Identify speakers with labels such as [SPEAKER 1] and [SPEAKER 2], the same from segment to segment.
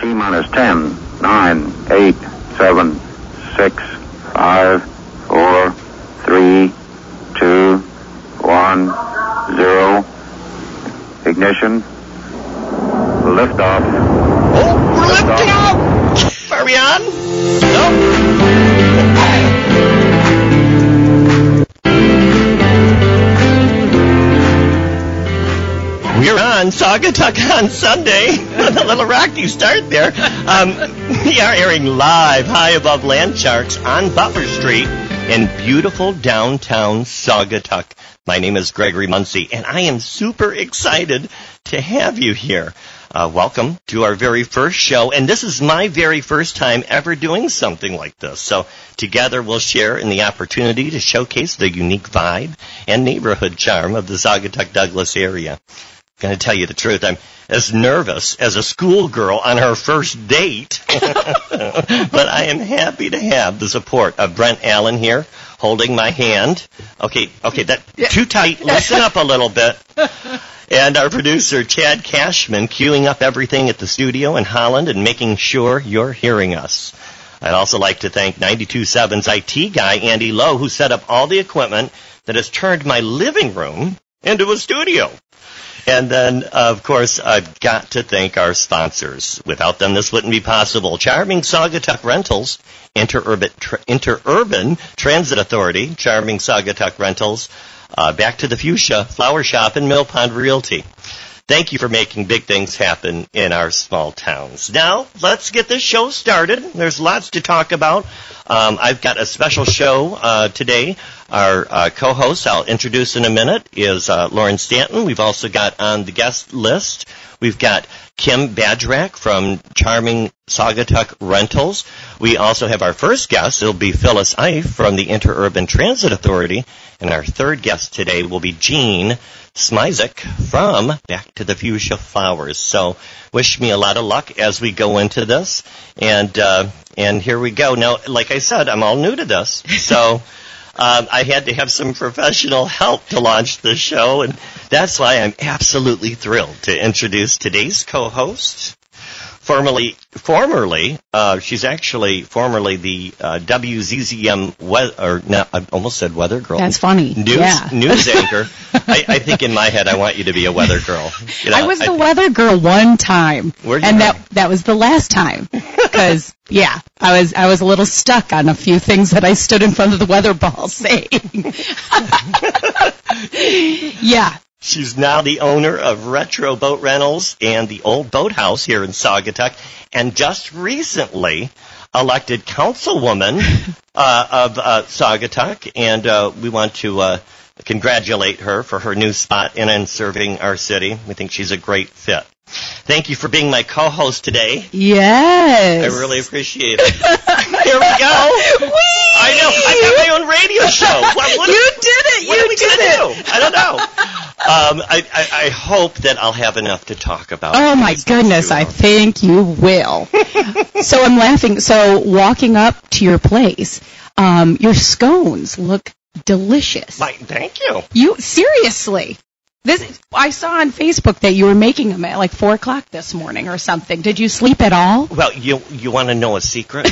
[SPEAKER 1] minus 10, 9, 8, 7, 6, 5, 4, 3, 2, 1, 0. Ignition. Liftoff.
[SPEAKER 2] Oh, we're lifting off. Are we on? No. We're on Saga Tuck on Sunday with a little rocky start there. Um, we are airing live high above land sharks on Butler Street in beautiful downtown Saugatuck. My name is Gregory Muncie, and I am super excited to have you here. Uh, welcome to our very first show, and this is my very first time ever doing something like this. So together we'll share in the opportunity to showcase the unique vibe and neighborhood charm of the Saugatuck Douglas area. Gonna tell you the truth, I'm as nervous as a schoolgirl on her first date. but I am happy to have the support of Brent Allen here holding my hand. Okay, okay, that too tight. Listen up a little bit. And our producer Chad Cashman queuing up everything at the studio in Holland and making sure you're hearing us. I'd also like to thank 92.7's IT guy, Andy Lowe, who set up all the equipment that has turned my living room into a studio. And then, of course, I've got to thank our sponsors. Without them, this wouldn't be possible. Charming Saugatuck Rentals, Interurban, Tr Interurban Transit Authority, Charming Saugatuck Rentals, uh, Back to the Fuchsia Flower Shop, and Mill Pond Realty. Thank you for making big things happen in our small towns. Now, let's get this show started. There's lots to talk about. Um, I've got a special show uh, today. Our uh, co host, I'll introduce in a minute, is uh, Lauren Stanton. We've also got on the guest list, we've got Kim Badrak from Charming Saugatuck Rentals. We also have our first guest. It'll be Phyllis Ife from the Interurban Transit Authority. And our third guest today will be Jean Smizek from Back to the Fuchsia Flowers. So wish me a lot of luck as we go into this. And, uh, and here we go. Now, like I said, I'm all new to this. So. um, I had to have some professional help to launch the show, and that's why I'm absolutely thrilled to introduce today's co-host. Formerly, formerly, uh, she's actually formerly the uh, WZZM weather, or no, I almost said weather girl.
[SPEAKER 3] That's funny.
[SPEAKER 2] News,
[SPEAKER 3] yeah.
[SPEAKER 2] news anchor. I, I think in my head, I want you to be a weather girl. You know,
[SPEAKER 3] I was the
[SPEAKER 2] think-
[SPEAKER 3] weather girl one time,
[SPEAKER 2] Where'd you
[SPEAKER 3] and
[SPEAKER 2] go?
[SPEAKER 3] that that was the last time because yeah, I was I was a little stuck on a few things that I stood in front of the weather ball saying. yeah,
[SPEAKER 2] She's now the owner of Retro Boat Rentals and the Old Boathouse here in Saugatuck, and just recently elected councilwoman uh, of uh, Saugatuck. And uh, we want to uh, congratulate her for her new spot in and serving our city. We think she's a great fit. Thank you for being my co-host today. I
[SPEAKER 3] yes.
[SPEAKER 2] really appreciate it. here we go. I know. I got my own radio show. What, what-
[SPEAKER 3] you did it.
[SPEAKER 2] what
[SPEAKER 3] you
[SPEAKER 2] are we
[SPEAKER 3] did it.
[SPEAKER 2] gonna do? I don't know. Um, I, I, I hope that I'll have enough to talk about.
[SPEAKER 3] Oh my goodness, I think you will. so I'm laughing. So walking up to your place, um, your scones look delicious.
[SPEAKER 2] My, thank you.
[SPEAKER 3] You seriously? This I saw on Facebook that you were making them at like four o'clock this morning or something. Did you sleep at all?
[SPEAKER 2] Well, you you want to know a secret?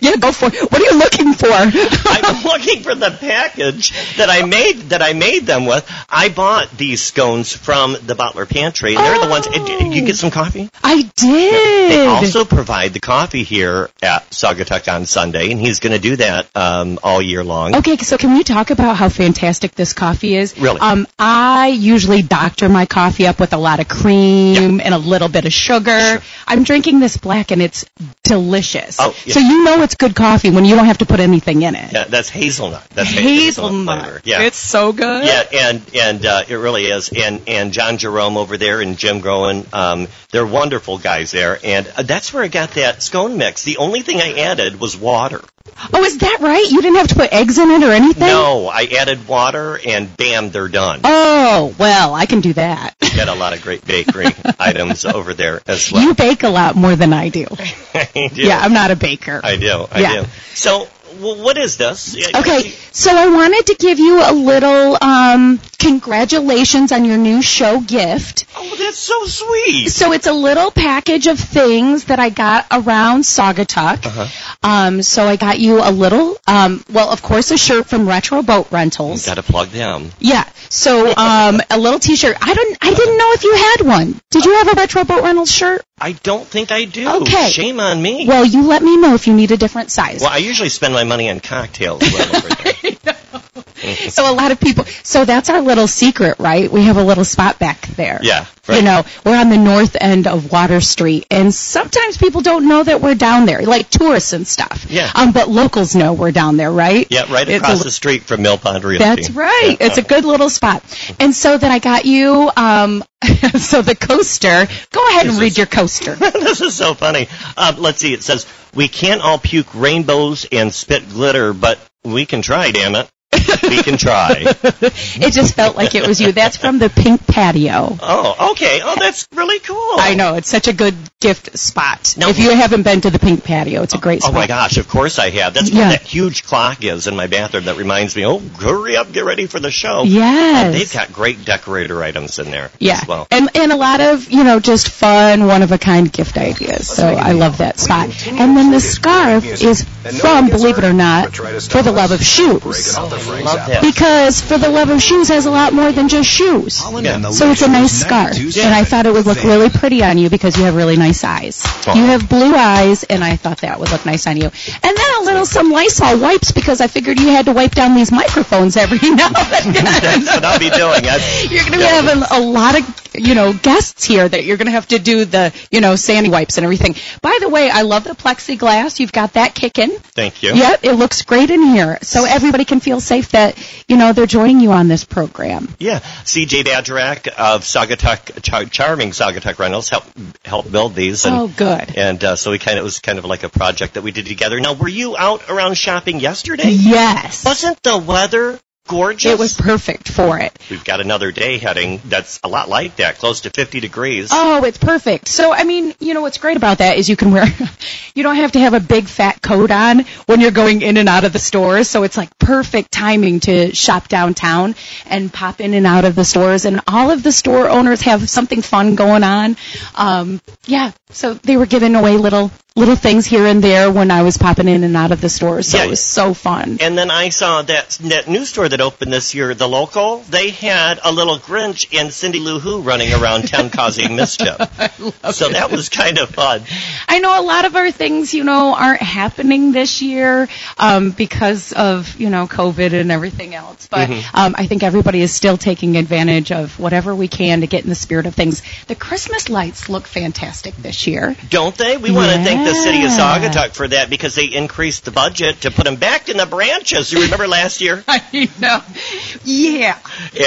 [SPEAKER 3] Yeah, go for it. What are you looking for?
[SPEAKER 2] I'm looking for the package that I made that I made them with. I bought these scones from the Butler Pantry. and They're the ones. and You get some coffee.
[SPEAKER 3] I Oh. did.
[SPEAKER 2] They also provide the coffee here at Saugatuck on Sunday, and he's going to do that um, all year long.
[SPEAKER 3] Okay, so can we talk about how fantastic this coffee is?
[SPEAKER 2] Really?
[SPEAKER 3] Um, I usually doctor my coffee up with a lot of cream and a little bit of sugar.
[SPEAKER 2] Sure.
[SPEAKER 3] I'm drinking this black and it's delicious.
[SPEAKER 2] Oh, yeah.
[SPEAKER 3] So you know it's good coffee when you don't have to put anything in it.
[SPEAKER 2] Yeah, that's hazelnut. That's ha- hazelnut flavor.
[SPEAKER 3] Hazelnut.
[SPEAKER 2] Yeah.
[SPEAKER 3] It's so good.
[SPEAKER 2] Yeah, and and uh, it really is. And and John Jerome over there and Jim Groen, um, they're wonderful guys there. And uh, that's where I got that scone mix. The only thing I added was water.
[SPEAKER 3] Oh, is that right? You didn't have to put eggs in it or anything?
[SPEAKER 2] No, I added water, and bam, they're done.
[SPEAKER 3] Oh, well, I can do that.
[SPEAKER 2] Got a lot of great bakery items over there as well.
[SPEAKER 3] You bake a lot more than I do.
[SPEAKER 2] I do.
[SPEAKER 3] Yeah, I'm not a baker.
[SPEAKER 2] I do. I
[SPEAKER 3] Yeah.
[SPEAKER 2] do. So w- what is this?
[SPEAKER 3] Okay, so I wanted to give you a little um, congratulations on your new show gift.
[SPEAKER 2] Oh, that's so sweet.
[SPEAKER 3] So it's a little package of things that I got around Saugatuck.
[SPEAKER 2] Uh-huh.
[SPEAKER 3] Um, so I got you a little, um, well, of course, a shirt from Retro Boat Rentals.
[SPEAKER 2] Got to plug them.
[SPEAKER 3] Yeah. So um, a little T-shirt. I don't. I didn't know if you had one. Did you have a Retro Boat Rentals shirt?
[SPEAKER 2] I don't think I do.
[SPEAKER 3] Okay.
[SPEAKER 2] Shame on me.
[SPEAKER 3] Well, you let me know if you need a different size.
[SPEAKER 2] Well, I usually spend my money on cocktails. Well, over there.
[SPEAKER 3] So a lot of people. So that's our little secret, right? We have a little spot back there.
[SPEAKER 2] Yeah, right.
[SPEAKER 3] You know, we're on the north end of Water Street, and sometimes people don't know that we're down there, like tourists and stuff.
[SPEAKER 2] Yeah.
[SPEAKER 3] Um, but locals know we're down there, right?
[SPEAKER 2] Yeah, right
[SPEAKER 3] It's a
[SPEAKER 2] across
[SPEAKER 3] li-
[SPEAKER 2] the street from Mill Pond Realty.
[SPEAKER 3] That's right. It's a good little spot. And so then I got you. Um, so the coaster. Go ahead and read your coaster.
[SPEAKER 2] this is so funny. Um, let's see. It says we can't all puke rainbows and spit glitter, but we can try. Damn it, we can try.
[SPEAKER 3] it just felt like it was you. That's from the Pink Patio.
[SPEAKER 2] Oh, okay. Oh, that's really cool.
[SPEAKER 3] I know it's such a good gift spot.
[SPEAKER 2] No.
[SPEAKER 3] if you haven't been to the Pink Patio, it's a great
[SPEAKER 2] Oh
[SPEAKER 3] spot.
[SPEAKER 2] my gosh, of course I have. That's
[SPEAKER 3] Yeah.
[SPEAKER 2] where that huge clock is in my bathroom that reminds me, oh, hurry up, get ready for the show.
[SPEAKER 3] Yes.
[SPEAKER 2] And they've got great decorator items in there
[SPEAKER 3] yeah.
[SPEAKER 2] as well.
[SPEAKER 3] And and a lot of, you know, just fun, one of a kind gift ideas. So I love that spot. And then the scarf is from, believe it or not, for the love of shoes.
[SPEAKER 2] Love that.
[SPEAKER 3] Because for the love of shoes has a lot more than just shoes.
[SPEAKER 2] Yeah.
[SPEAKER 3] So it's a nice scarf. And I thought it would look really pretty on you because you have really nice eyes. You have blue eyes and I thought that would look nice on you. And then a little some Lysol wipes because I figured you had to wipe down these microphones every now and then.
[SPEAKER 2] That's what I'll be doing. I-
[SPEAKER 3] You're going to be having a lot of, you know, guests here that you're going to have to do the, you know, sandy wipes and everything. By the way, I love the plexiglass. You've got that kicking.
[SPEAKER 2] Thank you.
[SPEAKER 3] Yep, it looks great in here. So everybody can feel safe that, you know, they're joining you on this program.
[SPEAKER 2] Yeah, C.J. Badgerak of Saugatuck, Char- charming Saugatuck Reynolds, helped help build these, and
[SPEAKER 3] Oh, good.
[SPEAKER 2] and uh, so we kind of it was kind of like a project that we did together. Now, were you out around shopping yesterday?
[SPEAKER 3] Yes.
[SPEAKER 2] Wasn't the weather gorgeous?
[SPEAKER 3] It was perfect for it.
[SPEAKER 2] We've got another day heading that's a lot like that, close to 50 degrees.
[SPEAKER 3] Oh, it's perfect. So, I mean, you know, what's great about that is you can wear, you don't have to have a big fat coat on when you're going in and out of the stores. So it's like perfect timing to shop downtown and pop in and out of the stores. And all of the store owners have something fun going on. Um, yeah. So they were giving away little, little things here and there when I was popping in and out of the stores. So
[SPEAKER 2] Yeah.
[SPEAKER 3] it was so fun.
[SPEAKER 2] And then I saw that that new store that opened this year, the local. They had a little Grinch and Cindy Lou Who running around town causing mischief. so that was kind of fun.
[SPEAKER 3] I know a lot of our things, you know, aren't happening this year um, because of you know COVID and everything else. But um, I think everybody is still taking advantage of whatever we can to get in the spirit of things. The Christmas lights look fantastic this year.
[SPEAKER 2] Don't they? We want to thank the city of
[SPEAKER 3] Yeah.
[SPEAKER 2] Saugatuck for that because they increased the budget to put them back in the branches. You remember last year?
[SPEAKER 3] I know. Yeah.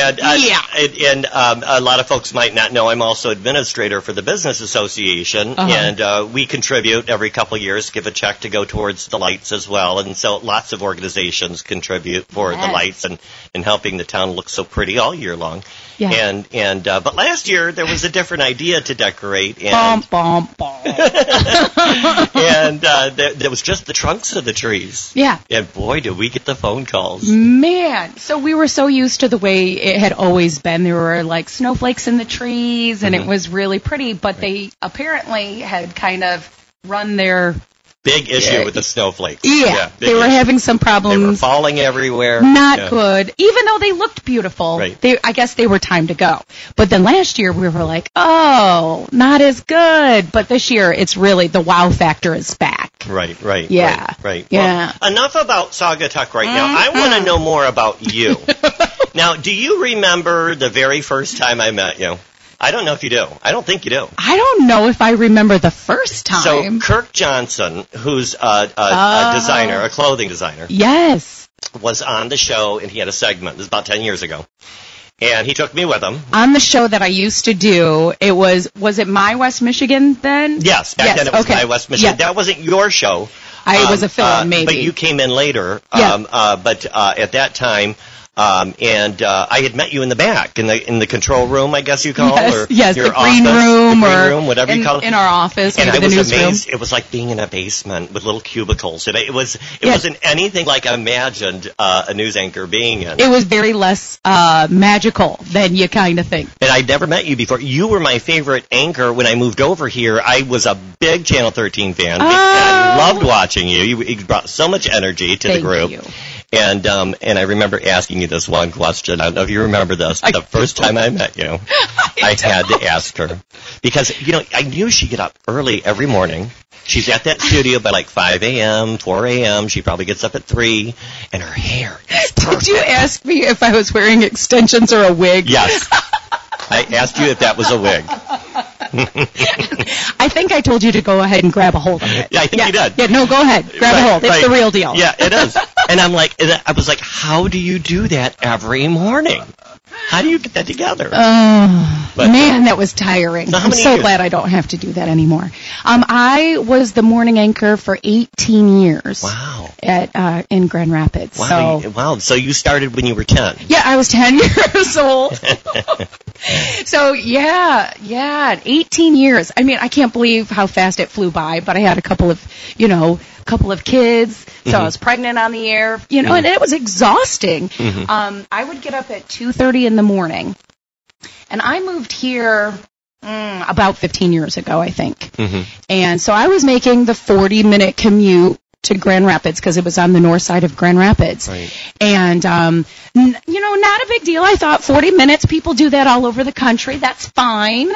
[SPEAKER 2] And uh,
[SPEAKER 3] Yeah.
[SPEAKER 2] and, and um, a lot of folks might not know I'm also administrator for the business association,
[SPEAKER 3] Uh-huh.
[SPEAKER 2] and uh, we contribute every couple of years, give a check to go towards the lights as well, and so lots of organizations contribute for the
[SPEAKER 3] Yes.
[SPEAKER 2] lights and and helping the town look so pretty all year long.
[SPEAKER 3] Yeah.
[SPEAKER 2] And and uh, but last year there was a different idea to decorate, and
[SPEAKER 3] Bum bum bum.
[SPEAKER 2] and uh, there, there was just the trunks of the trees.
[SPEAKER 3] yeah. Mm.
[SPEAKER 2] And boy, did we get the phone calls.
[SPEAKER 3] Man, so we were so used to the way it had always been. There were like snowflakes in the trees, and it was really pretty. But they apparently had kind of run their
[SPEAKER 2] Big issue with the snowflakes.
[SPEAKER 3] Yeah,
[SPEAKER 2] big
[SPEAKER 3] they were
[SPEAKER 2] issue.
[SPEAKER 3] having some
[SPEAKER 2] They were
[SPEAKER 3] problems.
[SPEAKER 2] falling everywhere.
[SPEAKER 3] Not
[SPEAKER 2] Yeah.
[SPEAKER 3] good. Even though they looked beautiful,
[SPEAKER 2] Right.
[SPEAKER 3] they I guess they were time to go. But then last year we were like, oh, not as good. But this year it's really the wow factor is back.
[SPEAKER 2] Right, right.
[SPEAKER 3] Yeah.
[SPEAKER 2] Right. right.
[SPEAKER 3] Yeah. Mm-hmm.
[SPEAKER 2] Well, enough about Saugatuck right now. I want to know more about you. now, do you remember the very first time I met you? I don't know if you do. I don't think you do.
[SPEAKER 3] I don't know if I remember the first
[SPEAKER 2] So
[SPEAKER 3] time.
[SPEAKER 2] Kirk Johnson, who's a, a, a
[SPEAKER 3] Oh.
[SPEAKER 2] designer, a clothing designer,
[SPEAKER 3] yes,
[SPEAKER 2] was on the show and he had a segment. This is about ten years ago, and he took me with him.
[SPEAKER 3] on the show that I used to do, it was was it my West Michigan then?
[SPEAKER 2] Yes, back
[SPEAKER 3] Yes,
[SPEAKER 2] then it was
[SPEAKER 3] okay.
[SPEAKER 2] by West Michigan.
[SPEAKER 3] Yeah.
[SPEAKER 2] That wasn't your show.
[SPEAKER 3] I was a fill-in,
[SPEAKER 2] uh,
[SPEAKER 3] maybe.
[SPEAKER 2] But you came in later.
[SPEAKER 3] Yeah.
[SPEAKER 2] Um, uh, but uh, at that time, Um, and uh, I had met you in the back in the in the control room, I guess you call
[SPEAKER 3] yes,
[SPEAKER 2] or
[SPEAKER 3] yes,
[SPEAKER 2] your
[SPEAKER 3] the green
[SPEAKER 2] office,
[SPEAKER 3] room
[SPEAKER 2] the green
[SPEAKER 3] or
[SPEAKER 2] room, whatever
[SPEAKER 3] in,
[SPEAKER 2] you call it.
[SPEAKER 3] in our office,
[SPEAKER 2] and
[SPEAKER 3] we
[SPEAKER 2] I
[SPEAKER 3] have the
[SPEAKER 2] was
[SPEAKER 3] newsroom.
[SPEAKER 2] amazed. It was like being in a basement with little cubicles. It, it was it
[SPEAKER 3] Yes.
[SPEAKER 2] wasn't anything like I imagined uh, a news anchor being in.
[SPEAKER 3] It was very less uh, magical than you kind of think.
[SPEAKER 2] and I'd never met you before. You were my favorite anchor when I moved over here. I was a big Channel 13 fan. and I
[SPEAKER 3] Oh.
[SPEAKER 2] loved watching you. you. You brought so much energy to
[SPEAKER 3] Thank
[SPEAKER 2] the group.
[SPEAKER 3] you.
[SPEAKER 2] And um, and I remember asking you this one question. I don't know if you remember this. But the first time I met you, I had to ask her because you know I knew she'd get up early every morning. She's at that studio by like 5 a.m., 4 a.m. She probably gets up at three, and her hair is perfect.
[SPEAKER 3] Did you ask me if I was wearing extensions or a wig?
[SPEAKER 2] Yes. I asked you if that was a wig.
[SPEAKER 3] I think I told you to go ahead and grab a hold of it.
[SPEAKER 2] Yeah, I think
[SPEAKER 3] yeah.
[SPEAKER 2] you did.
[SPEAKER 3] Yeah, no, go ahead. Grab
[SPEAKER 2] Right,
[SPEAKER 3] a hold. It's
[SPEAKER 2] right.
[SPEAKER 3] the real deal.
[SPEAKER 2] Yeah, it is. and I'm like, and I was like, how do you do that every morning? How do you get that together?
[SPEAKER 3] Oh,
[SPEAKER 2] But-
[SPEAKER 3] man, that was tiring.
[SPEAKER 2] So how
[SPEAKER 3] I'm
[SPEAKER 2] many
[SPEAKER 3] so
[SPEAKER 2] years?
[SPEAKER 3] glad I don't have to do that anymore. Um, I was the morning anchor for 18 years
[SPEAKER 2] wow.
[SPEAKER 3] at uh, in Grand Rapids.
[SPEAKER 2] Wow.
[SPEAKER 3] So
[SPEAKER 2] you- wow. So you started when you were 10.
[SPEAKER 3] Yeah, I was 10 years old. so, yeah, yeah, 18 years. I mean, I can't believe how fast it flew by, but I had a couple of, you know, a couple of kids. So I was pregnant on the air, you know, and it was exhausting. Um, I would get up at 2:30 in the morning. And I moved here mm, about 15 years ago, I think.
[SPEAKER 2] Mm-hmm.
[SPEAKER 3] And so I was making the 40 minute commute to Grand Rapids because it was on the north side of Grand Rapids.
[SPEAKER 2] Right.
[SPEAKER 3] And, um, n- you know, not a big deal. I thought 40 minutes, people do that all over the country. That's fine.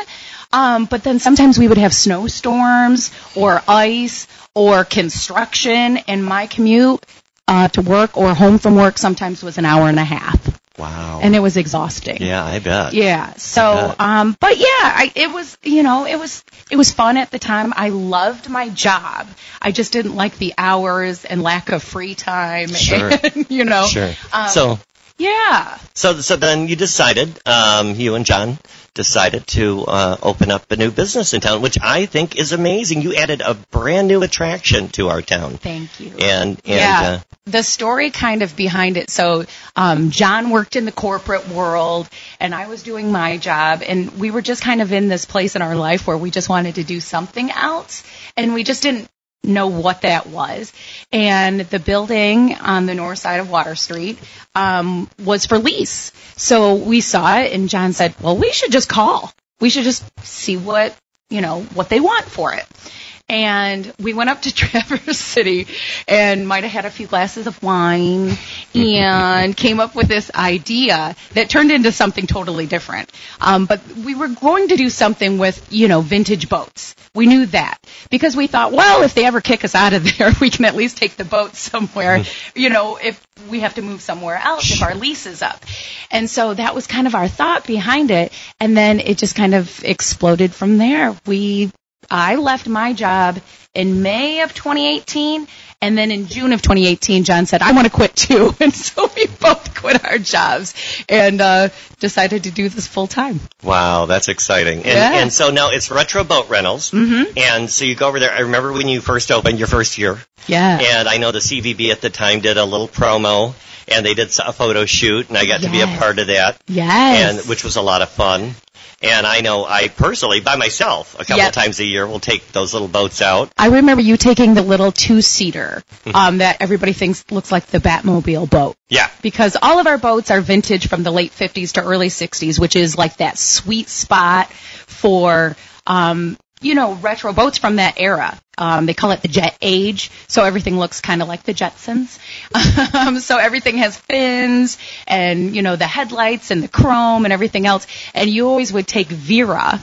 [SPEAKER 3] Um, but then sometimes we would have snowstorms or ice or construction, and my commute uh, to work or home from work sometimes was an hour and a half.
[SPEAKER 2] Wow.
[SPEAKER 3] And it was exhausting.
[SPEAKER 2] yeah, I bet.
[SPEAKER 3] Yeah.
[SPEAKER 2] Yeah.
[SPEAKER 3] So, um, but yeah, I, it was, you know, it was, it was fun at the time. I loved my job. I just didn't like the hours and lack of free time.
[SPEAKER 2] Sure.
[SPEAKER 3] And, you know.
[SPEAKER 2] Sure.
[SPEAKER 3] Um,
[SPEAKER 2] so,
[SPEAKER 3] Yeah.
[SPEAKER 2] so, so then you decided, um, you and John decided to uh, open up a new business in town, which I think is amazing. You added a brand new attraction to our town.
[SPEAKER 3] Thank you.
[SPEAKER 2] And, and
[SPEAKER 3] yeah.
[SPEAKER 2] uh,
[SPEAKER 3] the story kind of behind it. So, um, John worked in the corporate world, and I was doing my job, and we were just kind of in this place in our life where we just wanted to do something else, and we just didn't know what that was. And the building on the north side of Water Street um, was for lease. So we saw it, and John said, "Well, we should just call. We should just see what you know what they want for it." and we went up to Traverse City and might have had a few glasses of wine and came up with this idea that turned into something totally different. Um, but we were going to do something with, you know, vintage boats. We knew that because we thought, well, if they ever kick us out of there, we can at least take the boat somewhere, you know, if we have to move somewhere else, if our lease is up. And so that was kind of our thought behind it. And then it just kind of exploded from there. We I left my job in May of 2018, and then in June of 2018, John said, I want to quit too. And so we both quit our jobs and uh, decided to do this full time.
[SPEAKER 2] Wow, that's exciting. And,
[SPEAKER 3] Yeah.
[SPEAKER 2] and so now it's retro boat rentals. Mm-hmm. And so you go over there. I remember when you first opened your first year.
[SPEAKER 3] Yeah.
[SPEAKER 2] And I know the CVB at the time did a little promo and they did a photo shoot and I got to be a
[SPEAKER 3] Yes.
[SPEAKER 2] part of that.
[SPEAKER 3] yes.
[SPEAKER 2] And which was a lot of fun. And I know I personally, by myself, a couple
[SPEAKER 3] Yep.
[SPEAKER 2] times a year, will take those little boats out.
[SPEAKER 3] I remember you taking the little two seater um, that everybody thinks looks like the Batmobile boat.
[SPEAKER 2] Yeah.
[SPEAKER 3] because all of our boats are vintage from the late 50s to early 60s, which is like that sweet spot for, um, you know, retro boats from that era. Um, they call it the jet age, so everything looks kind of like the Jetsons. Um, so everything has fins and, you know, the headlights and the chrome and everything else. And you always would take Vera,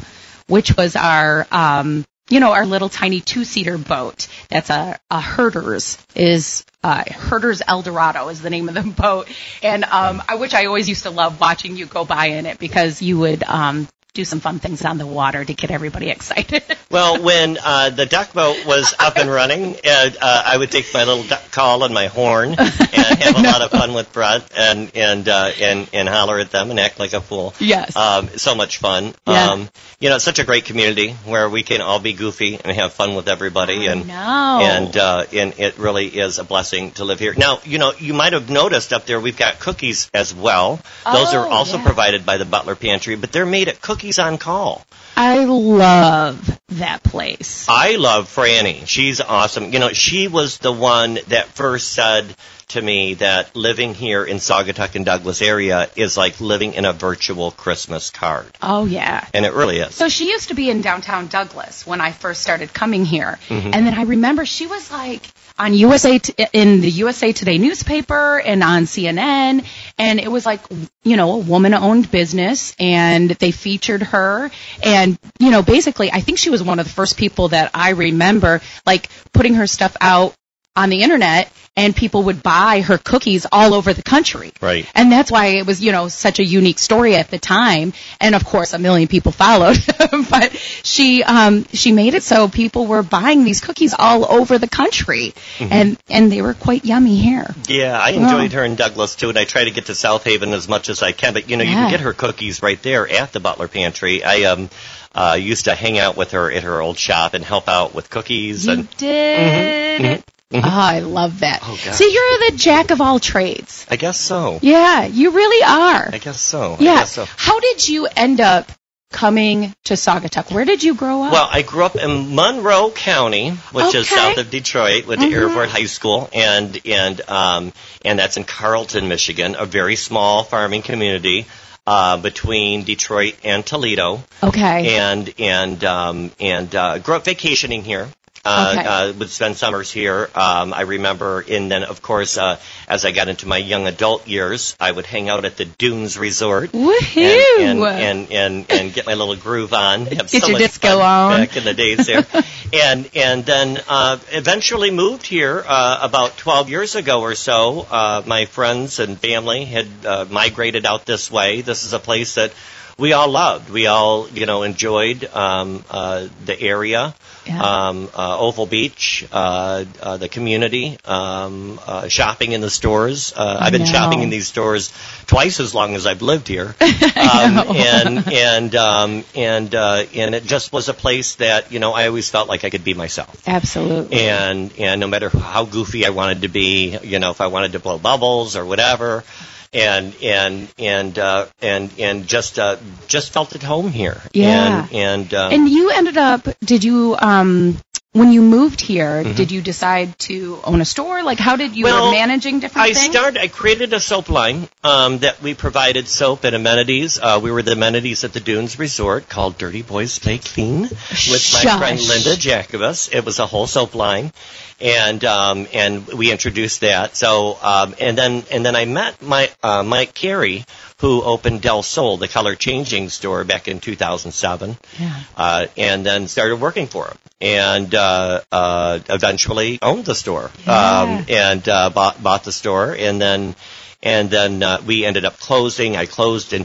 [SPEAKER 3] which was our um, you know our little tiny two-seater boat that's a, a herders is uh, herders eldorado is the name of the boat and um, i which i always used to love watching you go by in it because you would um, do do some fun things on the water to get everybody excited.
[SPEAKER 2] Well, when uh, the duck boat was up and running, uh, uh, I would take my little duck call and my horn and have a lot of fun with Brad and and uh, and and holler at them and act like a fool.
[SPEAKER 3] Yes.
[SPEAKER 2] Um, so much fun.
[SPEAKER 3] Yeah.
[SPEAKER 2] Um, you know, it's such a great community where we can all be goofy and have fun with everybody and
[SPEAKER 3] no.
[SPEAKER 2] and uh, and it really is a blessing to live here. Now, you know, you might have noticed up there we've got cookies as well. Those are
[SPEAKER 3] Oh,
[SPEAKER 2] also
[SPEAKER 3] yeah.
[SPEAKER 2] provided by the Butler Pantry, but they're made at Cookies on Call.
[SPEAKER 3] I love that place.
[SPEAKER 2] I love Franny. She's awesome. You know, she was the one that first said to me that living here in Saugatuck and Douglas area is like living in a virtual Christmas card,
[SPEAKER 3] Oh yeah.
[SPEAKER 2] and it really is.
[SPEAKER 3] So she used to be in downtown Douglas when I first started coming here, and then I remember she was like on USA t- in the USA Today newspaper and on CNN, and it was like you know a woman-owned business, and they featured her, and you know basically I think she was one of the first people that I remember like putting her stuff out on the internet and people would buy her cookies all over the country.
[SPEAKER 2] Right.
[SPEAKER 3] And that's why it was, you know, such a unique story at the time. And of course, a million people followed. but she um she made it so people were buying these cookies all over the country.
[SPEAKER 2] Mm-hmm.
[SPEAKER 3] And and they were quite yummy here.
[SPEAKER 2] Yeah, I
[SPEAKER 3] Oh.
[SPEAKER 2] enjoyed her in Douglas too, and I try to get to South Haven as much as I can. But you know, you
[SPEAKER 3] Yeah.
[SPEAKER 2] can get her cookies right there at the Butler Pantry. I um uh, used to hang out with her at her old shop and help out with cookies
[SPEAKER 3] You
[SPEAKER 2] and Mm-hmm.
[SPEAKER 3] did. Oh, I love that.
[SPEAKER 2] Oh, God.
[SPEAKER 3] See, you're the jack of all trades.
[SPEAKER 2] I guess so.
[SPEAKER 3] Yeah, you really are.
[SPEAKER 2] I guess so. I
[SPEAKER 3] yeah.
[SPEAKER 2] guess so.
[SPEAKER 3] How did you end up coming to Saugatuck? Where did you grow up?
[SPEAKER 2] Well, I grew up in Monroe County, which is
[SPEAKER 3] Okay. Mm-hmm.
[SPEAKER 2] south of Detroit. Went to Airport High School, and and um, and that's in Carlton, Michigan, a very small farming community uh, between Detroit and Toledo.
[SPEAKER 3] okay.
[SPEAKER 2] and and um, and uh, grew up vacationing here. Uh,
[SPEAKER 3] Okay.
[SPEAKER 2] uh, would spend summers here. Um, I remember, and then of course, uh, as I got into my young adult years, I would hang out at the Dunes Resort.
[SPEAKER 3] Woohoo!
[SPEAKER 2] And, and, and, and, and get my little groove on. Have
[SPEAKER 3] Get
[SPEAKER 2] so
[SPEAKER 3] your
[SPEAKER 2] much
[SPEAKER 3] disco
[SPEAKER 2] fun
[SPEAKER 3] on.
[SPEAKER 2] Back in the days there. and, and then uh, eventually moved here uh, about 12 years ago or so. Uh, my friends and family had uh, migrated out this way. This is a place that we all loved. We all, you know, enjoyed um, uh, the area.
[SPEAKER 3] Yeah.
[SPEAKER 2] Um, uh, Oval Beach, uh, uh, the community, um, uh, shopping in the stores. Uh, I've been
[SPEAKER 3] know.
[SPEAKER 2] shopping in these stores twice as long as I've lived here, um, and and um, and uh, and it just was a place that you know I always felt like I could be myself.
[SPEAKER 3] Absolutely.
[SPEAKER 2] And and no matter how goofy I wanted to be, you know, if I wanted to blow bubbles or whatever, and and and uh, and and just uh, just felt at home here.
[SPEAKER 3] Yeah.
[SPEAKER 2] And and, um,
[SPEAKER 3] And you ended up, did you, um, when you moved here, did you decide to own a store? Like, how did you
[SPEAKER 2] Mm-hmm. Well,
[SPEAKER 3] were managing different
[SPEAKER 2] I
[SPEAKER 3] things?
[SPEAKER 2] started. I created a soap line um, that we provided soap and amenities. Uh, we were the amenities at the Dunes Resort called Dirty Boys Play Clean with my
[SPEAKER 3] Shush.
[SPEAKER 2] friend Linda Jacobus. It was a whole soap line, and um, and we introduced that. So um, and then and then I met my uh, Mike Carey, who opened Del Sol, the color changing store, back in 2007
[SPEAKER 3] Yeah.
[SPEAKER 2] uh, and then started working for him, and uh, uh, eventually owned the store um, and uh, bought bought the store, and then and then uh, we ended up closing. I closed in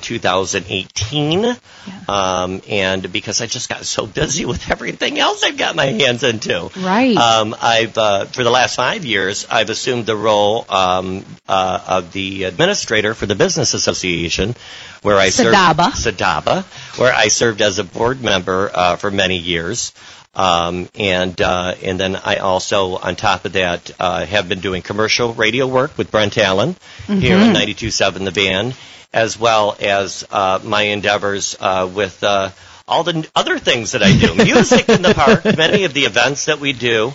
[SPEAKER 2] 2018, um, and because I just got so busy with everything else I've got my hands into,
[SPEAKER 3] Right.
[SPEAKER 2] um, I've uh, for the last five years, I've assumed the role um, uh, of the administrator for the business association, where I
[SPEAKER 3] SADABA.
[SPEAKER 2] served SADABA, where I served as a board member uh, for many years. Um, and uh, and then I also, on top of that, uh, have been doing commercial radio work with Brent Allen here on 92.7 The Van, as well as uh, my endeavors uh, with uh, all the n- other things that I do, music in the park, many of the events that we do,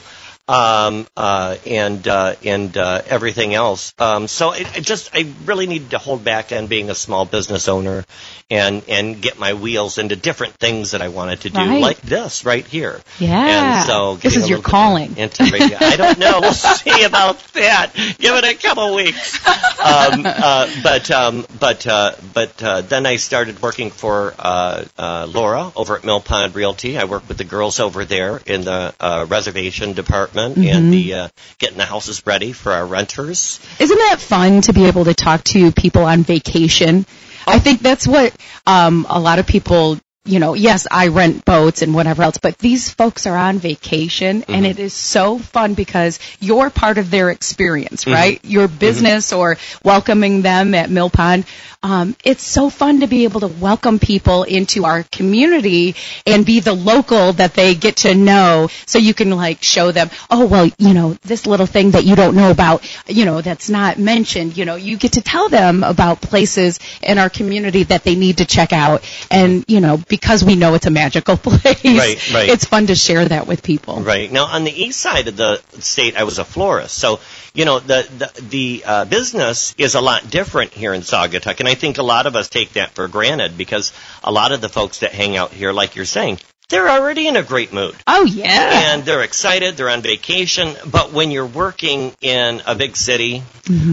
[SPEAKER 2] um, uh, and uh, and uh, everything else. Um, so it, it just I really need to hold back on being a small business owner, and and get my wheels into different things that I wanted to do,
[SPEAKER 3] Right.
[SPEAKER 2] like this right here.
[SPEAKER 3] Yeah.
[SPEAKER 2] And so
[SPEAKER 3] This
[SPEAKER 2] getting
[SPEAKER 3] is
[SPEAKER 2] a
[SPEAKER 3] your
[SPEAKER 2] little bit
[SPEAKER 3] calling.
[SPEAKER 2] Into radio. I don't know. We'll see about that. Give it a couple weeks. Um, uh, but um, but uh, but uh, then I started working for uh, uh, Laura over at Mill Pond Realty. I work with the girls over there in the uh, reservation department
[SPEAKER 3] Mm-hmm.
[SPEAKER 2] and the uh, getting the houses ready for our renters.
[SPEAKER 3] Isn't that fun to be able
[SPEAKER 2] Oh.
[SPEAKER 3] to talk to people on vacation? I think that's what um, a lot of people you know, yes, I rent boats and whatever else, but these folks are on vacation and
[SPEAKER 2] Mm-hmm.
[SPEAKER 3] it is so fun because you're part of their experience,
[SPEAKER 2] Mm-hmm.
[SPEAKER 3] right? Your business or welcoming them at Mill Pond. Um, it's so fun to be able to welcome people into our community and be the local that they get to know so you can like show them, oh, well, you know, this little thing that you don't know about, you know, that's not mentioned, you know, you get to tell them about places in our community that they need to check out. And, you know, because we know it's a magical place,
[SPEAKER 2] Right, right.
[SPEAKER 3] it's fun to share that with people.
[SPEAKER 2] Right. Now, on the east side of the state, I was a florist. So, you know, the, the, the uh, business is a lot different here in Saugatuck. And I think a lot of us take that for granted because a lot of the folks that hang out here, like you're saying, they're already in a great mood.
[SPEAKER 3] Oh, yeah.
[SPEAKER 2] And they're excited, they're on vacation. But when you're working in a big city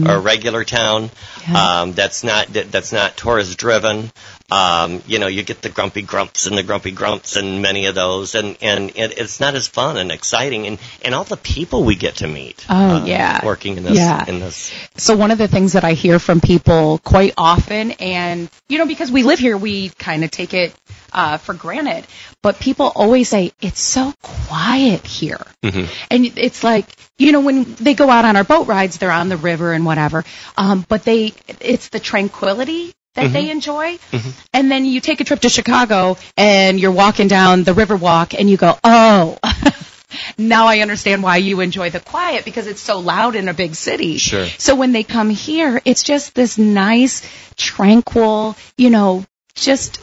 [SPEAKER 2] or a regular town
[SPEAKER 3] Mm-hmm. Yeah.
[SPEAKER 2] um, that's not that, that's not tourist driven, um, you know, you get the grumpy grumps and the grumpy grumps and many of those, and and it, it's not as fun and exciting, and and all the people we get to meet.
[SPEAKER 3] Oh,
[SPEAKER 2] uh,
[SPEAKER 3] yeah.
[SPEAKER 2] working in this
[SPEAKER 3] Yeah.
[SPEAKER 2] in this.
[SPEAKER 3] So one of the things that I hear from people quite often, and you know, because we live here, we kind of take it uh, for granted. But people always say it's so quiet here, and it's like you know, when they go out on our boat rides, they're on the river and whatever. Um, but they, it's the tranquility that they enjoy. And then you take a trip to Chicago, and you're walking down the river walk, and you go, oh. Now I understand why you enjoy the quiet because it's so loud in a big city.
[SPEAKER 2] Sure.
[SPEAKER 3] So when they come here, it's just this nice, tranquil, you know, just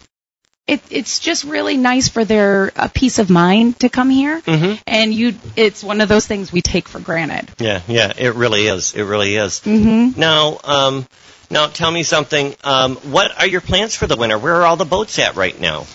[SPEAKER 3] it, it's just really nice for their uh, peace of mind to come here. Mm-hmm. And you, it's one of those things we take for granted.
[SPEAKER 2] Yeah, yeah, it really is. It really is. Mm-hmm. Now, um, now tell me something. Um, what are your plans for the winter? Where are all the boats at right now?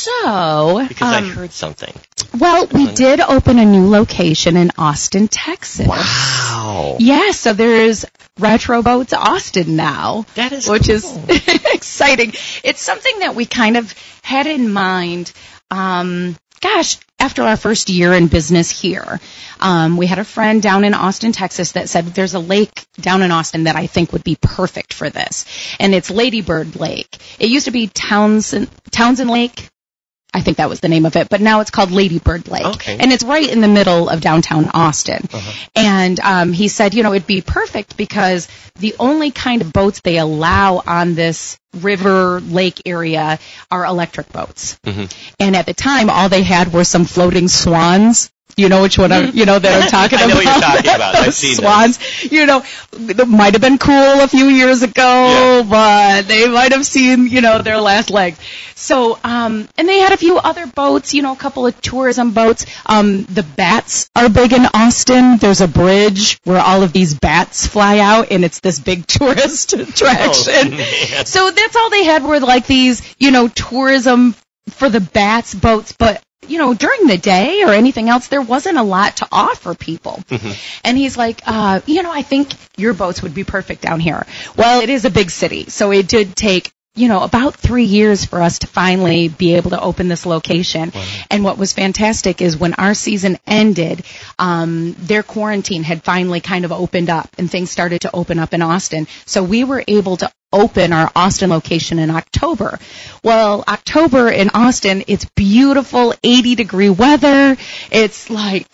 [SPEAKER 3] So,
[SPEAKER 2] Because I
[SPEAKER 3] um,
[SPEAKER 2] heard something.
[SPEAKER 3] well, we did open a new location in Austin, Texas.
[SPEAKER 2] Wow.
[SPEAKER 3] Yeah, so there's Retro Boats Austin now.
[SPEAKER 2] That is
[SPEAKER 3] which
[SPEAKER 2] cool.
[SPEAKER 3] is exciting. It's something that we kind of had in mind. Um, gosh, after our first year in business here, um, we had a friend down in Austin, Texas, that said there's a lake down in Austin that I think would be perfect for this, and it's Ladybird Lake. It used to be Townsend Townsend Lake. I think that was the name of it, but now it's called Ladybird Lake.
[SPEAKER 2] Okay. Uh-huh.
[SPEAKER 3] And it's right in the middle of downtown Austin. And um, he said, you know, it'd be perfect because the only kind of boats they allow on this river lake area are electric boats.
[SPEAKER 2] Mm-hmm.
[SPEAKER 3] And at the time, all they had were some floating swans. You know which one I'm, you know that I'm talking
[SPEAKER 2] I know what
[SPEAKER 3] about.
[SPEAKER 2] you're talking about. I've
[SPEAKER 3] Those
[SPEAKER 2] seen those.
[SPEAKER 3] swans. You know, that might have been cool a few years
[SPEAKER 2] Yeah.
[SPEAKER 3] ago, but they might have seen you know their last legs. So, um, and they had a few other boats. You know, a couple of tourism boats. Um, the bats are big in Austin. There's a bridge where all of these bats fly out, and it's this big tourist
[SPEAKER 2] Oh.
[SPEAKER 3] attraction.
[SPEAKER 2] man.
[SPEAKER 3] So that's all they had were like these, you know, tourism for the bats boats, but you know, during the day or anything else, there wasn't a lot to offer people. And he's like, uh, you know, I think your boats would be perfect down here. Well, it is a big city, so it did take you know, about three years for us to finally be able to open this location. And what was fantastic is when our season ended, um, their quarantine had finally kind of opened up and things started to open up in Austin. So we were able to open our Austin location in October. Well, October in Austin, it's beautiful 80 degree weather. It's like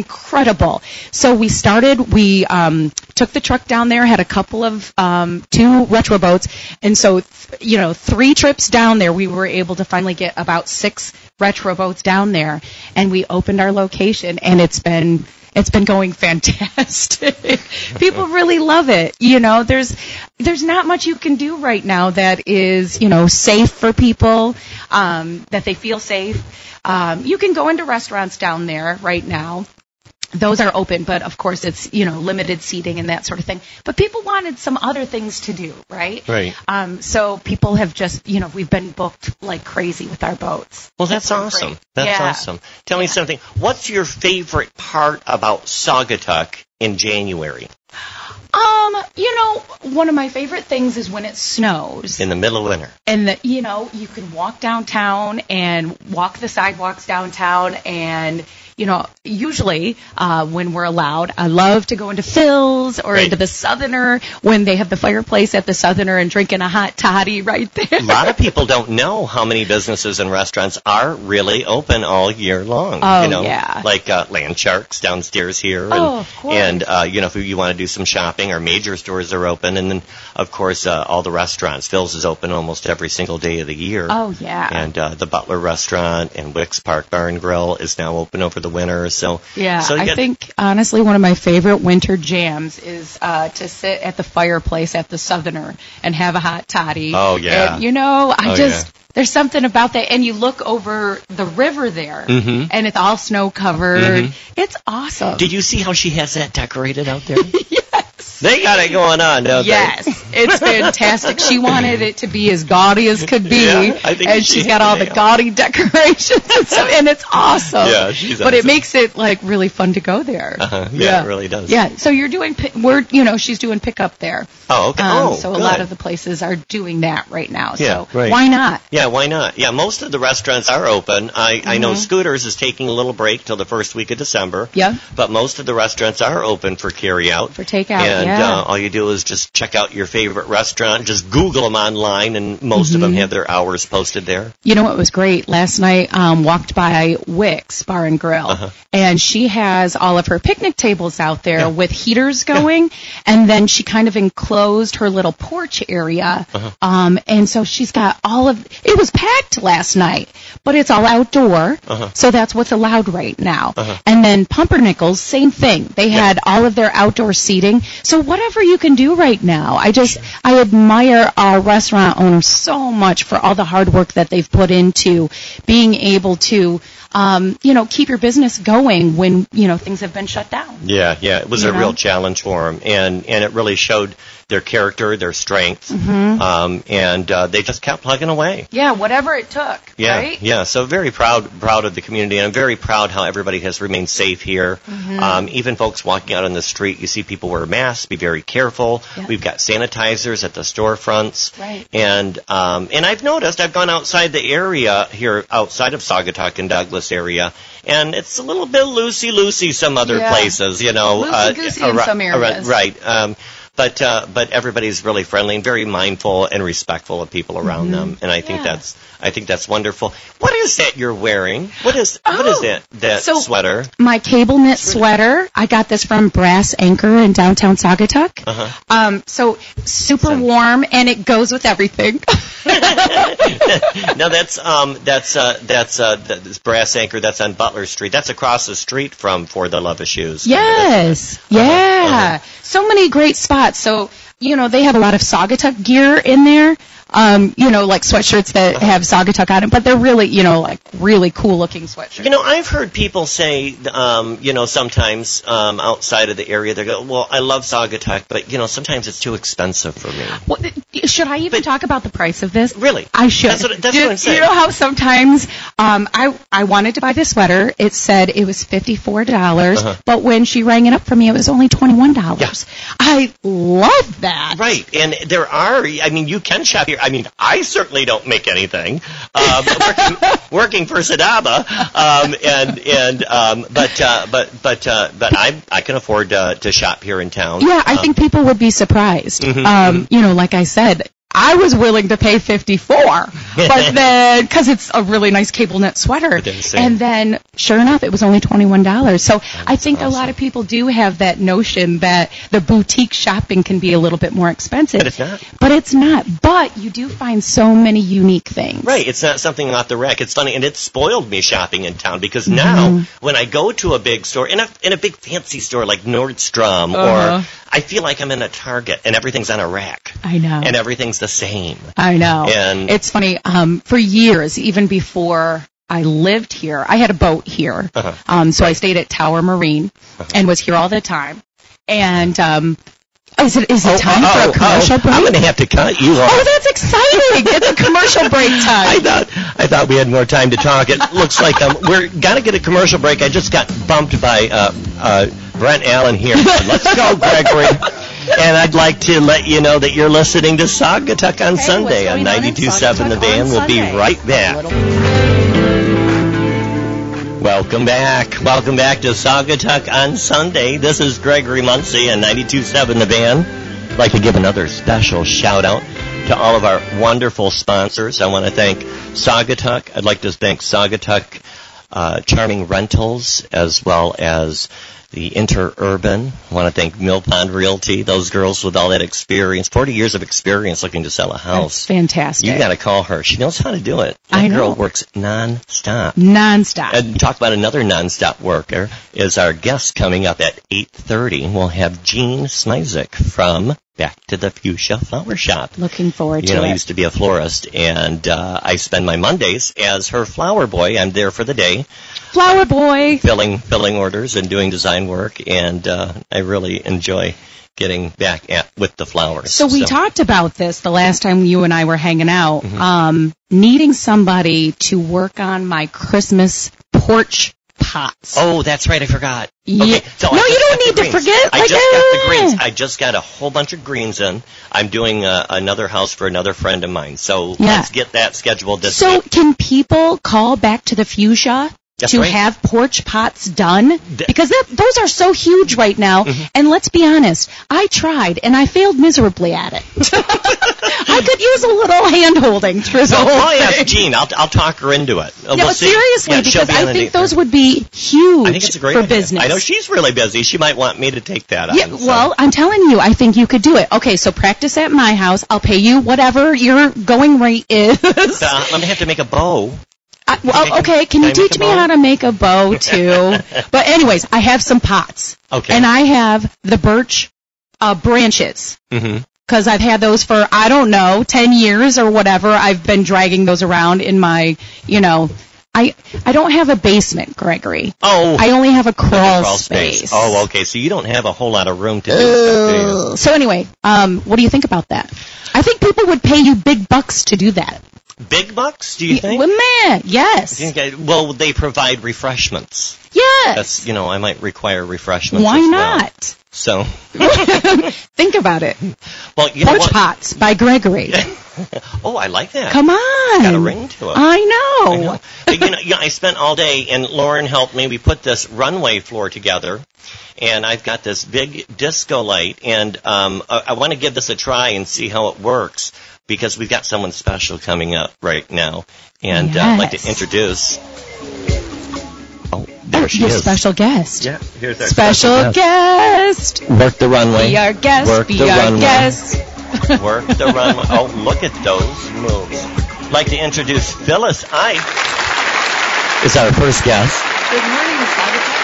[SPEAKER 3] incredible. So we started. We um, took the truck down there, had a couple of um, two retro boats, and so th- you know, three trips down there, we were able to finally get about six retro boats down there, and we opened our location, and it's been. It's been going fantastic. People really love it. You know, there's there's not much you can do right now that is, you know, safe for people, um, that they feel safe. Um, you can go into restaurants down there right now. Those are open, but of course it's you know limited seating and that sort of thing. But people wanted some other things to do, right?
[SPEAKER 2] Right.
[SPEAKER 3] Um, so people have just you know we've been booked like crazy with our boats.
[SPEAKER 2] Well, that's
[SPEAKER 3] been
[SPEAKER 2] awesome.
[SPEAKER 3] great.
[SPEAKER 2] That's
[SPEAKER 3] Yeah.
[SPEAKER 2] awesome. Tell me something. What's your favorite part about Saugatuck in January
[SPEAKER 3] Um, you know one of my favorite things is when it snows.
[SPEAKER 2] in the middle of winter?
[SPEAKER 3] and the, you know you can walk downtown and walk the sidewalks downtown and you know, usually uh, when we're allowed, I love to go into Phil's or
[SPEAKER 2] Right.
[SPEAKER 3] into the Southerner when they have the fireplace at the Southerner and drinking a hot toddy right there.
[SPEAKER 2] A lot of people don't know how many businesses and restaurants are really open all year long.
[SPEAKER 3] Oh,
[SPEAKER 2] you know,
[SPEAKER 3] yeah.
[SPEAKER 2] Like uh, Land Sharks downstairs here. And,
[SPEAKER 3] Oh, of course.
[SPEAKER 2] And, uh, you know, if you want to do some shopping, our major stores are open. And then, of course, uh, all the restaurants. Phil's is open almost every single day of the year.
[SPEAKER 3] Oh yeah.
[SPEAKER 2] And uh, the Butler Restaurant and Wicks Park Bar and Grill is now open over the winter. So
[SPEAKER 3] Yeah,
[SPEAKER 2] so you
[SPEAKER 3] I
[SPEAKER 2] get-
[SPEAKER 3] think honestly one of my favorite winter jams is uh, to sit at the fireplace at the Southerner and have a hot toddy.
[SPEAKER 2] Oh, yeah.
[SPEAKER 3] and, you know I
[SPEAKER 2] Oh,
[SPEAKER 3] just
[SPEAKER 2] yeah.
[SPEAKER 3] there's something about that, and you look over the river there,
[SPEAKER 2] Mhm.
[SPEAKER 3] and it's all snow covered. It's awesome.
[SPEAKER 2] Mm-hmm. Did you see how she has that decorated out there? yes. They got it going on, don't they?
[SPEAKER 3] Yes, it's fantastic. She wanted it to be as gaudy as could be,
[SPEAKER 2] Yeah, I think
[SPEAKER 3] and
[SPEAKER 2] she-
[SPEAKER 3] she's got all the
[SPEAKER 2] yeah.
[SPEAKER 3] gaudy decorations and stuff, and it's awesome.
[SPEAKER 2] Yeah, she's
[SPEAKER 3] But it
[SPEAKER 2] awesome.
[SPEAKER 3] makes it like really fun to go there.
[SPEAKER 2] Uh-huh. Yeah, it really does.
[SPEAKER 3] Yeah, so you're doing pi- we're you know she's doing pickup there.
[SPEAKER 2] Oh, okay.
[SPEAKER 3] Um,
[SPEAKER 2] oh,
[SPEAKER 3] so a
[SPEAKER 2] good.
[SPEAKER 3] lot of the places are doing that right now.
[SPEAKER 2] Yeah,
[SPEAKER 3] so
[SPEAKER 2] right.
[SPEAKER 3] why not?
[SPEAKER 2] Yeah, why not? Yeah, most of the restaurants are open. I, I know Scooters is taking a little break till the first week of December.
[SPEAKER 3] Mm-hmm. Yeah.
[SPEAKER 2] But most of the restaurants are open for carryout.
[SPEAKER 3] For takeout,
[SPEAKER 2] And
[SPEAKER 3] yeah.
[SPEAKER 2] uh, all you do is just check out your favorite restaurant, just Google them online, and most of them
[SPEAKER 3] Mm-hmm.
[SPEAKER 2] have their hours posted there.
[SPEAKER 3] You know what was great last night? Um, walked by Wicks Bar and Grill, and she has all of her picnic tables out there with heaters going, and then she kind of enclosed her little porch area. Um, and so she's got all of it was packed last night, but it's all outdoor, so that's what's allowed right now.
[SPEAKER 2] Uh-huh.
[SPEAKER 3] And then Pumpernickels, same thing. They had all of their outdoor seating. So whatever you can do right now, I just I admire our restaurant owners so much for all the hard work that they've put into being able to, um, you know, keep your business going when you know things have been shut down.
[SPEAKER 2] Yeah, yeah, it was
[SPEAKER 3] You
[SPEAKER 2] a
[SPEAKER 3] know?
[SPEAKER 2] real challenge for them, and and it really showed their character, their strength,
[SPEAKER 3] Mm-hmm.
[SPEAKER 2] um, and uh, they just kept plugging away.
[SPEAKER 3] Yeah, whatever it took,
[SPEAKER 2] Yeah,
[SPEAKER 3] right?
[SPEAKER 2] yeah. So very proud, proud of the community, and I'm very proud how everybody has remained safe here.
[SPEAKER 3] Mm-hmm.
[SPEAKER 2] Um, even folks walking out on the street, you see people wear masks. Be very careful.
[SPEAKER 3] Yeah.
[SPEAKER 2] We've got sanitizers at the storefronts.
[SPEAKER 3] Right.
[SPEAKER 2] And um, and I've noticed I've gone outside the area here, outside of Saugatuck and Douglas area, and it's a little bit loosey loosey some other
[SPEAKER 3] Yeah.
[SPEAKER 2] places, you know. uh,
[SPEAKER 3] Loosey-goosey in
[SPEAKER 2] arou-
[SPEAKER 3] some
[SPEAKER 2] arou-
[SPEAKER 3] areas.
[SPEAKER 2] right. Um, but uh, but everybody's really friendly and very mindful and respectful of people around them, and I think
[SPEAKER 3] Mm-hmm. Yeah.
[SPEAKER 2] that's I think that's wonderful. What is that you're wearing? What is what is
[SPEAKER 3] Oh,
[SPEAKER 2] that that
[SPEAKER 3] so-
[SPEAKER 2] sweater?
[SPEAKER 3] my cable knit sweater. I got this from Brass Anchor in downtown Saugatuck.
[SPEAKER 2] Uh-huh.
[SPEAKER 3] Um, so super warm and it goes with everything.
[SPEAKER 2] now that's um that's uh that's uh th- this brass anchor that's on Butler Street. That's across the street from For the Love of Shoes.
[SPEAKER 3] yes. Yeah. So many great spots. So, you know, they have a lot of Saugatuck gear in there. Um, you know, like sweatshirts that have Saugatuck on it, but they're really, you know, like really cool looking sweatshirts.
[SPEAKER 2] You know, I've heard people say, um, you know, sometimes um, outside of the area, they go, "Well, I love Saugatuck, but you know, sometimes it's too expensive for me."
[SPEAKER 3] What, should I even talk about the price of this?
[SPEAKER 2] Really?
[SPEAKER 3] I should.
[SPEAKER 2] That's what- that's
[SPEAKER 3] Do-
[SPEAKER 2] what I'm saying.
[SPEAKER 3] You know how sometimes um, I I wanted to buy this sweater. It said it was fifty four dollars, but when she rang it up for me, it was only twenty one dollars. I love that.
[SPEAKER 2] Right, and there are. I mean, you can shop here. I mean, I certainly don't make anything um, working, working for Sadaba, um, and and um, but uh, but but uh, but I I can afford uh, to shop here in town.
[SPEAKER 3] Yeah, I think people would be surprised.
[SPEAKER 2] Mm-hmm,
[SPEAKER 3] um, you know, like I said. I was willing to pay 54, but then because it's a really nice cable knit sweater,
[SPEAKER 2] didn't say.
[SPEAKER 3] and then sure enough, it was only $21. So I think a lot of people do have that notion that the boutique shopping can be a little bit more expensive.
[SPEAKER 2] But it's not.
[SPEAKER 3] But it's not. But you do find so many unique things.
[SPEAKER 2] Right, it's not something off the rack. It's funny, and it spoiled me shopping in town
[SPEAKER 3] Mm-hmm.
[SPEAKER 2] because now when I go to a big store, in a in a big fancy store like Nordstrom,
[SPEAKER 3] Uh-huh.
[SPEAKER 2] or I feel like I'm in a Target and everything's on a rack
[SPEAKER 3] I know.
[SPEAKER 2] and everything's the same.
[SPEAKER 3] I know.
[SPEAKER 2] And-
[SPEAKER 3] it's funny. Um, for years, even before I lived here, I had a boat here.
[SPEAKER 2] Uh-huh.
[SPEAKER 3] Um, so I stayed at Tower Marine and was here all the time. And um, is it
[SPEAKER 2] Oh,
[SPEAKER 3] is it time for a commercial break?
[SPEAKER 2] I'm going to have to cut you off.
[SPEAKER 3] oh, that's exciting! it's a commercial break
[SPEAKER 2] I
[SPEAKER 3] time.
[SPEAKER 2] thought I thought we had more time to talk. It looks like um, we're gonna get a commercial break. I just got bumped by uh, uh, Brent Allen here. Let's go, Gregory. And I'd like to let you know that you're listening to Saugatuck on Sunday on
[SPEAKER 3] going on in
[SPEAKER 2] 92.7 The
[SPEAKER 3] Saugatuck
[SPEAKER 2] Van.
[SPEAKER 3] on
[SPEAKER 2] We'll be
[SPEAKER 3] Sunday?
[SPEAKER 2] right back. Welcome back. Welcome back to Saga Talk on Sunday. This is Gregory Muncie and 92.7 The Band. I'd like to give another special shout out to all of our wonderful sponsors. I want to thank Saugatuck. I'd like to thank Saugatuck uh, Charming Rentals as well as the Interurban. I want to thank Mill Pond Realty, those girls with all that experience, 40 years of experience looking to sell a
[SPEAKER 3] That's
[SPEAKER 2] house.
[SPEAKER 3] fantastic.
[SPEAKER 2] You got to call her. She knows how to do it. That
[SPEAKER 3] I
[SPEAKER 2] girl
[SPEAKER 3] know.
[SPEAKER 2] works nonstop.
[SPEAKER 3] nonstop.
[SPEAKER 2] And talk about another nonstop worker is our guest coming up at 8.30. We'll have Gene Smizik from Back to the Fuchsia Flower Shop.
[SPEAKER 3] Looking forward
[SPEAKER 2] You
[SPEAKER 3] to
[SPEAKER 2] know, I
[SPEAKER 3] it.
[SPEAKER 2] used to be a florist, and uh, I spend my Mondays as her flower boy. I'm there for the day,
[SPEAKER 3] Flower boy.
[SPEAKER 2] filling filling orders and doing design work, and uh, I really enjoy getting back at with the flowers.
[SPEAKER 3] So we talked about this the last time you and I were hanging out.
[SPEAKER 2] Mm-hmm.
[SPEAKER 3] Um, needing somebody to work on my Christmas porch pots.
[SPEAKER 2] Oh, that's right. I forgot.
[SPEAKER 3] Yeah.
[SPEAKER 2] so I
[SPEAKER 3] No,
[SPEAKER 2] just
[SPEAKER 3] you don't
[SPEAKER 2] got the
[SPEAKER 3] need to
[SPEAKER 2] greens.
[SPEAKER 3] forget,
[SPEAKER 2] I
[SPEAKER 3] like,
[SPEAKER 2] just got the
[SPEAKER 3] uh,
[SPEAKER 2] greens. I just got a whole bunch of greens in. I'm doing uh, another house for another friend of mine. So
[SPEAKER 3] Yeah.
[SPEAKER 2] let's get that scheduled this
[SPEAKER 3] So
[SPEAKER 2] week.
[SPEAKER 3] can people call back to the fuchsia?
[SPEAKER 2] That's
[SPEAKER 3] to
[SPEAKER 2] right.
[SPEAKER 3] have porch pots done because that, those are so huge right now.
[SPEAKER 2] Mm-hmm.
[SPEAKER 3] And let's be honest, I tried and I failed miserably at it. I could use a little hand holding through the
[SPEAKER 2] So
[SPEAKER 3] whole
[SPEAKER 2] I'll
[SPEAKER 3] thing.
[SPEAKER 2] ask Oh, Jean. I'll, I'll talk her into it. Uh,
[SPEAKER 3] No,
[SPEAKER 2] we'll see.
[SPEAKER 3] seriously,
[SPEAKER 2] Yeah, she'll
[SPEAKER 3] because
[SPEAKER 2] be on
[SPEAKER 3] I
[SPEAKER 2] an
[SPEAKER 3] think
[SPEAKER 2] eight-
[SPEAKER 3] those would be huge
[SPEAKER 2] I think it's a great
[SPEAKER 3] for
[SPEAKER 2] idea.
[SPEAKER 3] business.
[SPEAKER 2] I know she's really busy. She might want me to take that on.
[SPEAKER 3] Yeah,
[SPEAKER 2] so-
[SPEAKER 3] well, I'm telling you, I think you could do it. Okay, so practice at my house. I'll pay you whatever your going rate is.
[SPEAKER 2] So Uh, I'm going to have to make a bow.
[SPEAKER 3] I, well, okay,
[SPEAKER 2] Can
[SPEAKER 3] can you
[SPEAKER 2] I make
[SPEAKER 3] teach
[SPEAKER 2] a
[SPEAKER 3] me
[SPEAKER 2] bow?
[SPEAKER 3] how to make a bow too? but anyways, I have some pots,
[SPEAKER 2] Okay.
[SPEAKER 3] and I have the birch uh, branches
[SPEAKER 2] hmm
[SPEAKER 3] because I've had those for I don't know ten years or whatever. I've been dragging those around in my, you know, I I don't have a basement, Gregory.
[SPEAKER 2] Oh,
[SPEAKER 3] I only have a crawl,
[SPEAKER 2] crawl
[SPEAKER 3] space.
[SPEAKER 2] Oh, okay. So you don't have a whole lot of room to do stuff, do you?
[SPEAKER 3] So anyway, um, what do you think about that? I think people would pay you big bucks to do that.
[SPEAKER 2] Big bucks, do you think?
[SPEAKER 3] Well, man, yes,
[SPEAKER 2] Okay, Well, they provide refreshments.
[SPEAKER 3] yes.
[SPEAKER 2] That's you know, I might require refreshments.
[SPEAKER 3] Why
[SPEAKER 2] as well.
[SPEAKER 3] not?
[SPEAKER 2] So,
[SPEAKER 3] Think about it.
[SPEAKER 2] well, you know
[SPEAKER 3] Porch
[SPEAKER 2] Hmm. what?
[SPEAKER 3] Pots by Gregory.
[SPEAKER 2] Oh, I like that.
[SPEAKER 3] Come on. Oh.
[SPEAKER 2] Got a ring to it.
[SPEAKER 3] I know.
[SPEAKER 2] I know. But, you know, yeah, I spent all day, and Lauren helped me. We put this runway floor together, and I've got this big disco light, and um, I, I want to give this a try and see how it works because we've got someone special coming up right now, and uh, I'd like
[SPEAKER 3] Yes.
[SPEAKER 2] to introduce. Oh, there she
[SPEAKER 3] Your
[SPEAKER 2] is.
[SPEAKER 3] special guest.
[SPEAKER 2] Yeah, here's our
[SPEAKER 3] Special guest.
[SPEAKER 2] Work the runway.
[SPEAKER 3] Be our guest.
[SPEAKER 2] Work
[SPEAKER 3] Be
[SPEAKER 2] the
[SPEAKER 3] our
[SPEAKER 2] runway.
[SPEAKER 3] guest.
[SPEAKER 2] Work the runway. Oh, look at those moves. Like to introduce Phyllis Ike. Is our first guest.
[SPEAKER 4] Good morning, Sagittarius.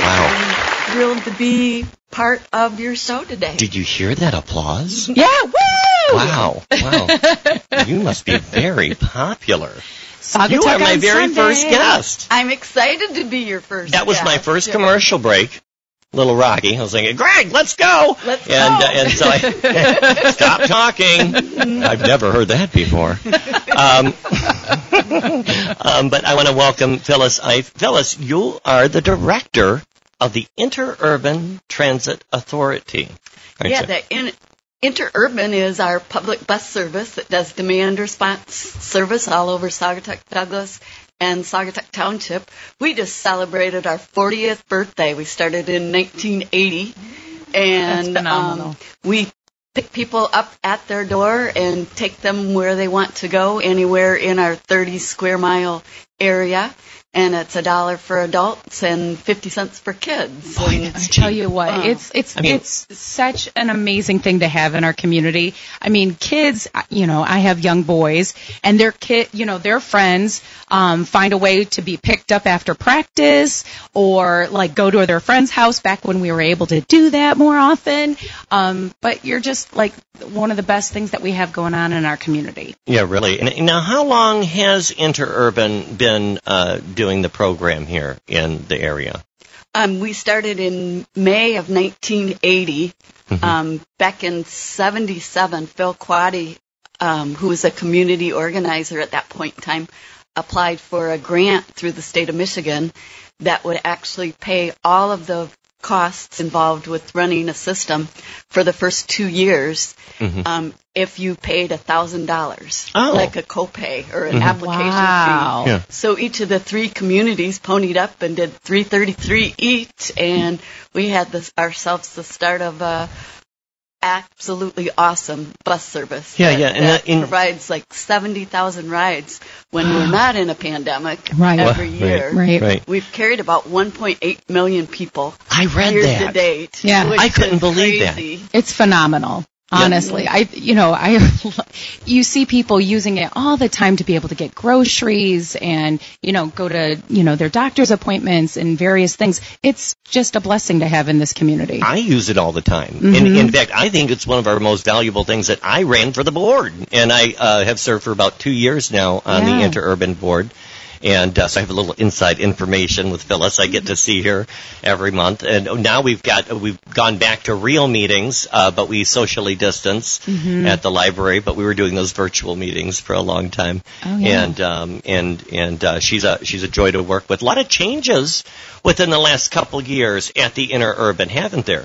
[SPEAKER 2] Wow.
[SPEAKER 4] I'm thrilled to be part of your show today.
[SPEAKER 2] Did you hear that applause?
[SPEAKER 3] Yeah. Woo.
[SPEAKER 2] Wow. Wow. you must be very popular.
[SPEAKER 3] Saga
[SPEAKER 2] you
[SPEAKER 3] Talk
[SPEAKER 2] are my
[SPEAKER 3] on
[SPEAKER 2] very
[SPEAKER 3] Sunday.
[SPEAKER 2] first guest.
[SPEAKER 4] I'm excited to be your first.
[SPEAKER 2] That was my
[SPEAKER 4] guest.
[SPEAKER 2] first commercial break. Little Rocky. I was thinking, Greg, let's go.
[SPEAKER 4] Let's
[SPEAKER 2] and,
[SPEAKER 4] go.
[SPEAKER 2] Uh, and so I stop talking. I've never heard that before. Um, um, but I want to welcome Phyllis. I, Phyllis, you are the director of the Interurban Transit Authority. aren't
[SPEAKER 4] Yeah,
[SPEAKER 2] you?
[SPEAKER 4] the in, Interurban is our public bus service that does demand response service all over Saugatuck Douglas and Saugatuck Township. We just celebrated our 40th birthday. We started in 1980, and um,
[SPEAKER 3] phenomenal.
[SPEAKER 4] we pick people up at their door and take them where they want to go, anywhere in our 30 square mile area. And it's a dollar for adults and 50 cents for kids. And-
[SPEAKER 3] I tell you what,
[SPEAKER 4] Wow.
[SPEAKER 3] it's it's
[SPEAKER 2] I mean-
[SPEAKER 3] it's such an amazing thing to have in our community. I mean, kids, I- you know, I have young boys, and their kid, you know, their friends um, find a way to be picked up after practice, or like go to their friend's house. Back when we were able to do that more often, um, but you're just like one of the best things that we have going on in our community.
[SPEAKER 2] Yeah, really. And now, how long has Interurban been uh, doing the program here in the area?
[SPEAKER 4] Um, we started in May of 1980. Um, back in 77, Phil Quaddy, um, who was a community organizer at that point in time, applied for a grant through the state of Michigan that would actually pay all of the costs involved with running a system for the first two years um, if you paid $1,000,
[SPEAKER 2] Oh.
[SPEAKER 4] like a copay or an application
[SPEAKER 3] Wow.
[SPEAKER 4] fee.
[SPEAKER 2] Yeah.
[SPEAKER 4] So each of the three communities ponied up and did 333 each, and we had this, ourselves the start of a absolutely awesome bus service.
[SPEAKER 2] Yeah,
[SPEAKER 4] that,
[SPEAKER 2] yeah, and
[SPEAKER 4] that
[SPEAKER 2] that- in-
[SPEAKER 4] provides like 70,000 rides when we're not in a pandemic
[SPEAKER 3] Right.
[SPEAKER 4] every
[SPEAKER 2] Right.
[SPEAKER 4] year.
[SPEAKER 3] Right.
[SPEAKER 2] Right.
[SPEAKER 4] We've carried about 1.8 million people
[SPEAKER 2] I read
[SPEAKER 4] year
[SPEAKER 2] that.
[SPEAKER 4] to date.
[SPEAKER 3] Yeah.
[SPEAKER 4] which
[SPEAKER 2] I couldn't
[SPEAKER 4] is
[SPEAKER 2] believe that.
[SPEAKER 4] crazy. that.
[SPEAKER 3] It's phenomenal. Honestly, I you know I you see people using it all the time to be able to get groceries and you know go to you know their doctor's appointments and various things. It's just a blessing to have in this community.
[SPEAKER 2] I use it all the time. And in fact, I think it's one of our most valuable things that I ran for the board. And I uh, have served for about two years now uh, on
[SPEAKER 3] Yeah.
[SPEAKER 2] the interurban board. And uh, so I have a little inside information with Phyllis. I get to see her every month. And now we've got uh, we've gone back to real meetings, uh, but we socially distance
[SPEAKER 3] Mm-hmm.
[SPEAKER 2] at the library. But we were doing those virtual meetings for a long time.
[SPEAKER 3] Oh, yeah.
[SPEAKER 2] And um, and and uh, she's a she's a joy to work with. A lot of changes within the last couple years at the interurban, haven't there?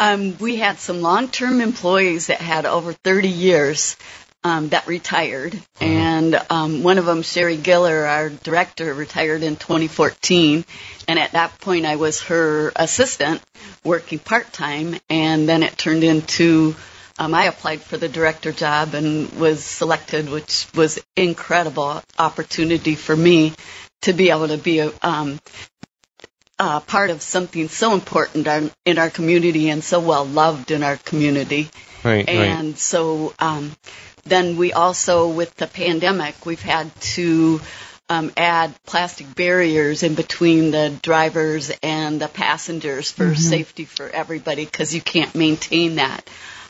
[SPEAKER 4] Um, we had some long-term employees that had over 30 years um, that retired, and um, one of them, Sherry Giller, our director, retired in 2014, and at that point I was her assistant, working part-time, and then it turned into um, I applied for the director job and was selected, which was incredible opportunity for me to be able to be a, um, uh, part of something so important our, in our community and so well loved in our community.
[SPEAKER 2] Right,
[SPEAKER 4] And so um, then we also, with the pandemic, we've had to um, add plastic barriers in between the drivers and the passengers for
[SPEAKER 2] Mm-hmm.
[SPEAKER 4] safety for everybody because you can't maintain that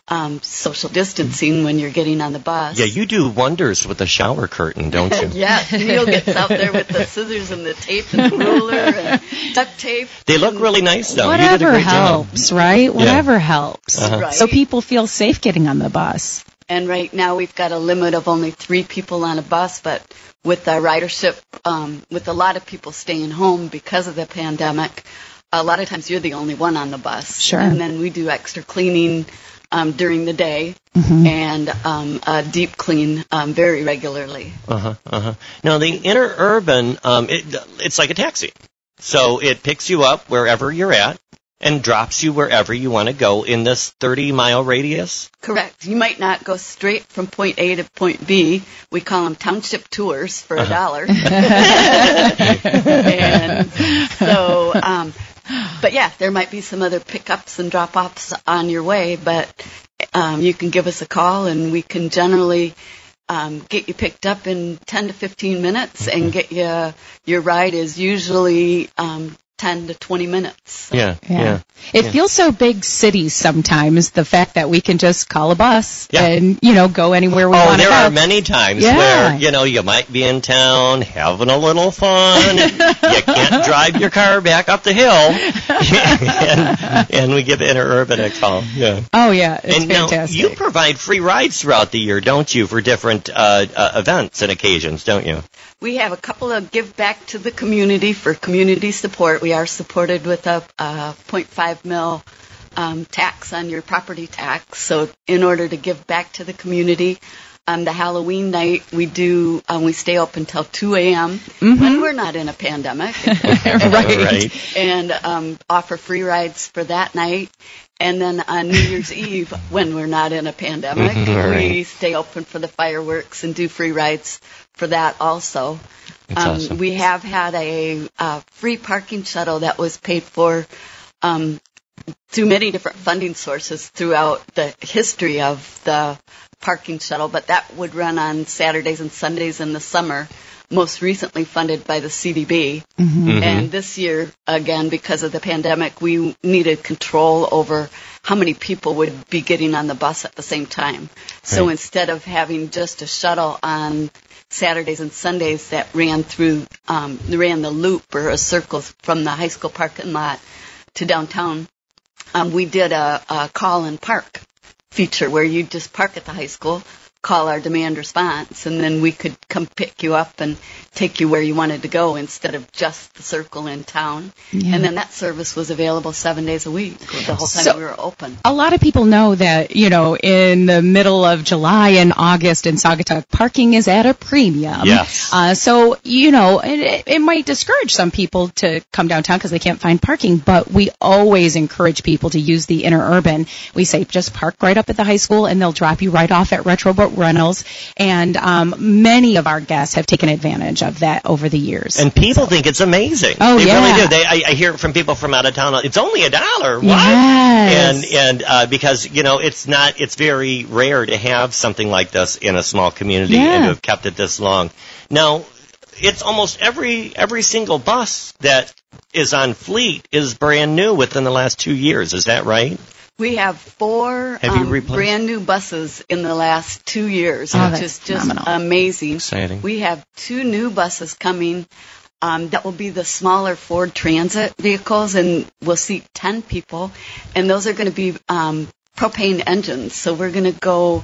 [SPEAKER 4] um, social distancing when you're getting on the bus.
[SPEAKER 2] Yeah, you do wonders with the shower curtain, don't you?
[SPEAKER 4] Yes, Neil gets out there with the scissors and the tape and the ruler and duct tape.
[SPEAKER 2] They look really nice, though. you did a
[SPEAKER 3] Whatever
[SPEAKER 2] great job. Uh-huh.
[SPEAKER 3] helps, right? Whatever helps.
[SPEAKER 4] Right.
[SPEAKER 3] So people feel safe getting on the bus.
[SPEAKER 4] And right now we've got a limit of only three people on a bus, but with our ridership, um, with a lot of people staying home because of the pandemic, a lot of times you're the only one on the bus.
[SPEAKER 3] Sure.
[SPEAKER 4] And then we do extra cleaning um, during the day and um, a deep clean um, very regularly.
[SPEAKER 2] Uh-huh, uh-huh. Now, the interurban, um, it, it's like a taxi. So it picks you up wherever you're at and drops you wherever you want to go in this 30-mile radius.
[SPEAKER 4] Correct. You might not go straight from point A to point B. We call them township tours for a dollar. and so, um, but yeah, there might be some other pickups and drop offs on your way, but um, you can give us a call and we can generally um, get you picked up in 10 to 15 minutes and get you, your ride is usually um, 10 to 20 minutes.
[SPEAKER 2] Yeah,
[SPEAKER 3] Yeah. It feels so big city sometimes, the fact that we can just call a bus
[SPEAKER 2] Yeah.
[SPEAKER 3] and, you know, go anywhere we
[SPEAKER 2] Oh,
[SPEAKER 3] want to
[SPEAKER 2] there
[SPEAKER 3] go.
[SPEAKER 2] are many times
[SPEAKER 3] Yeah.
[SPEAKER 2] where, you know, you might be in town having a little fun. and you can't drive your car back up the hill. and, and we give interurban a call. Yeah.
[SPEAKER 3] oh, yeah. It's
[SPEAKER 2] and
[SPEAKER 3] fantastic.
[SPEAKER 2] now you provide free rides throughout the year, don't you, for different uh, uh, events and occasions, don't you?
[SPEAKER 4] We have a couple of give back to the community for community support. We are supported with a, uh 0.5 mil um, tax on your property tax. So in order to give back to the community, on the Halloween night we do um, we stay open till 2 a.m. when we're not in a pandemic,
[SPEAKER 2] right.
[SPEAKER 4] and um, offer free rides for that night. And then on New Year's Eve, when we're not in a pandemic, we
[SPEAKER 2] right.
[SPEAKER 4] stay open for the fireworks and do free rides for that also. um,
[SPEAKER 2] awesome.
[SPEAKER 4] We have had a uh, free parking shuttle that was paid for um, through many different funding sources throughout the history of the parking shuttle, but that would run on Saturdays and Sundays in the summer, most recently funded by the CDB.
[SPEAKER 2] Mm-hmm.
[SPEAKER 4] And this year, again, because of the pandemic, we needed control over how many people would be getting on the bus at the same time. So
[SPEAKER 2] Right.
[SPEAKER 4] instead of having just a shuttle on Saturdays and Sundays that ran through, um, ran the loop or a circle from the high school parking lot to downtown, um, we did a, a call and park feature where you just park at the high school, call our demand response, and then we could come pick you up and take you where you wanted to go instead of just the circle in town.
[SPEAKER 3] Yeah.
[SPEAKER 4] And then that service was available seven days a week the whole time
[SPEAKER 3] So-
[SPEAKER 4] we were open.
[SPEAKER 3] a lot of people know that, you know, in the middle of July and August in Saugatuck, parking is at a premium.
[SPEAKER 2] Yes.
[SPEAKER 3] Uh, so, you know, it- it, it might discourage some people to come downtown because they can't find parking, but we always encourage people to use the interurban. We say just park right up at the high school and they'll drop you right off at Retroboat Reynolds. And um, many of our guests have taken advantage of that over the years.
[SPEAKER 2] And people think it's amazing.
[SPEAKER 3] Oh,
[SPEAKER 2] they
[SPEAKER 3] yeah.
[SPEAKER 2] really do. They, I, I hear from people from out of town. It's only a dollar. What?
[SPEAKER 3] Yes.
[SPEAKER 2] And and uh, because you know it's not it's very rare to have something like this in a small community and
[SPEAKER 3] Yeah.
[SPEAKER 2] to have kept it this long. Now, it's almost every every single bus that is on fleet is brand new within the last two years. Is that right?
[SPEAKER 4] We have four
[SPEAKER 2] Have you
[SPEAKER 4] um,
[SPEAKER 2] replaced-
[SPEAKER 4] brand new buses in the last two years,
[SPEAKER 3] Oh,
[SPEAKER 4] which
[SPEAKER 3] that's
[SPEAKER 4] is just
[SPEAKER 3] phenomenal.
[SPEAKER 4] amazing.
[SPEAKER 2] Exciting.
[SPEAKER 4] We have two new buses coming um, that will be the smaller Ford Transit vehicles, and we'll seat 10 people. And those are going to be um, propane engines, so we're going to go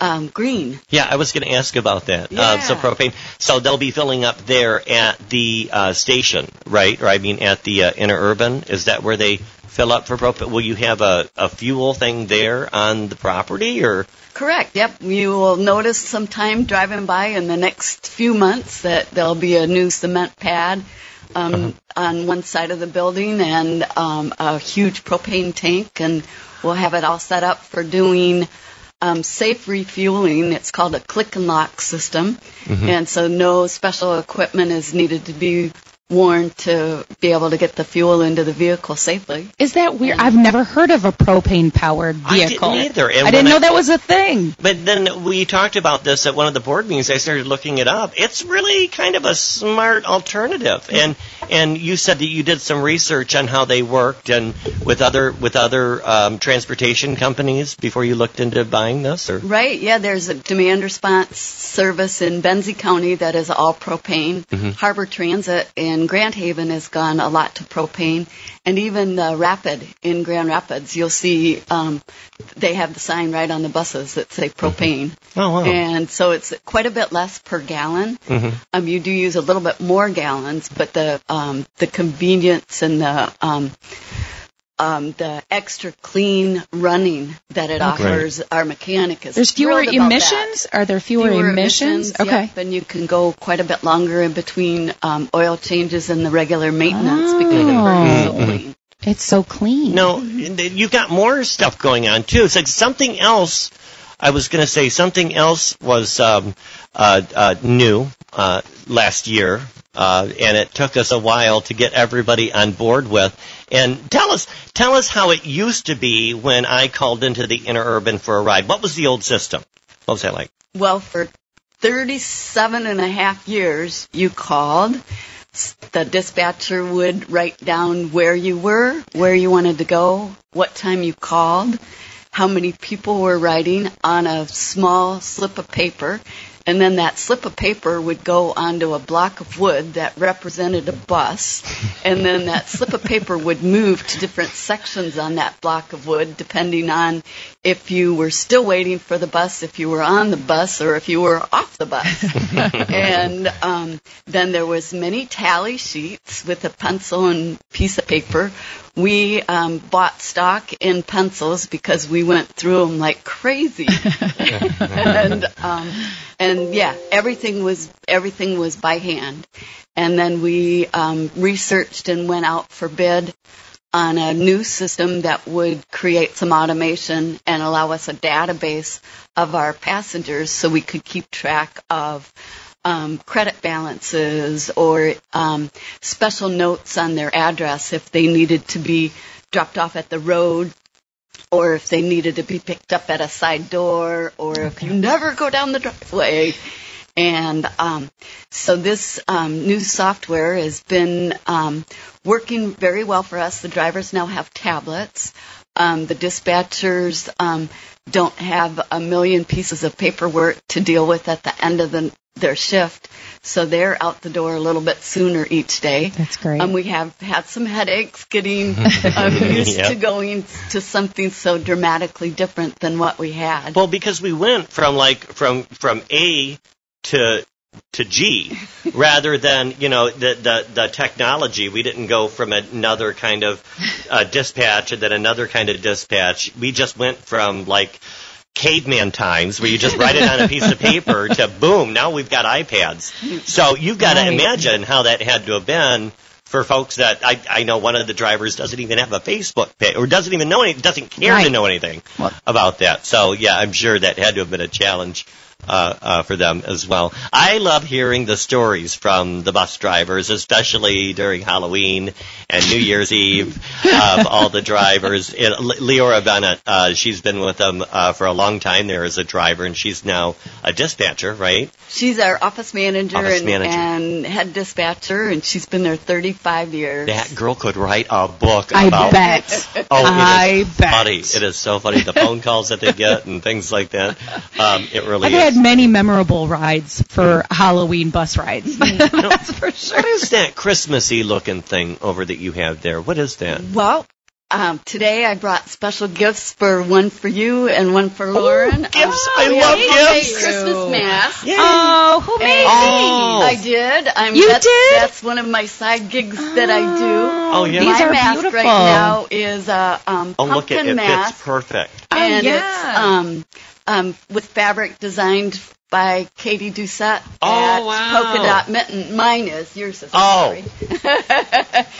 [SPEAKER 4] um, green.
[SPEAKER 2] Yeah, I was going to ask about that. Uh,
[SPEAKER 4] Yeah.
[SPEAKER 2] so propane. So they'll be filling up there at the uh, station, right? Or I mean, at the uh, interurban. Is that where they fill up for propane? Will you have a, a fuel thing there on the property, or
[SPEAKER 4] Correct. Yep. You will notice sometime driving by in the next few months that there'll be a new cement pad um, on one side of the building and um, a huge propane tank, and we'll have it all set up for doing um, safe refueling. It's called a click and lock system, and so no special equipment is needed to be worn to be able to get the fuel into the vehicle safely.
[SPEAKER 3] is that weird? I've never heard of a propane powered
[SPEAKER 2] I didn't
[SPEAKER 3] vehicle.
[SPEAKER 2] either, and
[SPEAKER 3] I didn't
[SPEAKER 2] when
[SPEAKER 3] know
[SPEAKER 2] I-
[SPEAKER 3] that was a thing.
[SPEAKER 2] But then we talked about this at one of the board meetings. I started looking it up. It's really kind of a smart alternative. And and you said that you did some research on how they worked and with other with other um, transportation companies before you looked into buying this, or
[SPEAKER 4] Right, yeah, there's a demand response service in Benzie County that is all propane. Harbor Transit in Grand Haven has gone a lot to propane. And even the Rapid in Grand Rapids, you'll see um, they have the sign right on the buses that say propane.
[SPEAKER 2] oh wow.
[SPEAKER 4] And so it's quite a bit less per gallon. Um, you do use a little bit more gallons, but the um, the convenience and the um, um, the extra clean running that it offers our mechanic is
[SPEAKER 3] There's fewer
[SPEAKER 4] thrilled about that.
[SPEAKER 3] emissions? Are there fewer, emissions?
[SPEAKER 4] yep,
[SPEAKER 3] Okay.
[SPEAKER 4] and you can go quite a bit longer in between um, oil changes and the regular maintenance
[SPEAKER 3] Oh.
[SPEAKER 4] because it burns so clean.
[SPEAKER 3] It's so clean.
[SPEAKER 2] No, you've got more stuff going on too. It's like something else. I was going to say something else was um, uh, uh, new uh, last year, uh, and it took us a while to get everybody on board with. And tell us, tell us how it used to be when I called into the interurban for a ride. What was the old system? What was that like?
[SPEAKER 4] Well, for 37 and a half years, you called. S- The dispatcher would write down where you were, where you wanted to go, what time you called, how many people were riding on a small slip of paper. And then that slip of paper would go onto a block of wood that represented a bus. And then that slip of paper would move to different sections on that block of wood, depending on if you were still waiting for the bus, if you were on the bus, or if you were off the bus. and um, then there was many tally sheets with a pencil and piece of paper. We um, bought stock in pencils because we went through them like crazy. and um, and yeah, everything was everything was by hand. And then we um, researched and went out for bid on a new system that would create some automation and allow us a database of our passengers so we could keep track of um, credit balances or um, special notes on their address if they needed to be dropped off at the road or if they needed to be picked up at a side door, or if you never go down the driveway. And um, so this um, new software has been um, working very well for us. The drivers now have tablets. Um, the dispatchers um, don't have a million pieces of paperwork to deal with at the end of the, their shift, so they're out the door a little bit sooner each day.
[SPEAKER 3] That's great.
[SPEAKER 4] Um, we have had some headaches getting um, used
[SPEAKER 2] Yeah.
[SPEAKER 4] to going to something so dramatically different than what we had.
[SPEAKER 2] Well, because we went from like from from A to to G, rather than you know the the, the technology. We didn't go from another kind of uh, dispatch and then another kind of dispatch. We just went from like caveman times where you just write it on a piece of paper to boom. Now we've got iPads. So you've got to
[SPEAKER 3] Right.
[SPEAKER 2] imagine how that had to have been. For folks that I, I know, one of the drivers doesn't even have a Facebook page or doesn't even know any, doesn't care to
[SPEAKER 3] Right.
[SPEAKER 2] know anything
[SPEAKER 3] Well-
[SPEAKER 2] about that. So yeah, I'm sure that had to have been a challenge uh, uh, for them as well. I love hearing the stories from the bus drivers, especially during Halloween and New Year's Eve. Of all the drivers, It- Le- Leora Bennett, uh, she's been with them uh, for a long time there as a driver, and she's now a dispatcher, right?
[SPEAKER 4] She's our office manager,
[SPEAKER 2] Office
[SPEAKER 4] and,
[SPEAKER 2] manager.
[SPEAKER 4] and head dispatcher, and she's been there 35 years.
[SPEAKER 2] That girl could write a book
[SPEAKER 3] I
[SPEAKER 2] about
[SPEAKER 3] bet.
[SPEAKER 2] Oh, it
[SPEAKER 3] I
[SPEAKER 2] is
[SPEAKER 3] bet.
[SPEAKER 2] funny. It is so funny. The phone calls that they get and things like that. Um, it really
[SPEAKER 3] I've
[SPEAKER 2] is.
[SPEAKER 3] had many memorable rides for Halloween bus rides. That's for sure.
[SPEAKER 2] What is that Christmassy looking thing over that you have there? What is that?
[SPEAKER 4] Well, um, today I brought special gifts for one for you and one for Lauren.
[SPEAKER 2] Oh,
[SPEAKER 4] Oh,
[SPEAKER 2] gifts. I
[SPEAKER 4] we
[SPEAKER 2] love
[SPEAKER 4] have homemade
[SPEAKER 2] gifts.
[SPEAKER 4] Christmas mask.
[SPEAKER 2] Yeah.
[SPEAKER 3] Oh, who made
[SPEAKER 2] Oh.
[SPEAKER 4] I did. I'm,
[SPEAKER 3] You
[SPEAKER 4] that's,
[SPEAKER 3] did? Ah.
[SPEAKER 4] That's one of my side gigs that I do.
[SPEAKER 2] Oh, yeah.
[SPEAKER 3] These
[SPEAKER 4] My
[SPEAKER 3] are
[SPEAKER 4] mask
[SPEAKER 3] beautiful.
[SPEAKER 4] right now is a um,
[SPEAKER 2] oh,
[SPEAKER 4] pumpkin
[SPEAKER 2] look at it.
[SPEAKER 4] mask.
[SPEAKER 2] Fits perfect.
[SPEAKER 3] Oh,
[SPEAKER 4] and it's
[SPEAKER 3] yeah.
[SPEAKER 4] um, um, with fabric designed by Katie Doucette
[SPEAKER 2] Oh,
[SPEAKER 4] at
[SPEAKER 2] wow.
[SPEAKER 4] Polka Dot Mitten. Mine is. Yours is.
[SPEAKER 2] Oh.
[SPEAKER 4] sorry.
[SPEAKER 2] I'll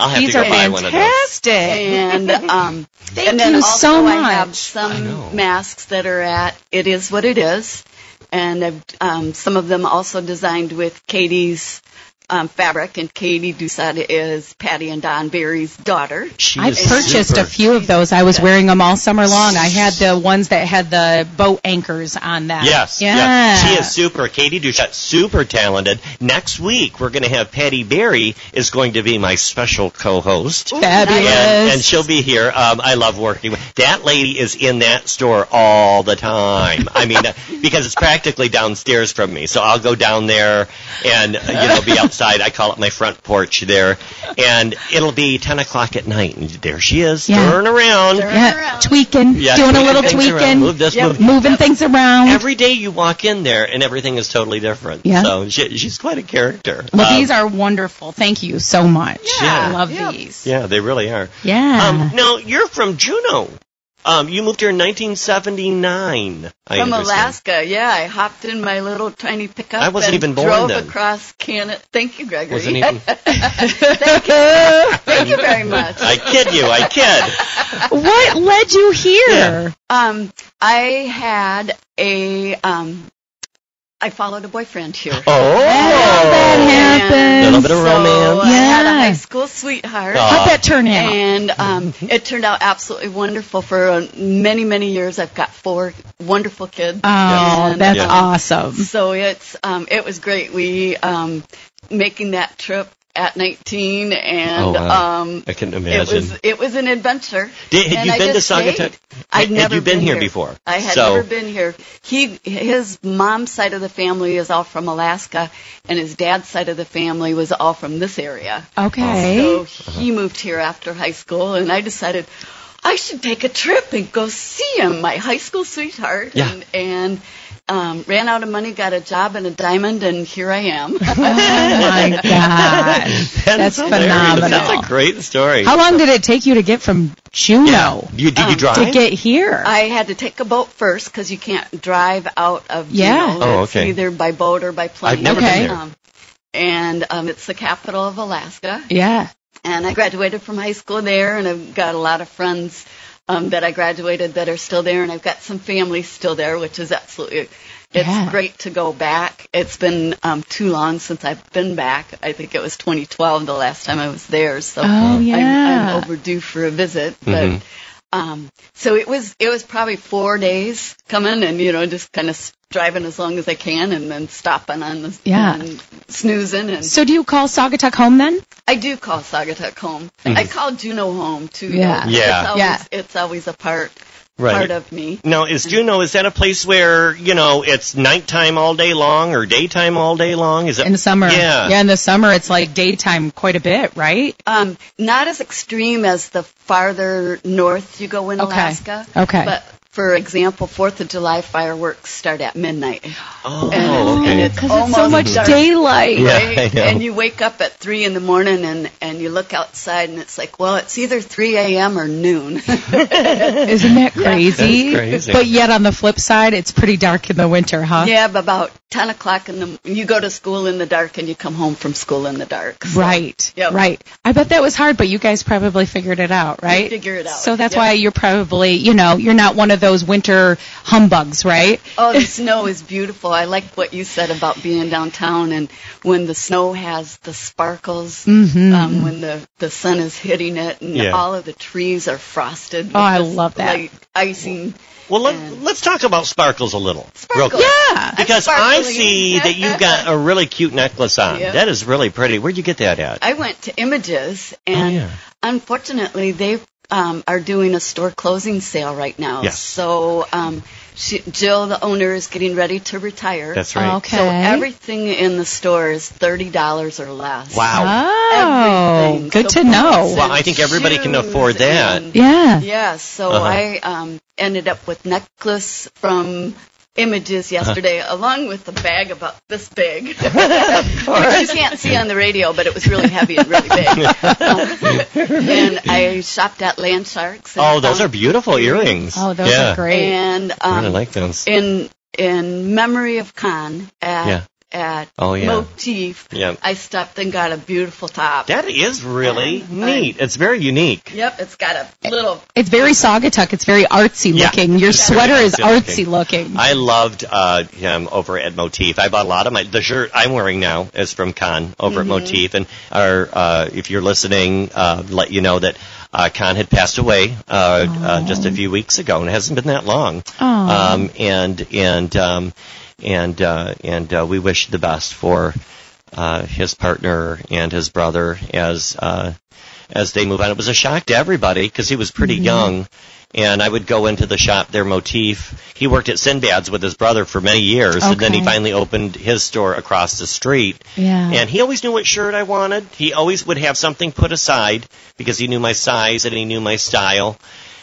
[SPEAKER 2] have
[SPEAKER 3] These
[SPEAKER 2] to
[SPEAKER 3] are
[SPEAKER 2] go buy one of those.
[SPEAKER 3] fantastic.
[SPEAKER 4] and um,
[SPEAKER 3] Thank
[SPEAKER 4] and then
[SPEAKER 3] you
[SPEAKER 4] also
[SPEAKER 3] so
[SPEAKER 4] I have
[SPEAKER 3] much.
[SPEAKER 2] I know.
[SPEAKER 4] some masks that are at It Is What It Is, and I've, um, some of them also designed with Katie's um, fabric, and Katie Doucette is Patty and Don Barry's daughter.
[SPEAKER 2] She
[SPEAKER 3] I
[SPEAKER 2] is
[SPEAKER 3] purchased
[SPEAKER 2] super.
[SPEAKER 3] a few of those. I was wearing them all summer long. I had the ones that had the boat anchors on them.
[SPEAKER 2] Yes.
[SPEAKER 3] Yeah.
[SPEAKER 2] yes. She is super. Katie Duchette, super talented. Next week, we're going to have Patty Berry is going to be my special co-host.
[SPEAKER 3] Fabulous.
[SPEAKER 2] and, and she'll be here. Um, I love working with that lady. Is in that store all the time. I mean, uh, because it's practically downstairs from me, so I'll go down there and uh, you know be outside. I call it my front porch there, and it'll be ten o'clock at night, and there she is,
[SPEAKER 3] Yeah.
[SPEAKER 2] turn around,
[SPEAKER 4] Turn
[SPEAKER 3] yeah,
[SPEAKER 4] around.
[SPEAKER 3] tweaking,
[SPEAKER 2] Yeah,
[SPEAKER 3] doing a little
[SPEAKER 2] things around.
[SPEAKER 3] tweaking,
[SPEAKER 2] Move this,
[SPEAKER 4] Yep.
[SPEAKER 2] move that.
[SPEAKER 3] moving things around.
[SPEAKER 2] Every day you walk in there, and everything is totally different.
[SPEAKER 3] Yeah.
[SPEAKER 2] So she, she's quite a character.
[SPEAKER 3] well,
[SPEAKER 2] Um,
[SPEAKER 3] these are wonderful. Thank you so much.
[SPEAKER 2] Yeah.
[SPEAKER 3] I love
[SPEAKER 4] Yep.
[SPEAKER 3] these.
[SPEAKER 2] Yeah, they really are.
[SPEAKER 3] Yeah.
[SPEAKER 2] Um, now you're from Juneau. Um, you moved here in 1979. I understand.
[SPEAKER 4] From Alaska, yeah, I hopped in my little tiny pickup.
[SPEAKER 2] I wasn't
[SPEAKER 4] and
[SPEAKER 2] even born
[SPEAKER 4] drove
[SPEAKER 2] then.
[SPEAKER 4] across Canada. Thank you, Gregory.
[SPEAKER 2] Wasn't even.
[SPEAKER 3] Uh,
[SPEAKER 4] Thank you very much.
[SPEAKER 2] I kid you. I kid.
[SPEAKER 3] what led you here?
[SPEAKER 2] Yeah.
[SPEAKER 4] Um, I had a um, I followed a boyfriend here.
[SPEAKER 2] Oh.
[SPEAKER 3] that
[SPEAKER 4] And
[SPEAKER 3] happens.
[SPEAKER 2] Little bit of
[SPEAKER 4] so
[SPEAKER 2] romance.
[SPEAKER 4] I had a
[SPEAKER 3] Yeah.
[SPEAKER 4] high school sweetheart.
[SPEAKER 2] Oh.
[SPEAKER 3] How'd that turn out?
[SPEAKER 4] And um, it turned out absolutely wonderful. For uh, many, many years, I've got four wonderful kids.
[SPEAKER 3] oh,
[SPEAKER 4] And, uh,
[SPEAKER 3] that's
[SPEAKER 2] Yeah.
[SPEAKER 3] awesome.
[SPEAKER 4] So it's um, it was great. We um, making that trip at 19, and
[SPEAKER 2] Oh, wow.
[SPEAKER 4] um,
[SPEAKER 2] I can
[SPEAKER 4] it
[SPEAKER 2] imagine.
[SPEAKER 4] was it was an adventure.
[SPEAKER 2] Did, had
[SPEAKER 4] and
[SPEAKER 2] you
[SPEAKER 4] I
[SPEAKER 2] been to
[SPEAKER 4] just
[SPEAKER 2] Sagatuck?
[SPEAKER 4] stayed. I'd
[SPEAKER 2] had
[SPEAKER 4] never
[SPEAKER 2] you been,
[SPEAKER 4] been
[SPEAKER 2] here,
[SPEAKER 4] here.
[SPEAKER 2] before?
[SPEAKER 4] I had
[SPEAKER 2] so,
[SPEAKER 4] never been here. He his mom's side of the family is all from Alaska, and his dad's side of the family was all from this area.
[SPEAKER 3] okay.
[SPEAKER 2] Eh?
[SPEAKER 4] So he moved here after high school, and I decided I should take a trip and go see him, my high school sweetheart.
[SPEAKER 2] Yeah.
[SPEAKER 4] And, and um, ran out of money, got a job in a diamond, and here I am.
[SPEAKER 3] oh my gosh.
[SPEAKER 2] hilarious.
[SPEAKER 3] That's phenomenal.
[SPEAKER 2] That's a great story.
[SPEAKER 3] How long did it take you to get from Juneau
[SPEAKER 2] you, did you
[SPEAKER 4] Um,
[SPEAKER 2] drive?
[SPEAKER 3] to Oh, get here?
[SPEAKER 4] I had to take a boat first because you can't drive out of
[SPEAKER 3] Yeah.
[SPEAKER 4] Juneau.
[SPEAKER 2] Oh,
[SPEAKER 4] It's
[SPEAKER 2] okay.
[SPEAKER 4] either by boat or by plane.
[SPEAKER 2] I've never
[SPEAKER 3] been Okay.
[SPEAKER 2] there.
[SPEAKER 4] Um, and um, it's the capital of Alaska.
[SPEAKER 3] yeah.
[SPEAKER 4] And I graduated from high school there, and I've got a lot of friends um, that I graduated that are still there, and I've got some family still there, which is absolutely. It's
[SPEAKER 3] Yeah.
[SPEAKER 4] great to go back. It's been um, too long since I've been back. I think it was 2012 the last time I was there, so
[SPEAKER 3] Oh, yeah.
[SPEAKER 4] I'm, I'm overdue for a visit. But Um, so it was it was probably four days coming and you know just kind of driving as long as I can and then stopping on the
[SPEAKER 3] Yeah.
[SPEAKER 4] and snoozing and
[SPEAKER 3] So do you call Saugatuck home then?
[SPEAKER 4] I do call Saugatuck home. I call Juneau home too.
[SPEAKER 3] Yeah.
[SPEAKER 4] though.
[SPEAKER 2] Mm-hmm. Yeah.
[SPEAKER 4] It's always,
[SPEAKER 3] Yeah.
[SPEAKER 4] It's always a part
[SPEAKER 2] Right.
[SPEAKER 4] part of me.
[SPEAKER 2] Now, is Juneau, is that a place where, you know, it's nighttime all day long or daytime all day long? Is it?
[SPEAKER 3] In the summer.
[SPEAKER 2] Yeah.
[SPEAKER 3] Yeah, in the summer it's like daytime quite a bit, right?
[SPEAKER 4] Um, not as extreme as the farther north you go in
[SPEAKER 3] Okay.
[SPEAKER 4] Alaska.
[SPEAKER 3] Okay.
[SPEAKER 4] But for example, Fourth of July fireworks start at midnight.
[SPEAKER 2] Oh,
[SPEAKER 4] And, and
[SPEAKER 2] okay.
[SPEAKER 4] it's almost dark.
[SPEAKER 3] daylight.
[SPEAKER 2] Yeah,
[SPEAKER 4] right?
[SPEAKER 2] I know.
[SPEAKER 4] And you wake up at three in the morning and and you look outside and it's like, well, it's either three a.m. or noon.
[SPEAKER 3] Uh-huh. Isn't that crazy?
[SPEAKER 2] That's crazy.
[SPEAKER 3] But yet on the flip side, it's pretty dark in the winter, huh?
[SPEAKER 4] yeah, but about ten o'clock in the you go to school in the dark and you come home from school in the dark. So-
[SPEAKER 3] Right.
[SPEAKER 4] Yep.
[SPEAKER 3] Right. I bet that was hard, but you guys probably figured it out, right?
[SPEAKER 4] figure it out.
[SPEAKER 3] So that's
[SPEAKER 4] Yep.
[SPEAKER 3] why you're probably, you know, you're not one of those winter humbugs, right?
[SPEAKER 4] Oh, the snow is beautiful. I like what you said about being downtown and when the snow has the sparkles,
[SPEAKER 3] Mm-hmm.
[SPEAKER 4] um, when the, the sun is hitting it, and
[SPEAKER 2] Mm-hmm. Yeah.
[SPEAKER 4] all of the trees are frosted. with
[SPEAKER 3] Oh, I
[SPEAKER 4] this,
[SPEAKER 3] love that.
[SPEAKER 4] Like icing.
[SPEAKER 2] Well, let, let's talk about sparkles a little. Real quick.
[SPEAKER 4] Sparkles.
[SPEAKER 3] Yeah.
[SPEAKER 2] Because I
[SPEAKER 4] Sparkling.
[SPEAKER 2] see that you've got a really cute necklace on.
[SPEAKER 4] Yeah.
[SPEAKER 2] That is really pretty. Where'd you get that at?
[SPEAKER 4] I went to Images, and
[SPEAKER 2] yeah.
[SPEAKER 4] unfortunately, they um, are doing a store closing sale right now.
[SPEAKER 2] Yeah.
[SPEAKER 4] So um, she, Jill, the owner, is getting ready to retire.
[SPEAKER 2] That's right.
[SPEAKER 3] Okay.
[SPEAKER 4] So everything in the store is thirty dollars or less.
[SPEAKER 2] Wow.
[SPEAKER 3] Oh,
[SPEAKER 4] everything.
[SPEAKER 3] good
[SPEAKER 4] So
[SPEAKER 3] to know.
[SPEAKER 4] boots
[SPEAKER 2] Well,
[SPEAKER 4] and
[SPEAKER 2] I think everybody can
[SPEAKER 4] shoes
[SPEAKER 2] afford that.
[SPEAKER 4] and-
[SPEAKER 3] yeah.
[SPEAKER 4] yeah, so
[SPEAKER 2] Uh-huh.
[SPEAKER 4] I um, ended up with necklace from images
[SPEAKER 2] Uh-huh.
[SPEAKER 4] yesterday along with a bag about this big which you can't see on the radio but it was really heavy and really big Um, and i shopped at land sharks and
[SPEAKER 2] Oh, those are
[SPEAKER 4] found-
[SPEAKER 2] beautiful earrings.
[SPEAKER 3] Oh, those
[SPEAKER 2] yeah.
[SPEAKER 3] are great.
[SPEAKER 4] and um,
[SPEAKER 2] I really like those.
[SPEAKER 4] in in memory of Khan at
[SPEAKER 2] Yeah.
[SPEAKER 4] at
[SPEAKER 2] Oh, yeah.
[SPEAKER 4] motif
[SPEAKER 2] Yeah.
[SPEAKER 4] I stopped and got a beautiful top.
[SPEAKER 2] That is really
[SPEAKER 4] Yeah.
[SPEAKER 2] neat. It's very unique.
[SPEAKER 4] yep, it's got a little
[SPEAKER 3] It's very Saugatuck. It's very artsy
[SPEAKER 2] Yeah.
[SPEAKER 3] looking. Your sweater is
[SPEAKER 2] artsy
[SPEAKER 3] artsy looking.
[SPEAKER 2] I loved uh, him over at Motif. I bought a lot of my the shirt I'm wearing now is from Con over at Motif, and our uh, if you're listening, uh, let you know that uh, Con had passed away uh, uh, just a few weeks ago, and it hasn't been that long.
[SPEAKER 3] Aw.
[SPEAKER 2] Um, and and um, and uh, and uh, we wish the best for uh, his partner and his brother as uh, as they move on. It was a shock to everybody because he was pretty
[SPEAKER 3] Mm-hmm.
[SPEAKER 2] young. And I would go into the shop, their motif. He worked at Sinbad's with his brother for many years, and then he
[SPEAKER 3] Okay.
[SPEAKER 2] finally opened his store across the street.
[SPEAKER 3] Yeah.
[SPEAKER 2] And he always knew what shirt I wanted. He always would have something put aside because he knew my size and he knew my style.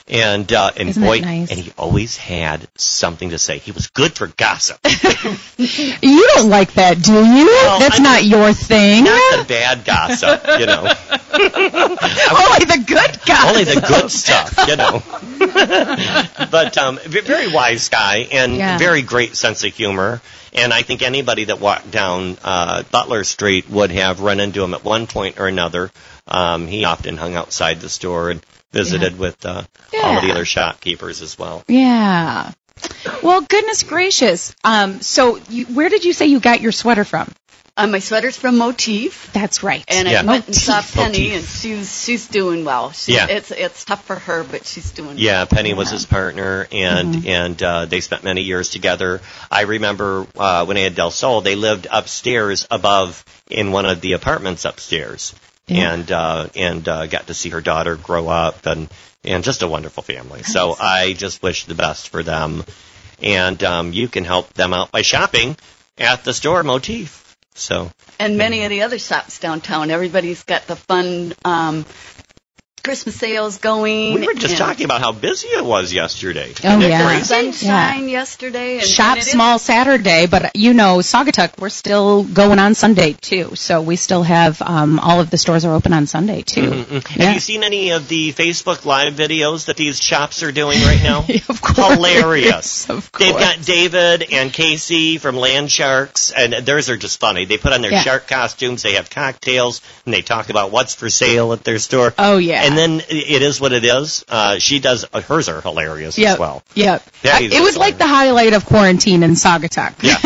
[SPEAKER 2] And uh, and
[SPEAKER 3] Isn't that
[SPEAKER 2] boy,
[SPEAKER 3] nice?
[SPEAKER 2] and he always had something to say. He was good for gossip.
[SPEAKER 3] you don't like that, do you?
[SPEAKER 2] Well,
[SPEAKER 3] That's
[SPEAKER 2] I
[SPEAKER 3] not
[SPEAKER 2] mean-
[SPEAKER 3] your thing.
[SPEAKER 2] Not the bad gossip, you know.
[SPEAKER 3] Only the good guy.
[SPEAKER 2] only the good stuff, you know. but um, v- very wise guy and
[SPEAKER 3] Yeah.
[SPEAKER 2] very great sense of humor. And I think anybody that walked down uh, Butler Street would have run into him at one point or another. Um, he often hung outside the store and visited with uh, all of the
[SPEAKER 3] Yeah.
[SPEAKER 2] other shopkeepers as well.
[SPEAKER 3] Yeah. Well, goodness gracious. Um, so you, where did you say you got your sweater from?
[SPEAKER 4] uh, my sweater's from motif.
[SPEAKER 3] That's right.
[SPEAKER 4] And
[SPEAKER 2] Yeah.
[SPEAKER 4] I went and saw
[SPEAKER 2] Motif.
[SPEAKER 4] Penny,
[SPEAKER 2] Motif.
[SPEAKER 4] and she's she's doing well. She's,
[SPEAKER 2] Yeah.
[SPEAKER 4] it's it's tough for her, but she's doing
[SPEAKER 2] Yeah, Penny was his partner, and
[SPEAKER 3] Mm-hmm.
[SPEAKER 2] and uh, they spent many years together. I remember uh, when I had Del Sol, they lived upstairs above in one of the apartments upstairs, and uh, and uh, got to see her daughter grow up, and and just a wonderful family. So I just wish the best for them, and um, you can help them out by shopping at the store Motif. So
[SPEAKER 4] well. And many of the other shops downtown, everybody's got the fun um, Christmas sales going.
[SPEAKER 2] we were just
[SPEAKER 4] and
[SPEAKER 2] talking about how busy it was yesterday.
[SPEAKER 3] Oh,
[SPEAKER 2] Isn't that
[SPEAKER 3] yeah.
[SPEAKER 2] crazy?
[SPEAKER 4] Sunshine yesterday. And,
[SPEAKER 3] Shop
[SPEAKER 4] and it is-
[SPEAKER 3] small Saturday, but you know, Saugatuck, we're still going on Sunday too. So we still have um, all of the stores are open on Sunday too.
[SPEAKER 2] Have
[SPEAKER 3] Yeah.
[SPEAKER 2] you seen any of the Facebook Live videos that these shops are doing right now?
[SPEAKER 3] Of course.
[SPEAKER 2] mm-hmm. Hilarious.
[SPEAKER 3] Of
[SPEAKER 2] They've
[SPEAKER 3] course.
[SPEAKER 2] got David and Casey from Land Sharks, and theirs are just funny. They put on their
[SPEAKER 3] Yeah.
[SPEAKER 2] shark costumes, they have cocktails, and they talk about what's for sale at their store.
[SPEAKER 3] Oh, yeah.
[SPEAKER 2] And And then i- it is what it is. Uh, she does uh, hers are hilarious
[SPEAKER 3] Yep.
[SPEAKER 2] as well.
[SPEAKER 3] Yep.
[SPEAKER 2] That
[SPEAKER 3] I-
[SPEAKER 2] is
[SPEAKER 3] it was like the highlight of quarantine in Saugatuck.
[SPEAKER 2] Yeah,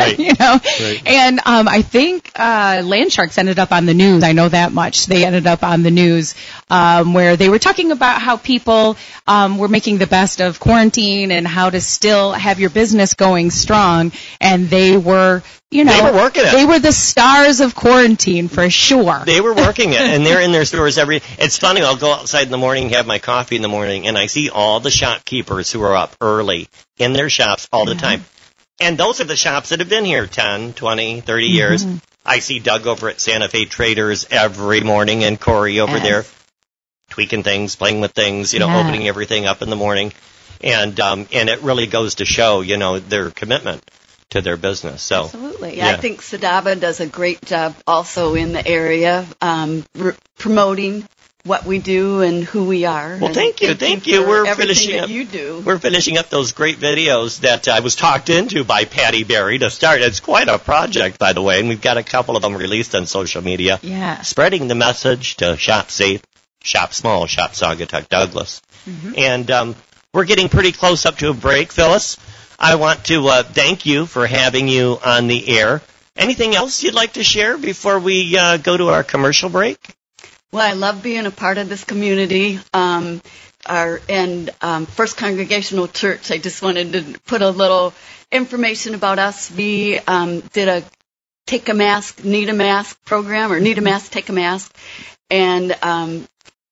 [SPEAKER 2] right.
[SPEAKER 3] you know,
[SPEAKER 2] Right.
[SPEAKER 3] and um, I think uh, land sharks ended up on the news. I know that much. They ended up on the news um, where they were talking about how people um, were making the best of quarantine and how to still have your business going strong. And they were, you know,
[SPEAKER 2] were working it.
[SPEAKER 3] They were the stars of quarantine for sure.
[SPEAKER 2] They were working it, and they're in their stores every. It's funny. I'll go outside in the morning, have my coffee in the morning, and I see all the shopkeepers who are up early in their shops all the time. And those are the shops that have been here 10, 20, 30 years.
[SPEAKER 3] Mm-hmm.
[SPEAKER 2] I see Doug over at Santa Fe Traders every morning, and Corey over
[SPEAKER 3] Yes.
[SPEAKER 2] there tweaking things, playing with things, you know,
[SPEAKER 3] Yeah.
[SPEAKER 2] opening everything up in the morning, and um, and it really goes to show, you know, their commitment to their business. So.
[SPEAKER 3] Absolutely.
[SPEAKER 4] Yeah,
[SPEAKER 2] Yeah.
[SPEAKER 4] I think Sadaba does a great job also in the area um, r- promoting what we do and who we are.
[SPEAKER 2] Well,
[SPEAKER 4] And
[SPEAKER 2] thank you, thank you.
[SPEAKER 4] for
[SPEAKER 2] We're
[SPEAKER 4] everything
[SPEAKER 2] finishing
[SPEAKER 4] that
[SPEAKER 2] up.
[SPEAKER 4] you do.
[SPEAKER 2] We're finishing up those great videos that I was talked into by Patty Berry to start. It's quite a project, by the way, and we've got a couple of them released on social media.
[SPEAKER 3] Yeah.
[SPEAKER 2] Spreading the message to shop safe, shop small, shop Saugatuck Douglas.
[SPEAKER 4] Mm-hmm.
[SPEAKER 2] And um, we're getting pretty close up to a break, Phyllis. I want to uh, thank you for having you on the air. Anything else you'd like to share before we uh, go to our commercial break?
[SPEAKER 4] Well, I love being a part of this community. Um, our and um, First Congregational Church. I just wanted to put a little information about us. We um, did a take a mask, need a mask program, or need a mask, take a mask, and um,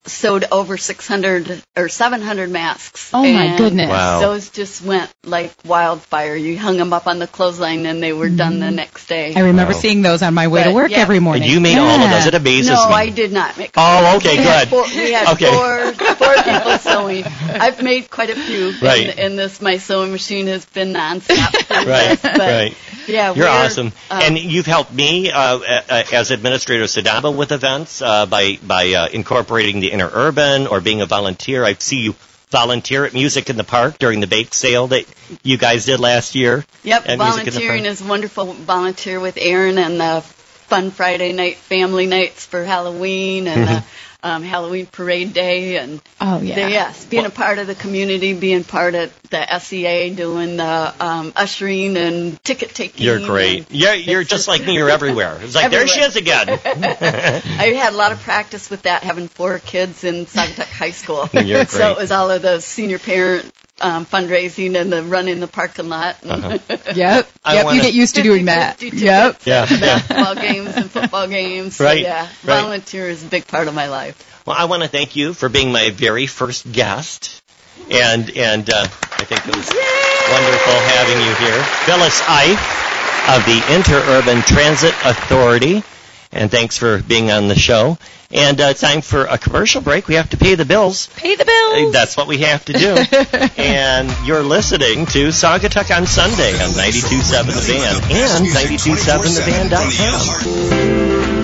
[SPEAKER 4] sewed over 600 or 700 masks.
[SPEAKER 3] Oh, my
[SPEAKER 4] And
[SPEAKER 3] goodness.
[SPEAKER 2] Wow.
[SPEAKER 4] Those just went like wildfire. You hung them up on the clothesline, and they were done the next day.
[SPEAKER 3] Mm-hmm. I remember
[SPEAKER 2] Wow.
[SPEAKER 3] seeing those on my way to
[SPEAKER 4] But,
[SPEAKER 3] work
[SPEAKER 4] yeah.
[SPEAKER 3] every morning.
[SPEAKER 2] And you made all of
[SPEAKER 3] Yeah.
[SPEAKER 2] those. It amazes
[SPEAKER 4] no,
[SPEAKER 2] me.
[SPEAKER 4] I did not make.
[SPEAKER 2] Oh, okay,
[SPEAKER 4] We had
[SPEAKER 2] good.
[SPEAKER 4] Four, we had
[SPEAKER 2] Okay.
[SPEAKER 4] four, four people sewing. I've made quite a few.
[SPEAKER 2] Right.
[SPEAKER 4] And, and this, my sewing machine has been nonstop. for
[SPEAKER 2] Right,
[SPEAKER 4] this, but
[SPEAKER 2] right.
[SPEAKER 4] Yeah,
[SPEAKER 2] You're
[SPEAKER 4] we're,
[SPEAKER 2] awesome,
[SPEAKER 4] um,
[SPEAKER 2] and you've helped me uh, a- a- as administrator of Sadaba with events uh, by by uh, incorporating the inner urban or being a volunteer. I see you volunteer at Music in the Park during the bake sale that you guys did last year.
[SPEAKER 4] Yep,
[SPEAKER 2] at Music in the
[SPEAKER 4] volunteering
[SPEAKER 2] Park.
[SPEAKER 4] is wonderful. Volunteer with Aaron and the fun Friday night family nights for Halloween and the
[SPEAKER 2] Mm-hmm.
[SPEAKER 4] um, Halloween parade day and
[SPEAKER 3] Oh yeah.
[SPEAKER 4] the- yes, being a part of the community, being part of the SEA, doing the um, ushering and ticket taking.
[SPEAKER 2] You're great.
[SPEAKER 4] and-
[SPEAKER 2] You're you're just like me. You're everywhere. It's like there she is again.
[SPEAKER 4] I had a lot of practice with that, having four kids in Sagatuck High School.
[SPEAKER 2] You're
[SPEAKER 4] So
[SPEAKER 2] great.
[SPEAKER 4] it was all of the senior parent um, fundraising and the run in the parking lot. And
[SPEAKER 2] Uh-huh.
[SPEAKER 3] Yep.
[SPEAKER 2] I
[SPEAKER 3] yep.
[SPEAKER 2] wanna-
[SPEAKER 3] You get used to doing
[SPEAKER 4] 50,
[SPEAKER 3] that.
[SPEAKER 4] 50
[SPEAKER 3] Yep.
[SPEAKER 4] tickets,
[SPEAKER 2] Yeah, yeah.
[SPEAKER 4] Basketball games and football games.
[SPEAKER 2] Right,
[SPEAKER 4] So, yeah,
[SPEAKER 2] right.
[SPEAKER 4] volunteer is a big part of my life.
[SPEAKER 2] Well, I want to thank you for being my very first guest, and and uh, I think it was wonderful having you here, Phyllis Eif of the Interurban Transit Authority, and thanks for being on the show. And uh, it's time for a commercial break. We have to pay the bills.
[SPEAKER 3] Pay the bills.
[SPEAKER 2] That's what we have to do. and you're listening to Saugatuck on Sunday on 92.7 The Van and 92.7thevan.com.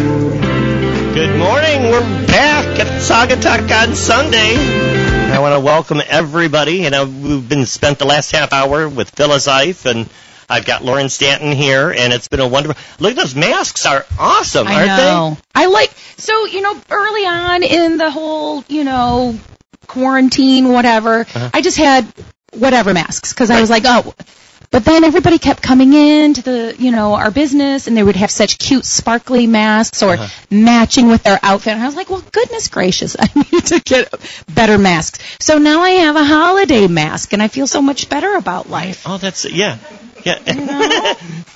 [SPEAKER 2] Good morning. We're back at Sagatuck on Sunday. I want to welcome everybody. You know, we've been spent the last half hour with Phyllis Ife, and I've got Lauren Stanton here, and it's been a wonderful. Look, those masks are awesome,
[SPEAKER 3] I
[SPEAKER 2] aren't
[SPEAKER 3] know. I like so you know early on in the whole you know quarantine whatever. I just had whatever masks because I was like oh. But then everybody kept coming in to the, you know, our business, and they would have such cute, sparkly masks or matching with their outfit. And I was like, well, goodness gracious, I need to get better masks. So now I have a holiday mask, and I feel so much better about life.
[SPEAKER 2] they? Oh, that's yeah, yeah.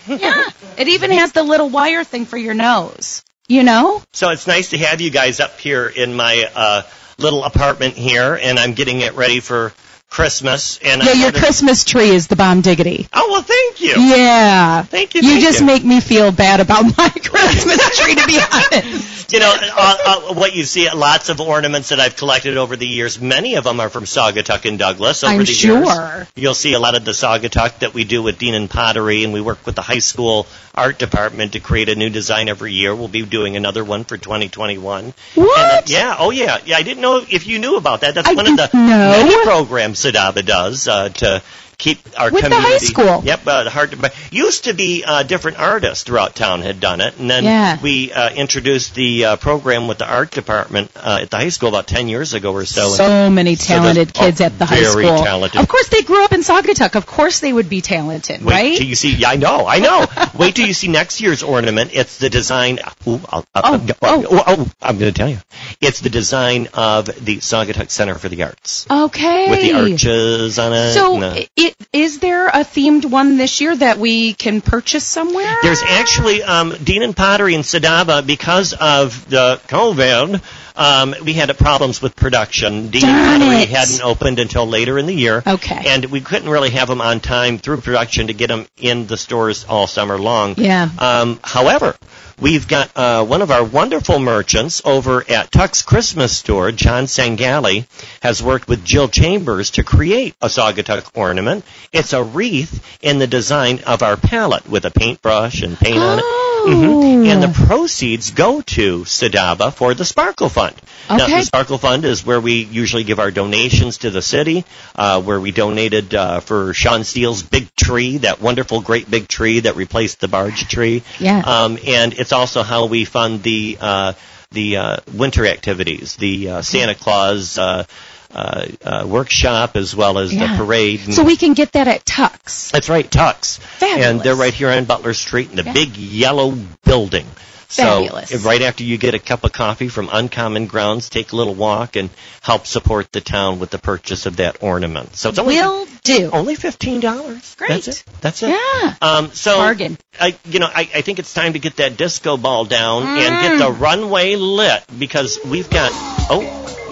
[SPEAKER 3] Yeah. It even has the little wire thing for your nose. You know?
[SPEAKER 2] So it's nice to have you guys up here in my uh, little apartment here, and I'm getting it ready for Christmas. And
[SPEAKER 3] Yeah,
[SPEAKER 2] I
[SPEAKER 3] your
[SPEAKER 2] ordered-
[SPEAKER 3] Christmas tree is the bomb diggity.
[SPEAKER 2] Oh well, thank you.
[SPEAKER 3] Yeah.
[SPEAKER 2] Thank you,
[SPEAKER 3] You
[SPEAKER 2] thank
[SPEAKER 3] just
[SPEAKER 2] you.
[SPEAKER 3] make me feel bad about my Christmas tree, to be honest.
[SPEAKER 2] You know, uh, uh, what you see, lots of ornaments that I've collected over the years. Many of them are from Saugatuck and Douglas. Over
[SPEAKER 3] I'm
[SPEAKER 2] the years,
[SPEAKER 3] sure.
[SPEAKER 2] you'll see a lot of the Saugatuck that we do with Dean and Pottery, and we work with the high school art department to create a new design every year. We'll be doing another one for 2021.
[SPEAKER 3] What?
[SPEAKER 2] And, uh, yeah. Oh, yeah. Yeah. I didn't know if you knew about that. That's
[SPEAKER 3] I
[SPEAKER 2] one of the
[SPEAKER 3] didn't know.
[SPEAKER 2] many programs Sadaba does uh, to keep our
[SPEAKER 3] With the
[SPEAKER 2] community.
[SPEAKER 3] high school.
[SPEAKER 2] Yep, uh, hard to buy. Used to be uh, different artists throughout town had done it, and then
[SPEAKER 3] Yeah.
[SPEAKER 2] we uh, introduced the uh, program with the art department uh, at the high school about ten years ago or so. And
[SPEAKER 3] So many
[SPEAKER 2] there's-
[SPEAKER 3] talented kids
[SPEAKER 2] oh,
[SPEAKER 3] at the high school.
[SPEAKER 2] very talented.
[SPEAKER 3] Of course, they grew up in Saugatuck. Of course, they would be talented,
[SPEAKER 2] Wait
[SPEAKER 3] right?
[SPEAKER 2] till you see. Yeah, I know, I know. Wait till you see next year's ornament. It's the design. Ooh, I'll, I'll,
[SPEAKER 3] Oh,
[SPEAKER 2] I'll-
[SPEAKER 3] oh.
[SPEAKER 2] oh, I'm going to tell you. It's the design of the Saugatuck Center for the Arts
[SPEAKER 3] okay.
[SPEAKER 2] with the arches on it.
[SPEAKER 3] So,
[SPEAKER 2] and the-
[SPEAKER 3] i- it, is there a themed one this year that we can purchase somewhere?
[SPEAKER 2] There's actually um, Dean and Pottery in Sadaba because of the COVID. Um, we had problems with production. Dean
[SPEAKER 3] Darn
[SPEAKER 2] and Pottery
[SPEAKER 3] it.
[SPEAKER 2] hadn't opened until later in the year.
[SPEAKER 3] Okay.
[SPEAKER 2] And we couldn't really have them on time through production to get them in the stores all summer long.
[SPEAKER 3] Yeah.
[SPEAKER 2] Um, however, we've got uh, one of our wonderful merchants over at Tuck's Christmas store, John Sangali, has worked with Jill Chambers to create a Saugatuck ornament. It's a wreath in the design of our palette with a paintbrush and paint on it.
[SPEAKER 3] Oh.
[SPEAKER 2] Mhm. And the proceeds go to Sadaba for the Sparkle Fund. Now,
[SPEAKER 3] Okay.
[SPEAKER 2] the Sparkle Fund is where we usually give our donations to the city, uh, where we donated uh, for Sean Steele's big tree, that wonderful great big tree that replaced the barge tree.
[SPEAKER 3] Yeah.
[SPEAKER 2] Um, and it's also how we fund the uh, the uh, winter activities, the uh, Santa Claus uh, uh, uh, workshop, as well as
[SPEAKER 3] Yeah.
[SPEAKER 2] the parade. and-
[SPEAKER 3] So we can get that at Tuck's.
[SPEAKER 2] that's right, Tux.
[SPEAKER 3] Fabulous.
[SPEAKER 2] And they're right here on Butler Street in the
[SPEAKER 3] Yeah.
[SPEAKER 2] big yellow building.
[SPEAKER 3] Fabulous.
[SPEAKER 2] So, right after you get a cup of coffee from Uncommon Grounds, take a little walk and help support the town with the purchase of that ornament. So it's only
[SPEAKER 3] Will do.
[SPEAKER 2] only fifteen dollars.
[SPEAKER 3] Great.
[SPEAKER 2] That's it. That's it.
[SPEAKER 3] Yeah.
[SPEAKER 2] Um, so
[SPEAKER 3] Bargain.
[SPEAKER 2] I, you know, I, I think it's time to get that disco ball down and
[SPEAKER 3] Mm.
[SPEAKER 2] get the runway lit because we've got oh,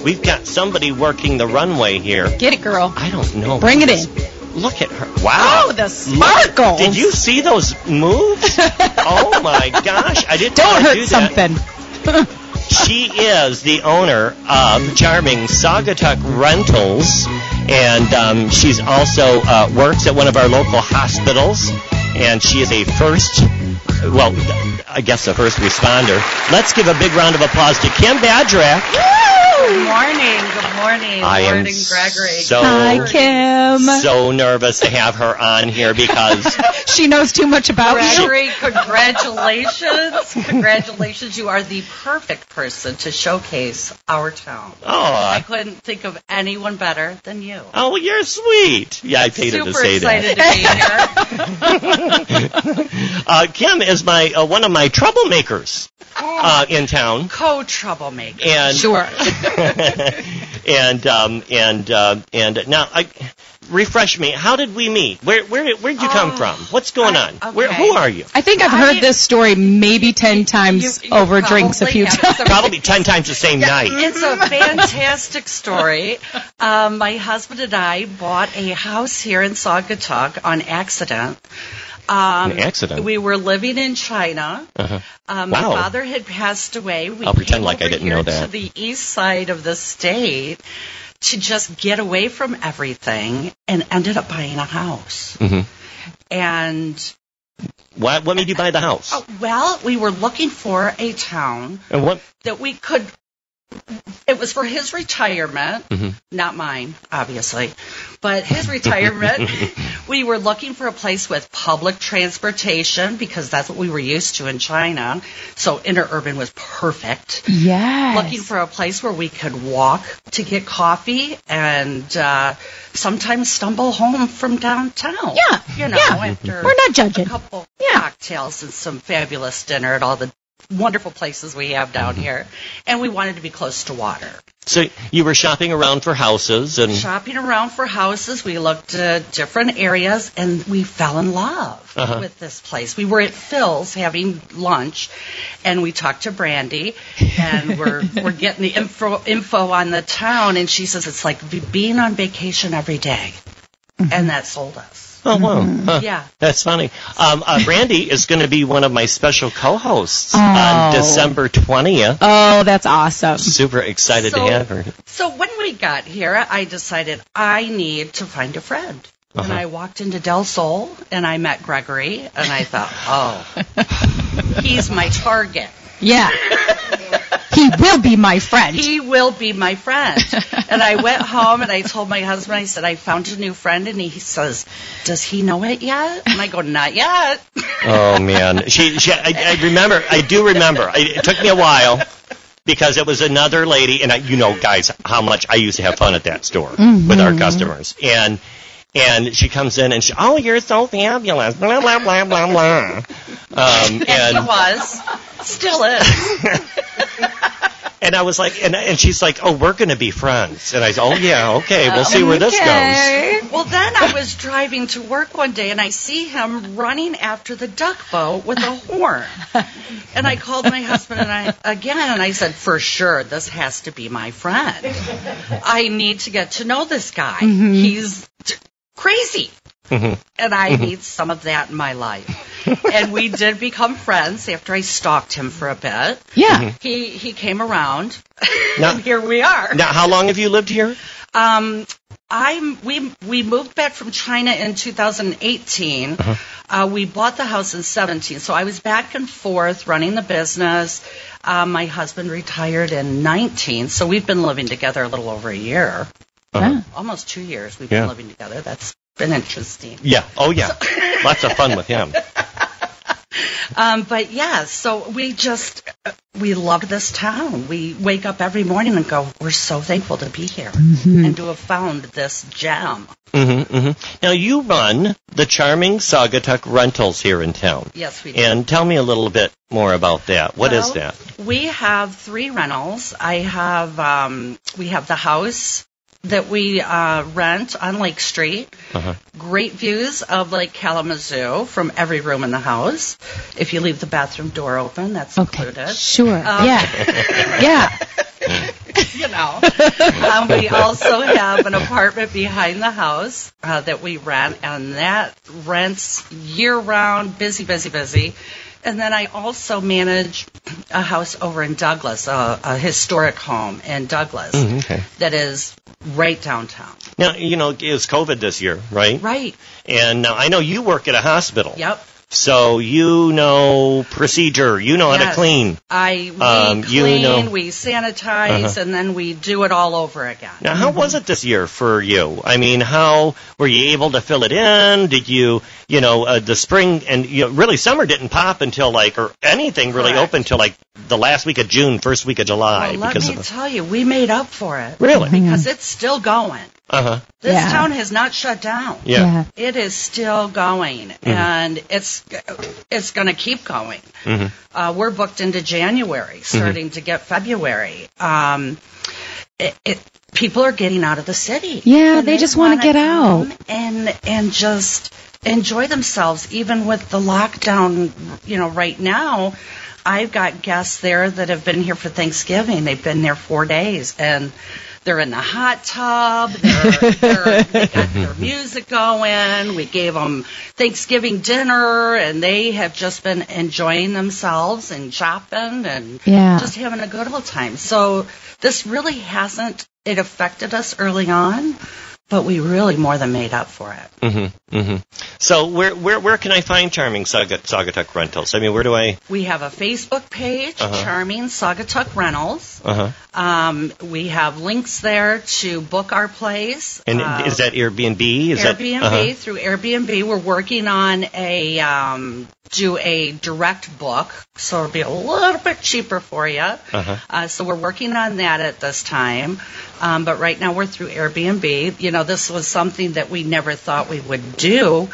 [SPEAKER 2] we've got somebody working the runway here.
[SPEAKER 3] Get it, girl.
[SPEAKER 2] I don't know.
[SPEAKER 3] Bring it
[SPEAKER 2] who this- Look at her. Wow.
[SPEAKER 3] Oh, the
[SPEAKER 2] Look-
[SPEAKER 3] sparkles.
[SPEAKER 2] Did you see those moves? oh my gosh. I didn't
[SPEAKER 3] Don't
[SPEAKER 2] wanna
[SPEAKER 3] hurt
[SPEAKER 2] do that.
[SPEAKER 3] something.
[SPEAKER 2] She is the owner of Charming Saugatuck Rentals, and um, she's also uh, works at one of our local hospitals, and she is a first, well, I guess a first responder. Let's give a big round of applause to Kim Badrak.
[SPEAKER 5] Good morning. Good morning.
[SPEAKER 2] I
[SPEAKER 5] Good
[SPEAKER 2] am
[SPEAKER 5] morning, Gregory.
[SPEAKER 2] so-
[SPEAKER 3] Hi, Kim.
[SPEAKER 2] So nervous to have her on here because
[SPEAKER 3] she knows too much about you.
[SPEAKER 5] Gregory, congratulations. congratulations. You are the perfect person to showcase our town. I
[SPEAKER 2] oh,
[SPEAKER 5] couldn't think of anyone better than you.
[SPEAKER 2] oh, well, you're sweet. Yeah, I paid her
[SPEAKER 5] Super
[SPEAKER 2] to say that.
[SPEAKER 5] excited to be here.
[SPEAKER 2] Uh, Kim is my uh, one of my troublemakers
[SPEAKER 5] Oh.
[SPEAKER 2] uh, in town,
[SPEAKER 5] Co troublemaker.
[SPEAKER 2] and
[SPEAKER 3] Sure.
[SPEAKER 2] and um, and uh, and now I refresh me. How did we meet? Where where where'd you come
[SPEAKER 5] Oh,
[SPEAKER 2] from? What's going on?
[SPEAKER 5] okay.
[SPEAKER 2] Where who are you?
[SPEAKER 3] I think I've
[SPEAKER 5] I-
[SPEAKER 3] heard this story maybe 10 times
[SPEAKER 5] You- you
[SPEAKER 3] over drinks a
[SPEAKER 5] probably
[SPEAKER 3] few
[SPEAKER 5] have
[SPEAKER 3] times.
[SPEAKER 5] some-
[SPEAKER 2] Probably ten times the same night.
[SPEAKER 5] It's a fantastic story. Um, my husband and I bought a house here in Saugatuck on accident. Um,
[SPEAKER 2] An accident?
[SPEAKER 5] We were living in China.
[SPEAKER 2] Uh-huh.
[SPEAKER 5] Um,
[SPEAKER 2] Wow.
[SPEAKER 5] My father had passed away. We
[SPEAKER 2] I'll pretend
[SPEAKER 5] came
[SPEAKER 2] like I
[SPEAKER 5] over
[SPEAKER 2] didn't
[SPEAKER 5] here
[SPEAKER 2] know that.
[SPEAKER 5] To the east side of the state to just get away from everything, and ended up buying a house.
[SPEAKER 2] Mhm.
[SPEAKER 5] And
[SPEAKER 2] Why, what made you buy the house?
[SPEAKER 5] oh, well, we were looking for a town
[SPEAKER 2] And what?
[SPEAKER 5] that we could. It was for his retirement, not mine, obviously, but his retirement. we were looking for a place with public transportation because that's what we were used to in China. So interurban was perfect.
[SPEAKER 3] Yes.
[SPEAKER 5] Looking for a place where we could walk to get coffee and uh, sometimes stumble home from downtown.
[SPEAKER 3] Yeah,
[SPEAKER 5] you know,
[SPEAKER 3] yeah.
[SPEAKER 5] after
[SPEAKER 3] We're not judging.
[SPEAKER 5] a couple
[SPEAKER 3] Yeah.
[SPEAKER 5] cocktails and some fabulous dinner at all the wonderful places we have down here. And we wanted to be close to water.
[SPEAKER 2] So you were shopping around for houses and
[SPEAKER 5] Shopping around for houses, we looked at different areas and we fell in love
[SPEAKER 2] Uh-huh.
[SPEAKER 5] with this place. We were at Phil's having lunch and we talked to Brandy and we're, we're getting the info, info on the town and she says it's like be- being on vacation every day. And that sold us.
[SPEAKER 2] oh wow, Huh.
[SPEAKER 5] Mm-hmm. Yeah.
[SPEAKER 2] That's funny. Um, uh, Brandy is going to be one of my special co-hosts
[SPEAKER 3] Oh.
[SPEAKER 2] on December twentieth.
[SPEAKER 3] Oh, that's awesome.
[SPEAKER 2] Super excited
[SPEAKER 5] So-
[SPEAKER 2] to have her.
[SPEAKER 5] So when we got here, I decided I need to find a friend. And I walked into Del Sol and I met Gregory and I thought, oh, he's my target.
[SPEAKER 3] Yeah. He he will be my friend.
[SPEAKER 5] He will be my friend. and I went home and I told my husband, I said, I found a new friend. And he says, Does he know it yet? And I go, Not yet.
[SPEAKER 2] Oh man, she. she I, I remember. I do remember. I, it took me a while because it was another lady, and I, you know, guys, how much I used to have fun at that store with
[SPEAKER 5] Mm-hmm.
[SPEAKER 2] our customers. And and she comes in and she, oh, you're so fabulous, blah blah blah blah blah. Um,
[SPEAKER 5] And he
[SPEAKER 2] and
[SPEAKER 5] was. Still is.
[SPEAKER 2] and I was like, and and she's like, oh, we're gonna be friends. And I said, oh yeah, okay, we'll see where this goes.
[SPEAKER 5] Well, then I was driving to work one day and I see him running after the duck boat with a horn. And I called my husband and I again and I said, for sure, this has to be my friend. I need to get to know this guy. He's t- crazy. And I need some of that in my life. and we did become friends after I stalked him for a bit.
[SPEAKER 3] yeah.
[SPEAKER 2] Mm-hmm.
[SPEAKER 5] He he came around.
[SPEAKER 2] Now-
[SPEAKER 5] and here we are.
[SPEAKER 2] Now, how long have you lived here?
[SPEAKER 5] Um, I'm we we moved back from China in 2018. uh we bought the house in 17, so I was back and forth running the business. Uh, my husband retired in 19, so we've been living together a little over a year, almost two years. We've
[SPEAKER 2] Yeah.
[SPEAKER 5] been living together. That's been interesting.
[SPEAKER 2] Yeah. Oh yeah. Lots of fun with him.
[SPEAKER 5] Um, but yeah, so we just uh, we love this town. We wake up every morning and go, we're so thankful to be here and to have found this gem.
[SPEAKER 2] Mm-hmm, Now you run the charming Saugatuck Rentals here in town.
[SPEAKER 5] Yes, we do.
[SPEAKER 2] And tell me a little bit more about that. What is
[SPEAKER 5] Well,
[SPEAKER 2] that?
[SPEAKER 5] We have three rentals. I have um, we have the house that we uh, rent on Lake Street. Great views of Lake Kalamazoo from every room in the house. If you leave the bathroom door open, that's
[SPEAKER 3] Okay.
[SPEAKER 5] included.
[SPEAKER 3] Sure.
[SPEAKER 5] Um,
[SPEAKER 3] yeah. yeah.
[SPEAKER 5] You know. um, we also have an apartment behind the house uh, that we rent, and that rents year round. Busy, busy, busy. And then I also manage a house over in Douglas, a, a historic home in Douglas
[SPEAKER 2] okay.
[SPEAKER 5] that is right downtown.
[SPEAKER 2] Now you know it was COVID this year, right?
[SPEAKER 5] Right.
[SPEAKER 2] And now I know you work at a hospital.
[SPEAKER 5] Yep.
[SPEAKER 2] So you know procedure. You know how to
[SPEAKER 5] Yes.
[SPEAKER 2] clean.
[SPEAKER 5] I we
[SPEAKER 2] Um, you
[SPEAKER 5] clean,
[SPEAKER 2] know- Uh-huh.
[SPEAKER 5] we sanitize, and then we do it all over again.
[SPEAKER 2] Now, how was it this year for you? I mean, how were you able to fill it in? Did you, you know, uh, the spring and you know, really summer didn't pop until like or anything really
[SPEAKER 5] Correct.
[SPEAKER 2] open until like the last week of June, first week of July
[SPEAKER 5] Well, let
[SPEAKER 2] because
[SPEAKER 5] me
[SPEAKER 2] of
[SPEAKER 5] tell you, we made up for it
[SPEAKER 2] really.
[SPEAKER 5] because it's still going.
[SPEAKER 2] Uh huh.
[SPEAKER 5] This
[SPEAKER 3] Yeah.
[SPEAKER 5] town has not shut down.
[SPEAKER 2] Yeah.
[SPEAKER 5] It is still going,
[SPEAKER 3] Mm-hmm.
[SPEAKER 5] and it's it's going to keep going.
[SPEAKER 3] Mm-hmm.
[SPEAKER 5] Uh, we're booked into January, starting to get February. Um, it, it, people are getting out of the city.
[SPEAKER 3] Yeah,
[SPEAKER 5] And
[SPEAKER 3] they just wanna
[SPEAKER 5] wanna
[SPEAKER 3] get
[SPEAKER 5] come
[SPEAKER 3] out.
[SPEAKER 5] and and just enjoy themselves, even with the lockdown. You know, right now, I've got guests there that have been here for Thanksgiving. They've been there four days, and they're in the hot tub. They're, they're, they got their music going. We gave them Thanksgiving dinner, and they have just been enjoying themselves and shopping and
[SPEAKER 3] Yeah.
[SPEAKER 5] just having a good old time. So this really hasn't. It affected us early on, but we really more than made up for it.
[SPEAKER 2] Mm-hmm. So where where where can I find charming Saga, Sagatuck rentals? I mean, where do I?
[SPEAKER 5] We have a Facebook page,
[SPEAKER 2] Uh-huh.
[SPEAKER 5] Charming Saugatuck Rentals.
[SPEAKER 2] Uh huh.
[SPEAKER 5] Um, we have links there to book our place.
[SPEAKER 2] And
[SPEAKER 5] Uh,
[SPEAKER 2] is that Airbnb? Is
[SPEAKER 5] Airbnb
[SPEAKER 2] that uh-huh.
[SPEAKER 5] through Airbnb. We're working on a um, do a direct book, so it'll be a little bit cheaper for you.
[SPEAKER 2] Uh-huh.
[SPEAKER 5] uh so we're working on that at this time, um, but right now we're through Airbnb. You know, this was something that we never thought we would do.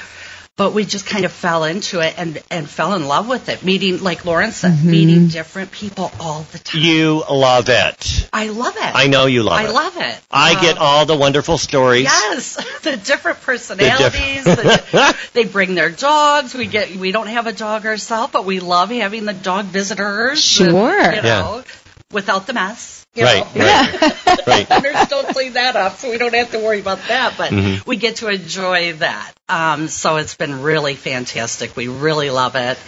[SPEAKER 5] But we just kind of fell into it and, and fell in love with it. Meeting, like Lauren said, meeting different people all the time.
[SPEAKER 2] You love it.
[SPEAKER 5] I love it.
[SPEAKER 2] I know you love
[SPEAKER 5] I
[SPEAKER 2] it.
[SPEAKER 5] love it.
[SPEAKER 2] I
[SPEAKER 5] Um,
[SPEAKER 2] get all the wonderful stories.
[SPEAKER 5] Yes, the different personalities. the- they bring their dogs. We get. We don't have a dog ourselves, but we love having the dog visitors. and,
[SPEAKER 3] Sure.
[SPEAKER 2] Yeah.
[SPEAKER 5] you know, without the mess. You
[SPEAKER 2] Right.
[SPEAKER 5] Know.
[SPEAKER 2] Right. right.
[SPEAKER 5] Owners don't clean that up, so we don't have to worry about that. But
[SPEAKER 2] Mm-hmm.
[SPEAKER 5] we get to enjoy that. Um, so it's been really fantastic. We really love it.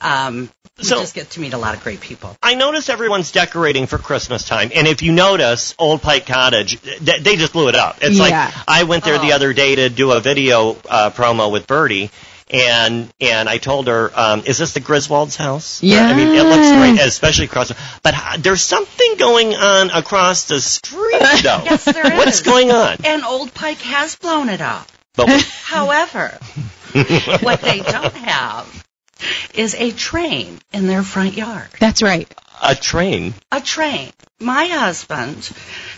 [SPEAKER 5] Um, we
[SPEAKER 2] So-
[SPEAKER 5] just get to meet a lot of great people.
[SPEAKER 2] I notice everyone's decorating for Christmas time, and if you notice, Old Pike Cottage, th- they just blew it up. It's
[SPEAKER 3] Yeah.
[SPEAKER 2] like I went there the other day to do a video uh, promo with Birdie, and and I told her, um, "Is this the Griswold's house?"
[SPEAKER 3] Yes.
[SPEAKER 2] I mean, it looks great, especially across. the- But uh, there's something going on across the street, though.
[SPEAKER 5] Yes, there is.
[SPEAKER 2] What's going on?
[SPEAKER 5] And Old Pike has blown it up.
[SPEAKER 2] But
[SPEAKER 5] However, what they don't have is a train in their front yard.
[SPEAKER 3] That's right.
[SPEAKER 2] a train.
[SPEAKER 5] A train. My husband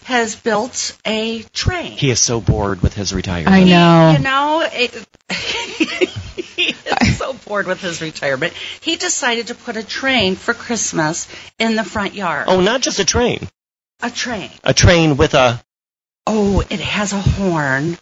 [SPEAKER 5] has built a train.
[SPEAKER 2] He is so bored with his retirement.
[SPEAKER 3] I know.
[SPEAKER 5] You know, it, he is so bored with his retirement. He decided to put a train for Christmas in the front yard.
[SPEAKER 2] Oh, not just a train.
[SPEAKER 5] A train.
[SPEAKER 2] A train with a.
[SPEAKER 5] Oh, it has a horn.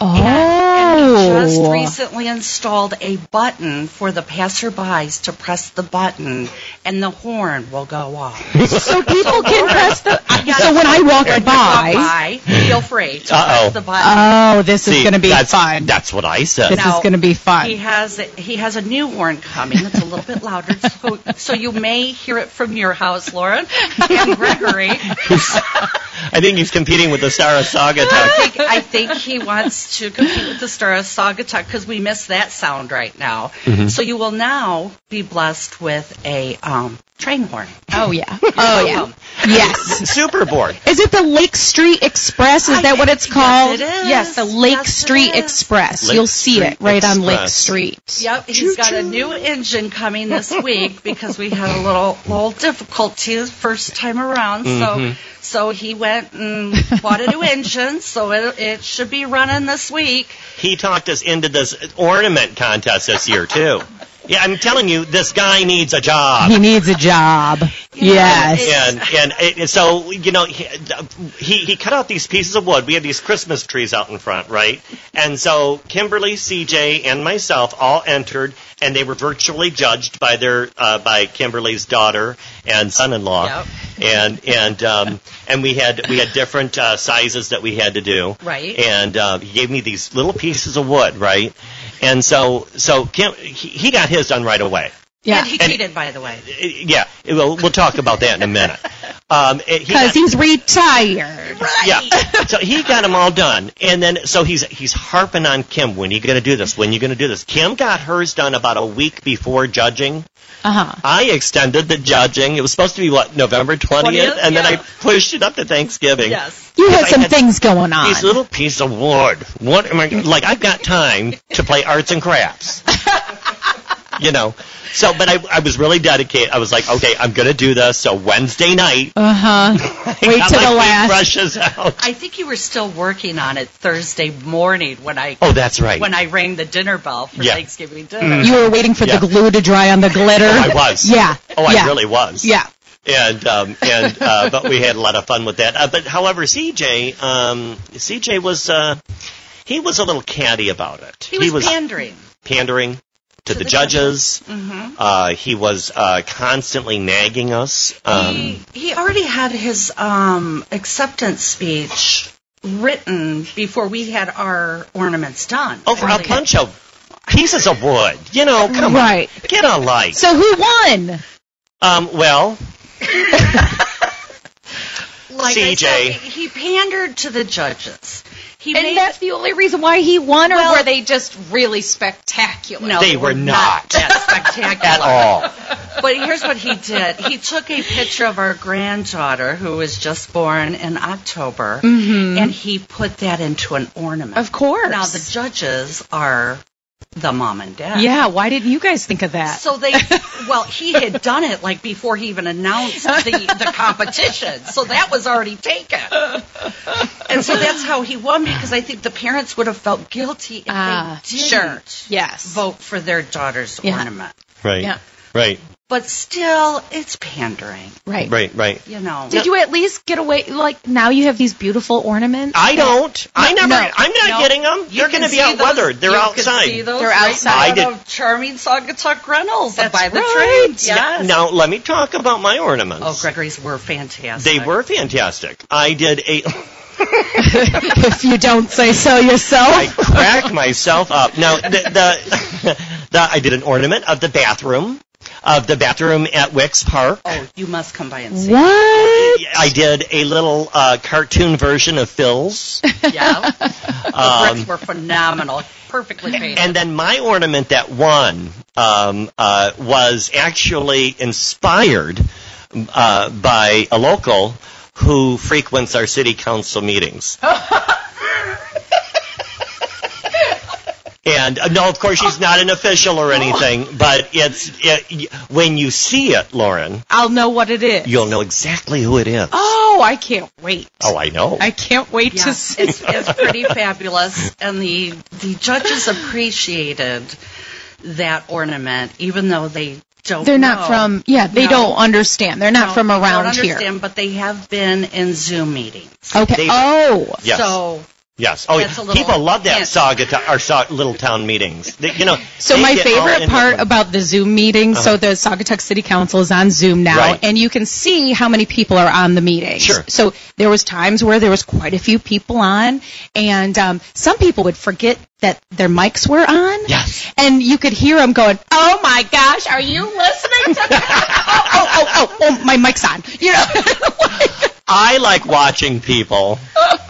[SPEAKER 3] Oh.
[SPEAKER 2] Oh.
[SPEAKER 5] And he just recently installed a button for the passerbys to press the button, and the horn will go off.
[SPEAKER 3] so people can press the.
[SPEAKER 5] Yeah,
[SPEAKER 3] So when I walk
[SPEAKER 5] If you walk
[SPEAKER 3] by,
[SPEAKER 5] by, feel free to
[SPEAKER 2] Uh-oh.
[SPEAKER 5] press the button.
[SPEAKER 3] oh, this is
[SPEAKER 2] See,
[SPEAKER 3] going to be
[SPEAKER 2] that's,
[SPEAKER 3] fun.
[SPEAKER 2] That's what I said.
[SPEAKER 3] This is going to be
[SPEAKER 5] He
[SPEAKER 3] fun.
[SPEAKER 5] has he has a new horn coming. It's a little bit louder, so, so you may hear it from your house, Lauren and Gregory.
[SPEAKER 2] I think he's competing with the Sarasaga
[SPEAKER 5] I
[SPEAKER 2] talk.
[SPEAKER 5] think, I think he wants to compete with the Star of Sagatuck because we miss that sound right now. So you will now be blessed with a um, train horn.
[SPEAKER 3] Oh yeah. Oh yeah.
[SPEAKER 5] Um,
[SPEAKER 3] Yes.
[SPEAKER 2] Super bored.
[SPEAKER 3] Is it the Lake Street Express? Is that what it's
[SPEAKER 5] Yes,
[SPEAKER 3] called?
[SPEAKER 5] it is.
[SPEAKER 3] Yes, the Lake
[SPEAKER 5] Yes, it
[SPEAKER 3] Street
[SPEAKER 5] is.
[SPEAKER 3] Express.
[SPEAKER 2] Lake
[SPEAKER 3] You'll see
[SPEAKER 2] Street
[SPEAKER 3] it right on Lake
[SPEAKER 2] Express.
[SPEAKER 3] Street.
[SPEAKER 5] Yep, he's got a new engine coming this week because we had a little little difficulty the first time around. So so he went and bought a new engine, so it, it should be running this week.
[SPEAKER 2] He talked us into this ornament contest this year too. Yeah, I'm telling you, this guy needs a job.
[SPEAKER 3] He needs a job. yes.
[SPEAKER 2] and and it, and so you know he, he he cut out these pieces of wood. We had these Christmas trees out in front, right? And so Kimberly, CJ, and myself all entered, and they were virtually judged by their uh, by Kimberly's daughter and son-in-law,
[SPEAKER 5] Yep.
[SPEAKER 2] and and um, and we had we had different uh, sizes that we had to do,
[SPEAKER 5] Right.
[SPEAKER 2] And uh, he gave me these little pieces of wood, right? And so so Kim he, he got his done right away
[SPEAKER 5] And he
[SPEAKER 3] Yeah.
[SPEAKER 2] And-
[SPEAKER 5] cheated, by the way.
[SPEAKER 2] yeah, we'll, we'll talk about that in a minute. Um, it- he
[SPEAKER 3] Because
[SPEAKER 2] got,
[SPEAKER 3] he's retired.
[SPEAKER 2] yeah, so he got them all done, and then so he's he's harping on Kim. When you going to do this? When you going to do this? Kim got hers done about a week before judging.
[SPEAKER 3] Uh huh.
[SPEAKER 2] I extended the judging. It was supposed to be what November twentieth,
[SPEAKER 5] 20th,
[SPEAKER 2] and then I
[SPEAKER 5] yeah.
[SPEAKER 2] pushed it up to Thanksgiving.
[SPEAKER 5] Yes.
[SPEAKER 3] You had
[SPEAKER 2] I
[SPEAKER 3] some
[SPEAKER 2] had
[SPEAKER 3] things going on.
[SPEAKER 2] These little piece of wood. What am I gonna- like? I've got time to play arts and crafts. you know. So, but I, I was really dedicated. I was like, okay, I'm gonna do this. So Wednesday night,
[SPEAKER 3] uh huh. Wait
[SPEAKER 2] got
[SPEAKER 3] till
[SPEAKER 2] my
[SPEAKER 3] the last.
[SPEAKER 2] brushes out.
[SPEAKER 5] I think you were still working on it Thursday morning when I
[SPEAKER 2] Oh, that's right.
[SPEAKER 5] when I rang the dinner bell for
[SPEAKER 2] Yeah.
[SPEAKER 5] Thanksgiving dinner.
[SPEAKER 3] You were waiting for
[SPEAKER 2] Yeah.
[SPEAKER 3] the glue to dry on the glitter.
[SPEAKER 2] Oh, I was.
[SPEAKER 3] Yeah.
[SPEAKER 2] Oh, I
[SPEAKER 3] yeah.
[SPEAKER 2] really was.
[SPEAKER 3] Yeah.
[SPEAKER 2] And um, and uh, but we had a lot of fun with that. Uh, but however, CJ um, CJ was uh, he was a little catty about it.
[SPEAKER 5] He was, pandering.
[SPEAKER 2] pandering to, the,
[SPEAKER 5] the
[SPEAKER 2] judges. Uh, he was uh, constantly nagging us. Um,
[SPEAKER 5] he, he already had his um, acceptance speech written before we had our ornaments done.
[SPEAKER 2] over
[SPEAKER 5] I
[SPEAKER 2] a
[SPEAKER 5] believe.
[SPEAKER 2] bunch of pieces of wood. You know, come
[SPEAKER 3] Right.
[SPEAKER 2] on, get a life.
[SPEAKER 3] So who won?
[SPEAKER 2] um, well,
[SPEAKER 5] like I
[SPEAKER 2] CJ.
[SPEAKER 5] said, he pandered to the judges. He
[SPEAKER 3] And
[SPEAKER 5] made
[SPEAKER 3] that's the only reason why he won, or
[SPEAKER 5] Well-
[SPEAKER 3] were they just really spectacular?
[SPEAKER 5] no,
[SPEAKER 2] They were not.
[SPEAKER 5] that spectacular
[SPEAKER 2] at all.
[SPEAKER 5] But here's what he did. He took a picture of our granddaughter who was just born in October, and he put that into an ornament.
[SPEAKER 3] Mm-hmm. Of course.
[SPEAKER 5] Now the judges are the mom and dad.
[SPEAKER 3] yeah, why didn't you guys think of that?
[SPEAKER 5] So they, well, he had done it like before he even announced the, the competition. So that was already taken. And so that's how he won because I think the parents would have felt guilty if
[SPEAKER 3] Ah,
[SPEAKER 5] they didn't
[SPEAKER 3] sure. Yes.
[SPEAKER 5] vote for their daughter's
[SPEAKER 3] Yeah.
[SPEAKER 5] ornament.
[SPEAKER 2] right,
[SPEAKER 3] Yeah.
[SPEAKER 2] right,
[SPEAKER 5] But still, it's pandering,
[SPEAKER 3] right.
[SPEAKER 2] right, right.
[SPEAKER 5] you know.
[SPEAKER 3] Did you at least get away? Like now you have these beautiful ornaments.
[SPEAKER 2] I don't. I
[SPEAKER 3] No,
[SPEAKER 2] never.
[SPEAKER 3] no,
[SPEAKER 2] I'm not
[SPEAKER 5] No.
[SPEAKER 2] getting them. You're
[SPEAKER 5] can
[SPEAKER 2] going to be
[SPEAKER 5] see
[SPEAKER 2] out
[SPEAKER 5] those-
[SPEAKER 2] weathered. They're
[SPEAKER 5] you can
[SPEAKER 2] outside.
[SPEAKER 5] see those
[SPEAKER 3] They're
[SPEAKER 5] right
[SPEAKER 3] outside.
[SPEAKER 2] I
[SPEAKER 5] out of charming Saugatuck Reynolds
[SPEAKER 3] That's
[SPEAKER 5] by the
[SPEAKER 3] right.
[SPEAKER 5] train. Yes.
[SPEAKER 2] Now let me talk about my ornaments.
[SPEAKER 5] Oh, Gregory's were fantastic.
[SPEAKER 2] They were fantastic. I did a
[SPEAKER 3] if you don't say so yourself.
[SPEAKER 2] I cracked myself up. Now the the, the I did an ornament of the bathroom of the bathroom at Wicks Park.
[SPEAKER 5] Oh, you must Oh, come by and see.
[SPEAKER 3] what? right?
[SPEAKER 2] I did a little uh, cartoon version of Phil's.
[SPEAKER 5] Yeah. the
[SPEAKER 2] Um,
[SPEAKER 5] bricks were phenomenal. Perfectly painted.
[SPEAKER 2] And then my ornament that won um, uh, was actually inspired uh, by a local who frequents our city council meetings. And uh, no, of course she's not an official or anything, but it's it, y- when you see it, Lauren,
[SPEAKER 3] I'll know what it is.
[SPEAKER 2] you'll know exactly who it is.
[SPEAKER 3] Oh, I can't wait.
[SPEAKER 2] Oh, I know.
[SPEAKER 3] I can't wait
[SPEAKER 5] Yeah,
[SPEAKER 3] to
[SPEAKER 5] it's,
[SPEAKER 3] see.
[SPEAKER 5] it's pretty fabulous, and the the judges appreciated that ornament, even though they don't.
[SPEAKER 3] They're not
[SPEAKER 5] know.
[SPEAKER 3] from. Yeah, they
[SPEAKER 5] No.
[SPEAKER 3] don't understand. They're not
[SPEAKER 5] No,
[SPEAKER 3] from
[SPEAKER 5] they don't
[SPEAKER 3] around here.
[SPEAKER 5] understand, But they have been in Zoom meetings.
[SPEAKER 3] Okay.
[SPEAKER 2] They-
[SPEAKER 3] oh.
[SPEAKER 2] yes.
[SPEAKER 5] So
[SPEAKER 2] yes. Oh, yeah.
[SPEAKER 5] that's a little
[SPEAKER 2] people love that
[SPEAKER 5] hint.
[SPEAKER 2] saga to, our sa- little town meetings. They- you know.
[SPEAKER 3] So
[SPEAKER 2] they
[SPEAKER 3] my
[SPEAKER 2] get all
[SPEAKER 3] favorite
[SPEAKER 2] into
[SPEAKER 3] part
[SPEAKER 2] one.
[SPEAKER 3] about the Zoom meeting, so the Saugatuck City Council is on Zoom now,
[SPEAKER 2] Uh-huh. Right.
[SPEAKER 3] and you can see how many people are on the meeting.
[SPEAKER 2] Sure.
[SPEAKER 3] So there was times where there was quite a few people on, and um, some people would forget that their mics were on.
[SPEAKER 2] Yes.
[SPEAKER 3] And you could hear them going, "Oh my gosh, are you listening to?" oh, oh, oh, oh, my mic's on. You know.
[SPEAKER 2] I like watching people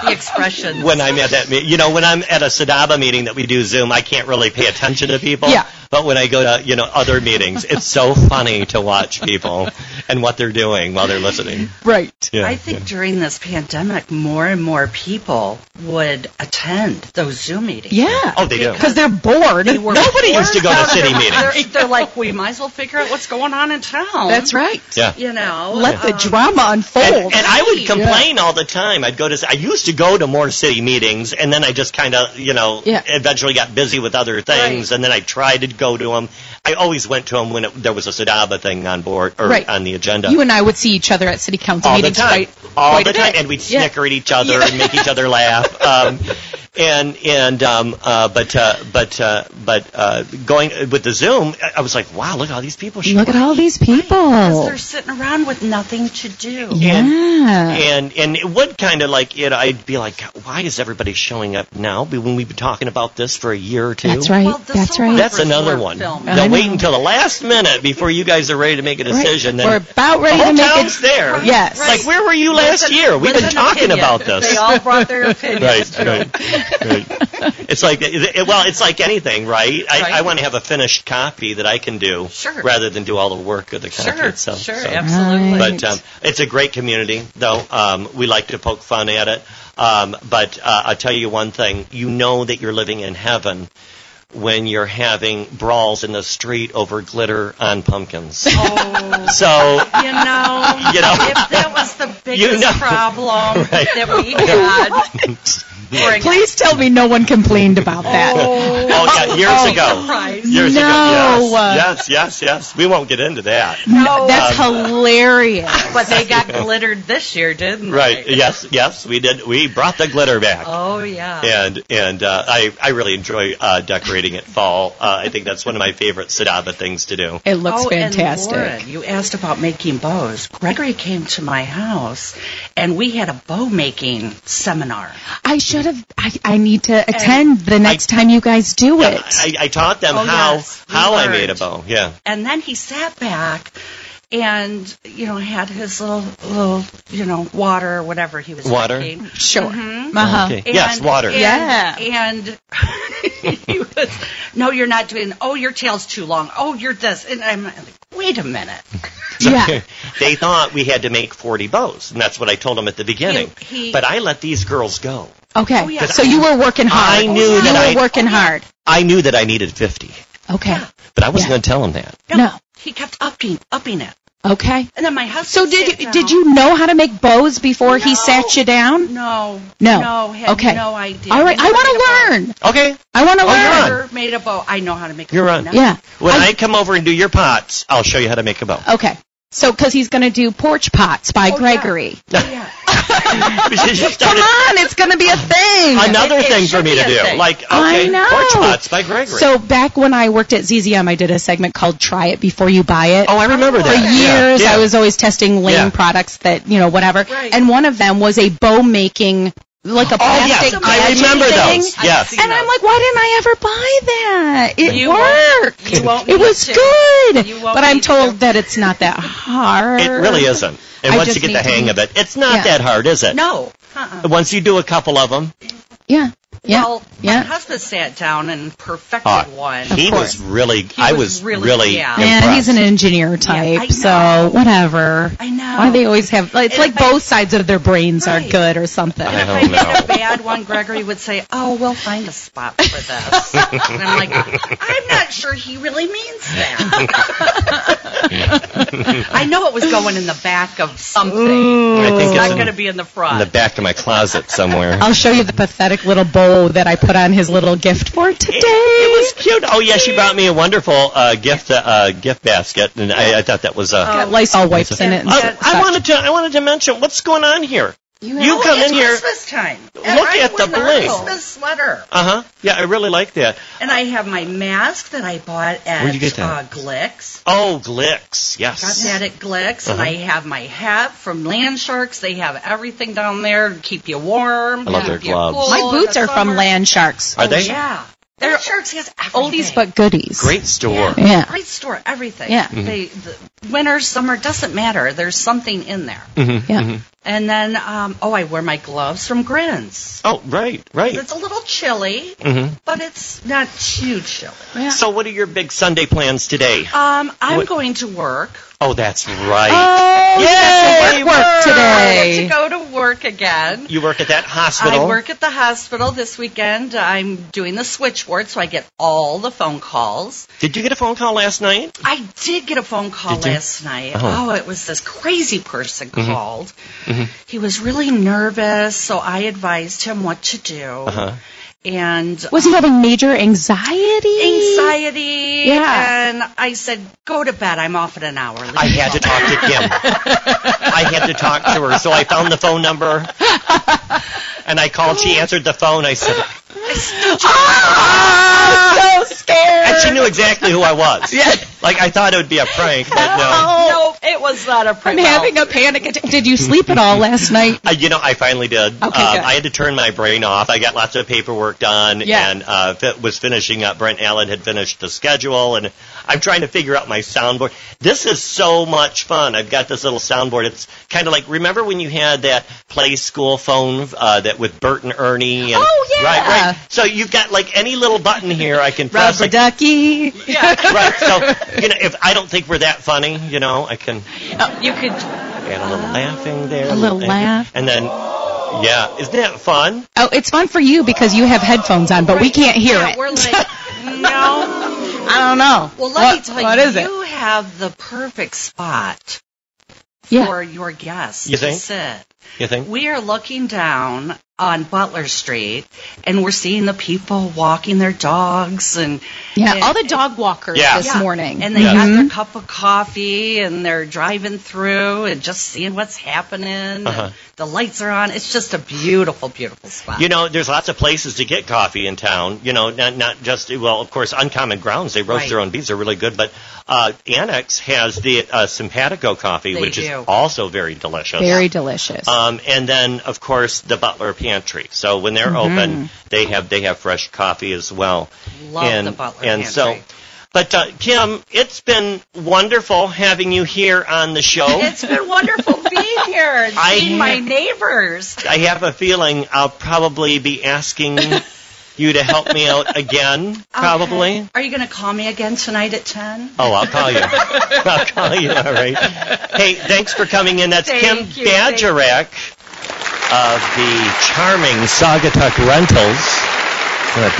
[SPEAKER 5] the expression.
[SPEAKER 2] when I'm at that, meet- you know, when I'm at a Sadaba meeting that we do Zoom, I can't really pay attention to people.
[SPEAKER 3] Yeah.
[SPEAKER 2] But when I go to, you know, other meetings, it's so funny to watch people and what they're doing while they're listening.
[SPEAKER 3] right.
[SPEAKER 2] Yeah.
[SPEAKER 5] I think during this pandemic, more and more people would attend those Zoom meetings.
[SPEAKER 3] Yeah.
[SPEAKER 2] Oh, they do.
[SPEAKER 3] Because they're bored. Nobody
[SPEAKER 2] used to go to city
[SPEAKER 5] They're,
[SPEAKER 2] meetings.
[SPEAKER 5] they're like, we might as well figure out what's going on in town.
[SPEAKER 3] That's right.
[SPEAKER 2] Yeah.
[SPEAKER 5] You know,
[SPEAKER 3] Let the
[SPEAKER 5] um,
[SPEAKER 3] drama unfold.
[SPEAKER 2] And, and I would complain all the time. I'd go to. I used to go to more city meetings, and then I just kind of, you know,
[SPEAKER 3] Yeah.
[SPEAKER 2] eventually got busy with other things, and then I tried to go to them. I always went to them when it, there was a Sadaba thing on board or
[SPEAKER 3] Right.
[SPEAKER 2] on the agenda.
[SPEAKER 3] You and I would see each other at city council
[SPEAKER 2] all the
[SPEAKER 3] meetings
[SPEAKER 2] time,
[SPEAKER 3] quite
[SPEAKER 2] all
[SPEAKER 3] quite
[SPEAKER 2] the
[SPEAKER 3] a
[SPEAKER 2] time,
[SPEAKER 3] bit.
[SPEAKER 2] and we'd
[SPEAKER 3] Yeah.
[SPEAKER 2] snicker at each other and make each other laugh. Um, and and um, uh, but uh, but uh, but uh, going with the Zoom, I- I was like, wow, look at all these people. showing
[SPEAKER 3] Look at all these people.
[SPEAKER 5] they're sitting around with nothing to do.
[SPEAKER 3] Yeah.
[SPEAKER 2] and and it would kind of like you know I'd be like, "God, why is everybody showing up now? But When we've been talking about this for a year or two.
[SPEAKER 3] That's right.
[SPEAKER 5] Well, this
[SPEAKER 3] That's
[SPEAKER 5] whole
[SPEAKER 3] right.
[SPEAKER 2] That's
[SPEAKER 5] First
[SPEAKER 2] another
[SPEAKER 5] we're
[SPEAKER 2] one.
[SPEAKER 5] filming.
[SPEAKER 2] They'll
[SPEAKER 3] I
[SPEAKER 2] wait
[SPEAKER 3] know.
[SPEAKER 2] until the last minute before you guys are ready to make a
[SPEAKER 3] Right.
[SPEAKER 2] decision.
[SPEAKER 3] We're
[SPEAKER 2] Then
[SPEAKER 3] about
[SPEAKER 2] the
[SPEAKER 3] ready
[SPEAKER 2] whole
[SPEAKER 3] to make
[SPEAKER 2] town's
[SPEAKER 3] it.
[SPEAKER 2] there.
[SPEAKER 3] Yes.
[SPEAKER 5] Right.
[SPEAKER 2] Like, where were you
[SPEAKER 5] With
[SPEAKER 2] last
[SPEAKER 5] an-
[SPEAKER 2] year? We've
[SPEAKER 5] with
[SPEAKER 2] been
[SPEAKER 5] an
[SPEAKER 2] talking
[SPEAKER 5] opinion.
[SPEAKER 2] about this.
[SPEAKER 5] They all brought their opinions.
[SPEAKER 2] Right, right, right. It's like, it, it- well, it's like anything, right? I,
[SPEAKER 5] Right.
[SPEAKER 2] I want to have a finished copy that I can do
[SPEAKER 5] Sure.
[SPEAKER 2] rather than do all the work of the contract
[SPEAKER 5] Sure,
[SPEAKER 2] itself.
[SPEAKER 5] sure,
[SPEAKER 2] So-
[SPEAKER 5] absolutely.
[SPEAKER 3] Right.
[SPEAKER 2] but um, it's a great community, though. Um, we like to poke fun at it. Um, but uh, I'll tell you one thing you know that you're living in heaven when you're having brawls in the street over glitter on pumpkins.
[SPEAKER 5] Oh,
[SPEAKER 2] so,
[SPEAKER 5] you know,
[SPEAKER 2] You know.
[SPEAKER 5] if that was the biggest
[SPEAKER 2] know.
[SPEAKER 5] problem
[SPEAKER 2] Right.
[SPEAKER 5] that we had, during-
[SPEAKER 3] Please tell me no one complained about that.
[SPEAKER 2] oh,
[SPEAKER 5] Oh,
[SPEAKER 2] yeah, years
[SPEAKER 3] Oh.
[SPEAKER 2] ago.
[SPEAKER 5] Surprise.
[SPEAKER 2] Years
[SPEAKER 3] No.
[SPEAKER 2] ago. Yes, yes, yes, yes. We won't get into that.
[SPEAKER 3] No,
[SPEAKER 2] Um,
[SPEAKER 3] that's hilarious.
[SPEAKER 5] but they got glittered this year, didn't they?
[SPEAKER 2] Right. Yes, yes. We did. We brought the glitter back.
[SPEAKER 5] Oh yeah.
[SPEAKER 2] and and uh, I I really enjoy uh, decorating at fall. Uh, I think that's one of my favorite Sadaba things to do.
[SPEAKER 3] It looks
[SPEAKER 5] oh,
[SPEAKER 3] fantastic.
[SPEAKER 5] And Lauren, you asked about making bows. Gregory came to my house, and we had a bow making seminar.
[SPEAKER 3] I should have. I, I need to attend the next time you guys do it.
[SPEAKER 2] I, I taught them
[SPEAKER 5] Oh,
[SPEAKER 2] how
[SPEAKER 5] yes. We
[SPEAKER 2] how I
[SPEAKER 5] learned.
[SPEAKER 2] made a bow. Yeah.
[SPEAKER 5] And then he sat back, and you know had his little little you know water or whatever he was
[SPEAKER 2] Water?
[SPEAKER 5] drinking.
[SPEAKER 3] sure. Uh-huh.
[SPEAKER 2] Oh, Okay. yes, water.
[SPEAKER 5] Uh, And,
[SPEAKER 3] Yeah.
[SPEAKER 5] And he was, no, you're not doing. Oh, your tail's too long. Oh, you're this. And I'm like, wait a minute.
[SPEAKER 3] Yeah.
[SPEAKER 2] they thought we had to make 40 bows, and that's what I told them at the beginning.
[SPEAKER 5] He- he-
[SPEAKER 2] but I let these girls go.
[SPEAKER 3] Okay.
[SPEAKER 5] Oh, yeah.
[SPEAKER 3] So you were working hard.
[SPEAKER 2] I knew
[SPEAKER 3] you
[SPEAKER 2] that I-
[SPEAKER 3] were working hard.
[SPEAKER 2] I knew that I needed 50,
[SPEAKER 3] Okay.
[SPEAKER 2] but I wasn't
[SPEAKER 3] Oh, Yeah.
[SPEAKER 2] going to tell them that.
[SPEAKER 3] No.
[SPEAKER 5] He kept upping upping it.
[SPEAKER 3] Okay.
[SPEAKER 5] And then my husband.
[SPEAKER 3] So did
[SPEAKER 5] sat down.
[SPEAKER 3] did you know how to make bows before he
[SPEAKER 5] No.
[SPEAKER 3] sat you down?
[SPEAKER 5] No.
[SPEAKER 3] No.
[SPEAKER 5] No. Had
[SPEAKER 3] Okay.
[SPEAKER 5] No idea.
[SPEAKER 3] All right, I
[SPEAKER 5] Never
[SPEAKER 3] want
[SPEAKER 5] made a
[SPEAKER 3] to learn.
[SPEAKER 2] Okay,
[SPEAKER 3] I want to
[SPEAKER 2] Oh,
[SPEAKER 5] bow.
[SPEAKER 2] you're
[SPEAKER 3] learn.
[SPEAKER 2] on.
[SPEAKER 5] Never made a bow. I know how to make. a
[SPEAKER 2] You're
[SPEAKER 5] bow
[SPEAKER 2] on.
[SPEAKER 5] now.
[SPEAKER 3] Yeah.
[SPEAKER 2] when
[SPEAKER 3] I-
[SPEAKER 2] I, come over and do your pots, I'll show you how to make a bow.
[SPEAKER 3] Okay. So, because he's going to do porch pots by
[SPEAKER 5] Oh, yeah.
[SPEAKER 3] Gregory.
[SPEAKER 5] Yeah.
[SPEAKER 2] Because you
[SPEAKER 3] Come
[SPEAKER 2] started-
[SPEAKER 3] on, it's going to be a thing.
[SPEAKER 2] Another
[SPEAKER 5] It- it
[SPEAKER 2] thing for
[SPEAKER 5] should
[SPEAKER 2] me
[SPEAKER 5] be
[SPEAKER 2] to
[SPEAKER 5] a
[SPEAKER 2] do,
[SPEAKER 5] thing.
[SPEAKER 2] like okay,
[SPEAKER 3] I know.
[SPEAKER 2] porch pots by Gregory.
[SPEAKER 3] So back when I worked at ZZM, I did a segment called "Try It Before You Buy It."
[SPEAKER 2] oh, I remember
[SPEAKER 3] For
[SPEAKER 2] that. Yeah,
[SPEAKER 3] years,
[SPEAKER 2] yeah.
[SPEAKER 3] I was always testing lame
[SPEAKER 2] Yeah.
[SPEAKER 3] products that you know whatever,
[SPEAKER 5] Right.
[SPEAKER 3] and one of them was a bow making, like a
[SPEAKER 2] Oh
[SPEAKER 3] plastic
[SPEAKER 2] yes, I
[SPEAKER 3] magic
[SPEAKER 2] remember
[SPEAKER 3] thing.
[SPEAKER 2] those.
[SPEAKER 5] I
[SPEAKER 2] Yes.
[SPEAKER 5] see.
[SPEAKER 3] And I'm like, why didn't I ever buy that? It
[SPEAKER 5] You won't-
[SPEAKER 3] worked.
[SPEAKER 5] you won't
[SPEAKER 3] it
[SPEAKER 5] need
[SPEAKER 3] was
[SPEAKER 5] to.
[SPEAKER 3] good.
[SPEAKER 5] You won't
[SPEAKER 3] But I'm
[SPEAKER 5] need
[SPEAKER 3] told
[SPEAKER 5] to.
[SPEAKER 3] that it's not that hard.
[SPEAKER 2] It really isn't. And
[SPEAKER 3] I
[SPEAKER 2] once
[SPEAKER 3] just
[SPEAKER 2] you get
[SPEAKER 3] need
[SPEAKER 2] the
[SPEAKER 3] to
[SPEAKER 2] hang
[SPEAKER 3] be-
[SPEAKER 2] of it, it's not
[SPEAKER 3] Yeah.
[SPEAKER 2] that hard, is it?
[SPEAKER 5] No. Uh-uh.
[SPEAKER 2] Once you do a couple of them,
[SPEAKER 3] Yeah. Yeah.
[SPEAKER 5] Well,
[SPEAKER 3] yeah.
[SPEAKER 5] my husband sat down and perfected
[SPEAKER 2] Ah,
[SPEAKER 5] one.
[SPEAKER 2] he was
[SPEAKER 3] course.
[SPEAKER 2] really. I
[SPEAKER 5] was
[SPEAKER 2] was
[SPEAKER 5] really-
[SPEAKER 2] really.
[SPEAKER 5] yeah.
[SPEAKER 3] Yeah,
[SPEAKER 2] impressed.
[SPEAKER 3] he's an engineer type,
[SPEAKER 5] I know.
[SPEAKER 3] so whatever.
[SPEAKER 5] I know.
[SPEAKER 3] Why they always have like, it's
[SPEAKER 5] And
[SPEAKER 3] like
[SPEAKER 5] if I-
[SPEAKER 3] both sides of their brains
[SPEAKER 5] Right.
[SPEAKER 3] are good or something.
[SPEAKER 2] I
[SPEAKER 5] If I
[SPEAKER 2] don't
[SPEAKER 5] made a
[SPEAKER 2] know.
[SPEAKER 5] bad one, Gregory would say, "Oh, we'll find a spot for this." and I'm like, "I'm not sure he really means that." I know it was going in the back of something.
[SPEAKER 2] I think
[SPEAKER 5] it's
[SPEAKER 2] it's
[SPEAKER 5] not
[SPEAKER 2] in-
[SPEAKER 5] going to be in the
[SPEAKER 2] in
[SPEAKER 5] front.
[SPEAKER 2] the back of my closet somewhere.
[SPEAKER 3] I'll show you the pathetic little bow that I put on his little gift for today.
[SPEAKER 2] It was cute. Oh yeah, she brought me a wonderful uh, gift uh, uh, gift basket, and I, I thought that was.
[SPEAKER 5] Oh,
[SPEAKER 2] Uh,
[SPEAKER 3] got Lysol wipes in it. And
[SPEAKER 2] I,
[SPEAKER 3] stuff.
[SPEAKER 2] I wanted to. I wanted to mention what's going on here. You,
[SPEAKER 5] Oh,
[SPEAKER 2] come
[SPEAKER 5] it's
[SPEAKER 2] in here.
[SPEAKER 5] Christmas time. Look
[SPEAKER 2] Look
[SPEAKER 5] I'm
[SPEAKER 2] at the
[SPEAKER 5] wearing
[SPEAKER 2] bling.
[SPEAKER 5] A Christmas sweater,
[SPEAKER 2] Uh huh. Yeah, I really like that.
[SPEAKER 5] and I have my mask that I bought at
[SPEAKER 2] Where'd you get that?
[SPEAKER 5] Uh, Glicks.
[SPEAKER 2] Oh, Glicks.
[SPEAKER 5] Got
[SPEAKER 2] Yes.
[SPEAKER 5] that at Glicks, and
[SPEAKER 2] Uh-huh.
[SPEAKER 5] I have my hat from Land Sharks. They have everything down there to keep you warm.
[SPEAKER 2] I love
[SPEAKER 5] keep
[SPEAKER 2] their
[SPEAKER 5] you
[SPEAKER 2] gloves.
[SPEAKER 5] cool
[SPEAKER 3] My
[SPEAKER 5] in
[SPEAKER 3] boots
[SPEAKER 5] the
[SPEAKER 3] are from
[SPEAKER 5] summer.
[SPEAKER 3] Land Sharks.
[SPEAKER 2] Are they
[SPEAKER 5] Yeah. Their shirts has everything.
[SPEAKER 3] Oldies but goodies.
[SPEAKER 2] great store?
[SPEAKER 3] Yeah.
[SPEAKER 5] Great store, everything.
[SPEAKER 3] Yeah.
[SPEAKER 2] Mm-hmm.
[SPEAKER 5] They, the, winter, summer, doesn't matter. There's something in there.
[SPEAKER 2] Mhm,
[SPEAKER 3] Yeah.
[SPEAKER 2] mhm.
[SPEAKER 5] And then, um, oh, I wear my gloves from Grins.
[SPEAKER 2] Oh, right, right.
[SPEAKER 5] It's a little chilly,
[SPEAKER 2] Mhm.
[SPEAKER 5] but it's not too chilly.
[SPEAKER 3] Yeah.
[SPEAKER 2] So, what are your big Sunday plans today?
[SPEAKER 5] Um, I'm
[SPEAKER 2] What-
[SPEAKER 5] going to work.
[SPEAKER 2] Oh, that's right.
[SPEAKER 3] Oh,
[SPEAKER 2] Yay,
[SPEAKER 3] yes, work, work
[SPEAKER 2] work.
[SPEAKER 5] I have to
[SPEAKER 3] today.
[SPEAKER 5] go to work again.
[SPEAKER 2] you work at that hospital.
[SPEAKER 5] I work at the hospital this weekend. I'm doing the switchboard, so I get all the phone calls.
[SPEAKER 2] Did you get a phone call last night?
[SPEAKER 5] I did get a phone call
[SPEAKER 2] Did you?
[SPEAKER 5] last night.
[SPEAKER 2] Oh. Mm-hmm.
[SPEAKER 5] Oh. it was this crazy person called. He was really nervous, so I advised him what to do.
[SPEAKER 2] Uh-huh.
[SPEAKER 5] And
[SPEAKER 3] Was he having major anxiety?
[SPEAKER 5] anxiety.
[SPEAKER 3] Yeah.
[SPEAKER 5] And I said, go to bed. I'm off in an hour. Leave
[SPEAKER 2] I
[SPEAKER 5] me
[SPEAKER 2] had to
[SPEAKER 5] alone."
[SPEAKER 2] talk to Kim. I had to talk to her, so I found the phone number. And I called. She answered the phone. I said,
[SPEAKER 3] Ah, so scared.
[SPEAKER 2] and she knew exactly who I was.
[SPEAKER 3] Yeah.
[SPEAKER 2] Like I thought it would be a prank, but
[SPEAKER 5] Oh,
[SPEAKER 2] no.
[SPEAKER 5] No, it was not a
[SPEAKER 3] I'm
[SPEAKER 5] problem.
[SPEAKER 3] having a panic attack. Did you sleep at all last night?
[SPEAKER 2] I, you know, I finally did. um,
[SPEAKER 3] good.
[SPEAKER 2] I had to turn my brain off. I got lots of paperwork done
[SPEAKER 3] Yeah.
[SPEAKER 2] and uh, fi- was finishing up. Brent Allen had finished the schedule, and I'm trying to figure out my soundboard. This is so much fun. I've got this little soundboard. It's kind of like remember when you had that play school phone uh, that with Bert and Ernie? And,
[SPEAKER 3] Oh, yeah.
[SPEAKER 2] Right, right. So you've got like any little button here I can
[SPEAKER 3] Rob
[SPEAKER 2] press.
[SPEAKER 3] the
[SPEAKER 2] Like,
[SPEAKER 3] ducky.
[SPEAKER 2] right. So you know, if I don't think we're that funny, you know, I can.
[SPEAKER 5] Uh, You could.
[SPEAKER 2] And a little laughing there.
[SPEAKER 3] A little
[SPEAKER 2] and,
[SPEAKER 3] laugh.
[SPEAKER 2] And then, yeah, isn't that fun?
[SPEAKER 3] Oh, it's fun for you because you have headphones on, but we can't hear
[SPEAKER 5] yeah,
[SPEAKER 3] it.
[SPEAKER 5] We're like, no.
[SPEAKER 3] I don't know.
[SPEAKER 5] Well, let
[SPEAKER 3] What-
[SPEAKER 5] me tell
[SPEAKER 3] what
[SPEAKER 5] you,
[SPEAKER 3] is it?
[SPEAKER 5] you have the perfect spot
[SPEAKER 3] Yeah.
[SPEAKER 5] for your guests
[SPEAKER 2] You
[SPEAKER 5] to
[SPEAKER 2] think?
[SPEAKER 5] sit.
[SPEAKER 2] You think?
[SPEAKER 5] We are looking down on Butler Street, and we're seeing the people walking their dogs, and
[SPEAKER 3] Yeah,
[SPEAKER 5] and-
[SPEAKER 3] all the dog walkers
[SPEAKER 2] Yeah.
[SPEAKER 3] this
[SPEAKER 5] yeah,
[SPEAKER 3] morning. Mm-hmm.
[SPEAKER 5] and they
[SPEAKER 2] Yeah.
[SPEAKER 5] got their cup of coffee, and they're driving through, and just seeing what's happening. and
[SPEAKER 2] Uh-huh.
[SPEAKER 5] The lights are on. It's just a beautiful, beautiful spot.
[SPEAKER 2] You know, there's lots of places to get coffee in town. You know, not not just well, of course, Uncommon Grounds they roast
[SPEAKER 5] Right.
[SPEAKER 2] their own beans. They're really good, but uh, Annex has the uh, Simpatico coffee,
[SPEAKER 5] They
[SPEAKER 2] which
[SPEAKER 5] do.
[SPEAKER 2] is also very delicious.
[SPEAKER 3] Very delicious.
[SPEAKER 2] Um, and then, of course, the Butler Pantry. So when they're
[SPEAKER 5] Mm-hmm.
[SPEAKER 2] open, they have they have fresh coffee as well.
[SPEAKER 5] Love
[SPEAKER 2] and,
[SPEAKER 5] the Butler
[SPEAKER 2] And so,
[SPEAKER 5] Pantry.
[SPEAKER 2] but uh, Kim, it's been wonderful having you here on the show.
[SPEAKER 5] It's been wonderful being here and
[SPEAKER 2] I-
[SPEAKER 5] seeing my neighbors.
[SPEAKER 2] I have a feeling I'll probably be asking you to help me out again. Probably.
[SPEAKER 5] Are you going to call me again tonight at 10?
[SPEAKER 2] Oh, I'll call you. I'll call you. All right. Hey, thanks for coming in. That's
[SPEAKER 5] Thank
[SPEAKER 2] Kim
[SPEAKER 5] you.
[SPEAKER 2] Badgerek of the charming Saugatuck Rentals. I wanna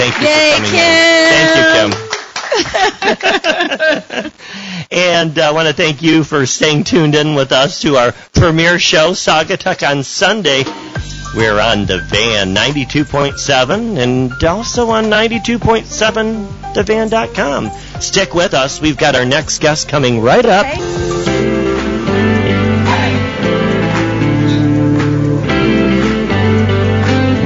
[SPEAKER 2] thank you for
[SPEAKER 3] Yay,
[SPEAKER 2] coming in.
[SPEAKER 3] Kim.
[SPEAKER 2] Thank you, Kim. And I want to thank you for staying tuned in with us to our premiere show, Saugatuck on Sunday. We're on the van 92.7 and also on 92.7 thevan.com. Stick with us. We've got our next guest coming right up.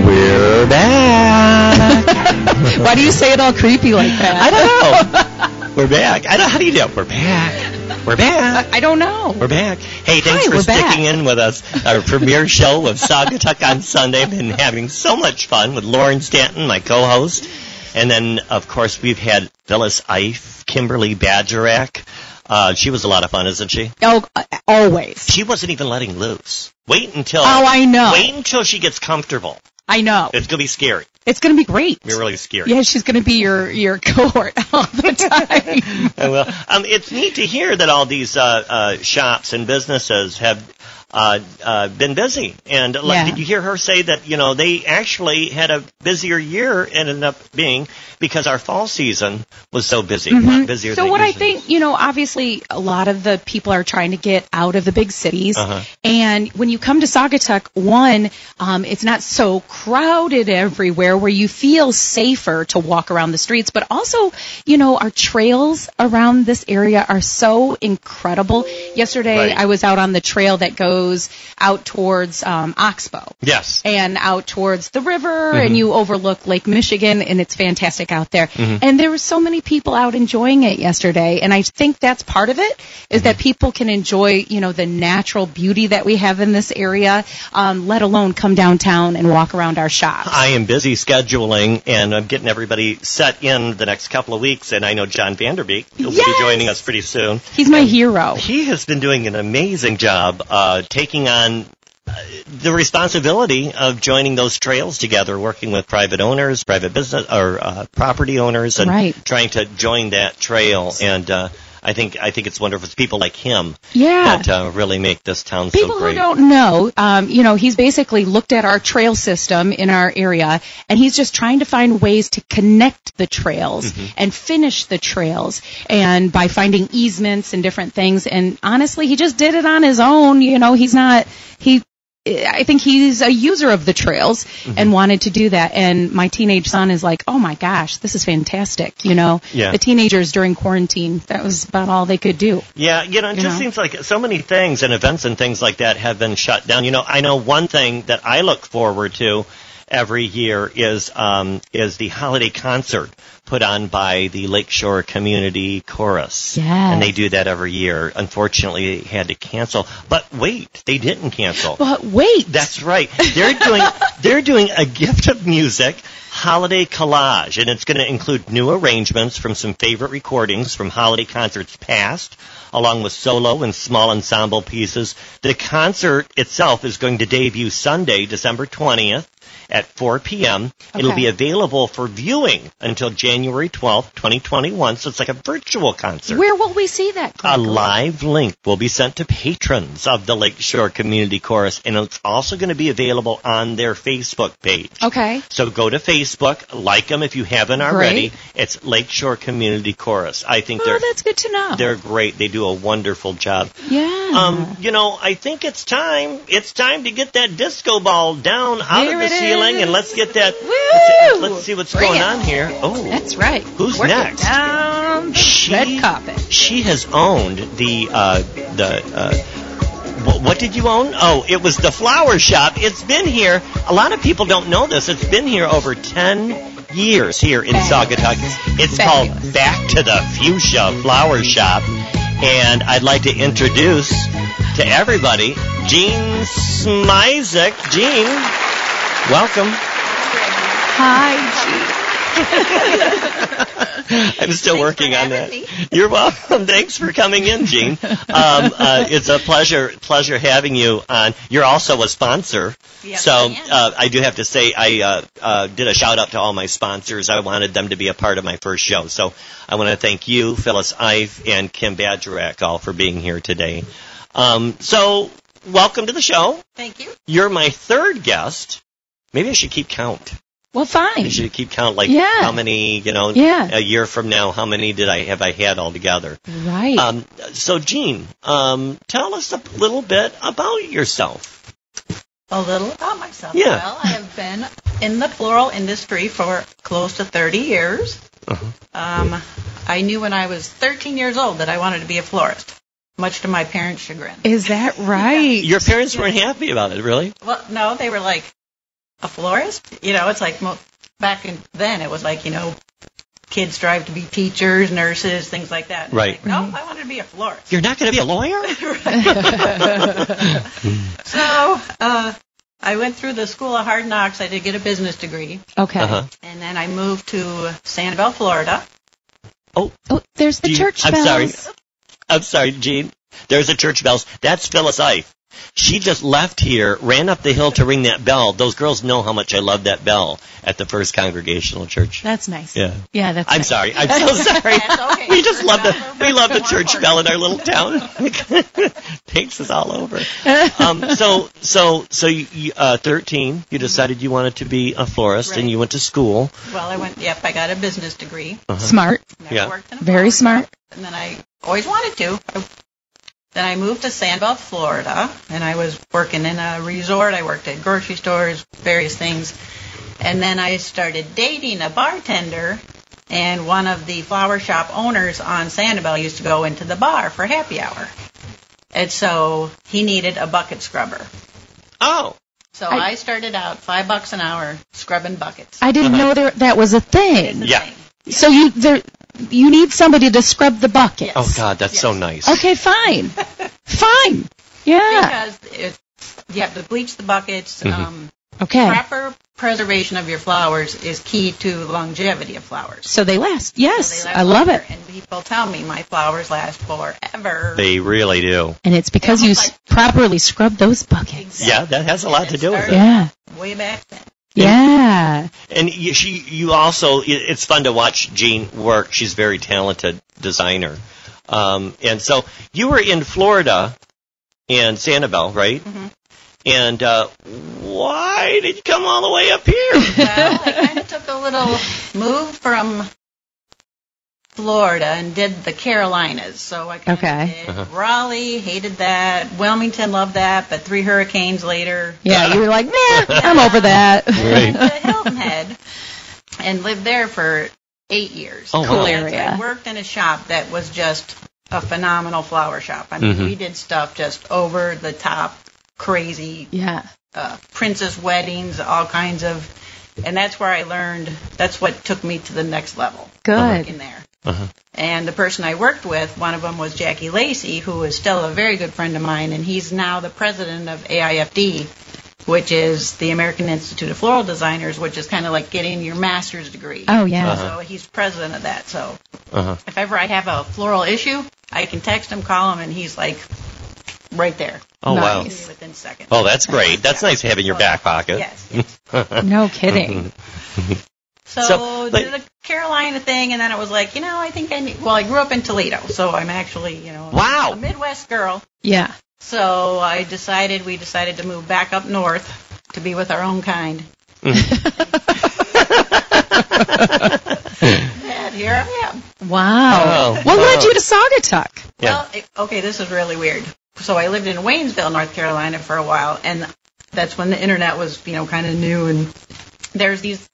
[SPEAKER 2] We're back.
[SPEAKER 3] Why do you say it all creepy like that?
[SPEAKER 2] I don't know. We're back. I don't, how do you do? We're back. We're back.
[SPEAKER 3] I don't know.
[SPEAKER 2] We're back. Hey, thanks
[SPEAKER 3] Hi,
[SPEAKER 2] for
[SPEAKER 3] we're back.
[SPEAKER 2] sticking in with us. Our premiere show of Saga Tuck on Sunday. Been having so much fun with Lauren Stanton, my co-host, and then of course we've had Phyllis Ife, Kimberly Badgerak, Uh, she was a lot of fun, isn't she?
[SPEAKER 3] Oh, uh, always.
[SPEAKER 2] She wasn't even letting loose. Wait until
[SPEAKER 3] Oh, I know.
[SPEAKER 2] wait until she gets comfortable.
[SPEAKER 3] I know.
[SPEAKER 2] It's gonna be scary.
[SPEAKER 3] It's going to be great.
[SPEAKER 2] It'll be really scary.
[SPEAKER 3] Yeah, she's going to be your your cohort all the time.
[SPEAKER 2] I will. Um, it's neat to hear that all these uh, uh, shops and businesses have uh, uh, been busy. And like,
[SPEAKER 3] Yeah.
[SPEAKER 2] did you hear her say that? You know, they actually had a busier year and ended up being because our fall season was so busy. a lot busier
[SPEAKER 3] Mm-hmm. so
[SPEAKER 2] than
[SPEAKER 3] what I
[SPEAKER 2] usually.
[SPEAKER 3] think, you know, obviously a lot of the people are trying to get out of the big cities,
[SPEAKER 2] Uh-huh.
[SPEAKER 3] and when you come to Saugatuck, one, um, it's not so crowded everywhere where you feel safer to walk around the streets, but also, you know, our trails around this area are so incredible. Yesterday,
[SPEAKER 2] Right.
[SPEAKER 3] I was out on the trail that goes out towards um, Oxbow.
[SPEAKER 2] Yes.
[SPEAKER 3] and out towards the river
[SPEAKER 2] Mm-hmm.
[SPEAKER 3] and you overlook Lake Michigan and it's fantastic out there.
[SPEAKER 2] Mm-hmm.
[SPEAKER 3] And there were so many people out enjoying it yesterday and I think that's part of it
[SPEAKER 2] Mm-hmm.
[SPEAKER 3] is that people can enjoy, you know, the natural beauty that we have in this area, um, let alone come downtown and walk around our shops.
[SPEAKER 2] I am busy scheduling and I'm getting everybody set in the next couple of weeks. And I know John Vanderbeek will be
[SPEAKER 3] Yes!
[SPEAKER 2] joining us pretty soon.
[SPEAKER 3] He's my hero.
[SPEAKER 2] He has been doing an amazing job uh, taking on uh, the responsibility of joining those trails together, working with private owners, private business or uh, property owners, and
[SPEAKER 3] Right.
[SPEAKER 2] trying to join that trail. And uh, I think I think it's wonderful. It's people like him
[SPEAKER 3] Yeah.
[SPEAKER 2] that uh, really make this town
[SPEAKER 3] People
[SPEAKER 2] so
[SPEAKER 3] who
[SPEAKER 2] great.
[SPEAKER 3] don't know, um, you know, he's basically looked at our trail system in our area, and he's just trying to find ways to connect the trails
[SPEAKER 2] Mm-hmm.
[SPEAKER 3] and finish the trails, and by finding easements and different things. And honestly, he just did it on his own. You know, he's not he. I think he's a user of the trails
[SPEAKER 2] Mm-hmm.
[SPEAKER 3] and wanted to do that. And my teenage son is like, "Oh my gosh, this is fantastic!" You know,
[SPEAKER 2] Yeah.
[SPEAKER 3] the teenagers during quarantine, that was about all they could do.
[SPEAKER 2] Yeah, you know, it
[SPEAKER 3] You
[SPEAKER 2] just
[SPEAKER 3] know?
[SPEAKER 2] seems like so many things and events and things like that have been shut down. You know, I know one thing that I look forward to every year is um, is the holiday concert put on by the Lakeshore Community Chorus.
[SPEAKER 3] Yes.
[SPEAKER 2] And they do that every year. Unfortunately, they had to cancel. But wait, they didn't cancel.
[SPEAKER 3] But wait,
[SPEAKER 2] That's right. They're doing they're doing a gift of music holiday collage, and it's going to include new arrangements from some favorite recordings from holiday concerts past, along with solo and small ensemble pieces. The concert itself is going to debut Sunday, December twentieth. At 4 p.m., it'll
[SPEAKER 3] Okay.
[SPEAKER 2] be available for viewing until January 12th, 2021. So it's like a virtual concert.
[SPEAKER 3] where will we see that?
[SPEAKER 2] A
[SPEAKER 3] Gregory?
[SPEAKER 2] live link will be sent to patrons of the Lakeshore Community Chorus, and it's also going to be available on their Facebook page.
[SPEAKER 3] Okay.
[SPEAKER 2] So go to Facebook, like them if you haven't already.
[SPEAKER 3] Oh. Great.
[SPEAKER 2] It's Lakeshore Community Chorus. I think
[SPEAKER 3] Oh,
[SPEAKER 2] they're
[SPEAKER 3] that's good to know.
[SPEAKER 2] they're great. They do a wonderful job.
[SPEAKER 3] yeah.
[SPEAKER 2] Um, you know, I think it's time. It's time to get that disco ball down out
[SPEAKER 3] There
[SPEAKER 2] of the
[SPEAKER 3] it
[SPEAKER 2] ceiling,
[SPEAKER 3] is.
[SPEAKER 2] and let's get that.
[SPEAKER 3] Woo!
[SPEAKER 2] Let's, let's see what's
[SPEAKER 3] Bring
[SPEAKER 2] going
[SPEAKER 3] it.
[SPEAKER 2] on here. Oh,
[SPEAKER 3] That's right.
[SPEAKER 2] Who's
[SPEAKER 3] Work it
[SPEAKER 2] next?
[SPEAKER 3] down the
[SPEAKER 2] She-
[SPEAKER 3] red carpet.
[SPEAKER 2] She has owned the uh, the. Uh, wh- what did you own? Oh, it was the flower shop. It's been here. A lot of people don't know this. It's been here over ten years here in
[SPEAKER 3] Fabulous.
[SPEAKER 2] Saugatuck. It's called
[SPEAKER 3] Fabulous.
[SPEAKER 2] Back to the Fuchsia Flower Shop, and I'd like to introduce to everybody Jean Smizek. Jean, welcome.
[SPEAKER 3] Hi.
[SPEAKER 2] I'm still working on that. You're welcome. Thanks for coming in, Gene. Um, uh, it's a pleasure pleasure having you on. You're also a sponsor.
[SPEAKER 5] Yes,
[SPEAKER 2] so
[SPEAKER 5] I am.
[SPEAKER 2] Uh, I do have to say I uh, uh, did a shout out to all my sponsors. I wanted them to be a part of my first show. So I want to thank you, Phyllis Ive, and Kim Badgerak all for being here today. Um, so welcome to the show.
[SPEAKER 5] Thank you.
[SPEAKER 2] You're my third guest. Maybe I should keep count.
[SPEAKER 3] Well, fine.
[SPEAKER 2] You should keep count, like
[SPEAKER 3] Yeah.
[SPEAKER 2] how many, you know,
[SPEAKER 3] Yeah.
[SPEAKER 2] a year from now, how many did I have I had altogether?
[SPEAKER 3] Right.
[SPEAKER 2] Um, so, Gene, um, tell us a little bit about yourself.
[SPEAKER 6] A little about myself.
[SPEAKER 2] Yeah.
[SPEAKER 6] Well, I have been in the floral industry for close to 30 years.
[SPEAKER 2] Uh-huh.
[SPEAKER 6] Um, I knew when I was 13 years old that I wanted to be a florist, much to my parents' chagrin.
[SPEAKER 3] Is that right?
[SPEAKER 2] Your parents weren't happy about it, really?
[SPEAKER 6] Well, no, they were like, a florist? You know, it's like mo- back in, then it was like, you know, kids strive to be teachers, nurses, things like that. And I was Like,
[SPEAKER 2] Right.
[SPEAKER 6] no, I wanted to be a florist.
[SPEAKER 2] You're not going to be a lawyer?
[SPEAKER 6] So uh, I went through the school of hard knocks. I did get a business degree.
[SPEAKER 3] okay.
[SPEAKER 2] Uh-huh.
[SPEAKER 6] And then I moved to Sanibel, Florida.
[SPEAKER 3] Oh, there's the
[SPEAKER 2] Do you-
[SPEAKER 3] church
[SPEAKER 2] I'm
[SPEAKER 3] bells. Oh,
[SPEAKER 2] sorry. I'm sorry, Gene. There's the church bells. That's Phyllis Ife. She just left here, ran up the hill to ring that bell. Those girls know how much I love that bell at the First Congregational Church.
[SPEAKER 3] That's nice.
[SPEAKER 2] Yeah.
[SPEAKER 3] Yeah, that's
[SPEAKER 2] I'm
[SPEAKER 3] nice.
[SPEAKER 2] sorry. I'm so sorry.
[SPEAKER 5] That's okay.
[SPEAKER 2] We just love the we love the
[SPEAKER 5] One
[SPEAKER 2] church
[SPEAKER 5] word.
[SPEAKER 2] bell in our little town. Takes us all over. Um, so so so you, you, uh, 13, you decided you wanted to be a florist, and
[SPEAKER 5] Right.
[SPEAKER 2] you went to school.
[SPEAKER 5] Well, I went, yep, I got a business degree.
[SPEAKER 3] Smart.
[SPEAKER 5] Never
[SPEAKER 2] Oh, Yeah.
[SPEAKER 5] worked in a
[SPEAKER 3] Very
[SPEAKER 5] farm
[SPEAKER 3] smart.
[SPEAKER 5] job, And then I always wanted to. I- Then I moved to Sandbelt, Florida, and I was working in a resort. I worked at grocery stores, various things. And then I started dating a bartender, and one of the flower shop owners on Sandbelt used to go into the bar for happy hour. And so he needed a bucket scrubber.
[SPEAKER 2] Oh,
[SPEAKER 5] So
[SPEAKER 3] I-
[SPEAKER 5] I, started out five bucks an hour scrubbing buckets.
[SPEAKER 3] I didn't know there, that was a thing.
[SPEAKER 2] Uh-huh. Yeah.
[SPEAKER 3] So you there, you need somebody to scrub the buckets.
[SPEAKER 2] oh God, that's so nice.
[SPEAKER 3] Okay, fine. fine. Yeah. Mm-hmm.
[SPEAKER 5] Because it, you have to bleach the buckets. Um,
[SPEAKER 3] Okay.
[SPEAKER 5] proper preservation of your flowers is key to longevity of flowers.
[SPEAKER 3] So they last.
[SPEAKER 5] They
[SPEAKER 3] Yes,
[SPEAKER 5] last
[SPEAKER 3] I love
[SPEAKER 5] longer,
[SPEAKER 3] it.
[SPEAKER 5] And people tell me my flowers last forever.
[SPEAKER 2] They really do.
[SPEAKER 3] And it's because you
[SPEAKER 5] almost
[SPEAKER 3] s properly scrub those buckets.
[SPEAKER 5] Exactly.
[SPEAKER 2] Yeah, that has a lot to do with it.
[SPEAKER 3] Yeah.
[SPEAKER 5] Way back then.
[SPEAKER 3] Yeah.
[SPEAKER 2] And you, she, you also, i- it's fun to watch Jean work. She's a very talented designer. Um, and so you were in Florida and Sanibel, right?
[SPEAKER 5] Mm-hmm.
[SPEAKER 2] And uh, why did you come all the way up here?
[SPEAKER 5] Well, I kind of took a little move from Florida and did the Carolinas. So I kind of
[SPEAKER 3] Okay. Uh-huh.
[SPEAKER 5] did Raleigh, hated that. Wilmington, loved that. But three hurricanes later,
[SPEAKER 3] Yeah. You were like, nah, I'm over that.
[SPEAKER 5] went to Hilton Head and lived there for eight years.
[SPEAKER 2] Oh, wow. Cool
[SPEAKER 5] And
[SPEAKER 3] area.
[SPEAKER 5] I worked in a shop that was just a phenomenal flower shop. I
[SPEAKER 2] Mm-hmm.
[SPEAKER 5] mean, we did stuff just over the top, crazy,
[SPEAKER 3] Yeah.
[SPEAKER 5] uh, princess weddings, all kinds of, and that's where I learned. That's what took me to the next level
[SPEAKER 2] Oh
[SPEAKER 3] Good.
[SPEAKER 5] in there.
[SPEAKER 2] Uh-huh.
[SPEAKER 5] And the person I worked with, one of them was Jackie Lacey, who is still a very good friend of mine, and he's now the president of AIFD, which is the American Institute of Floral Designers, which is kind of like getting your master's degree.
[SPEAKER 3] Oh yeah.
[SPEAKER 5] So he's president of that. So
[SPEAKER 2] Uh-huh.
[SPEAKER 5] if ever I have a floral issue, I can text him, call him, and he's like right there.
[SPEAKER 2] Oh, wow.
[SPEAKER 5] He's Within seconds.
[SPEAKER 2] Oh, that's great. That's nice to have in your back pocket.
[SPEAKER 5] Yes. yes.
[SPEAKER 2] Uh-huh.
[SPEAKER 3] No
[SPEAKER 2] Mm-hmm.
[SPEAKER 3] kidding.
[SPEAKER 5] So,
[SPEAKER 2] So, like-
[SPEAKER 5] did the Carolina thing, and then it was like, you know, I think I need. Well, I grew up in Toledo, so I'm actually, you know,
[SPEAKER 2] Wow.
[SPEAKER 5] a Midwest girl.
[SPEAKER 3] Yeah.
[SPEAKER 5] So I decided we decided to move back up north to be with our own kind.
[SPEAKER 2] Mm.
[SPEAKER 5] and here I am.
[SPEAKER 3] Wow.
[SPEAKER 2] Oh,
[SPEAKER 3] what led
[SPEAKER 2] wow.
[SPEAKER 3] you to Saugatuck?
[SPEAKER 2] Yeah.
[SPEAKER 5] Well, it, okay, this is really weird. So I lived in Waynesville, North Carolina for a while, and that's when the internet was, you know, kind of new. And there's these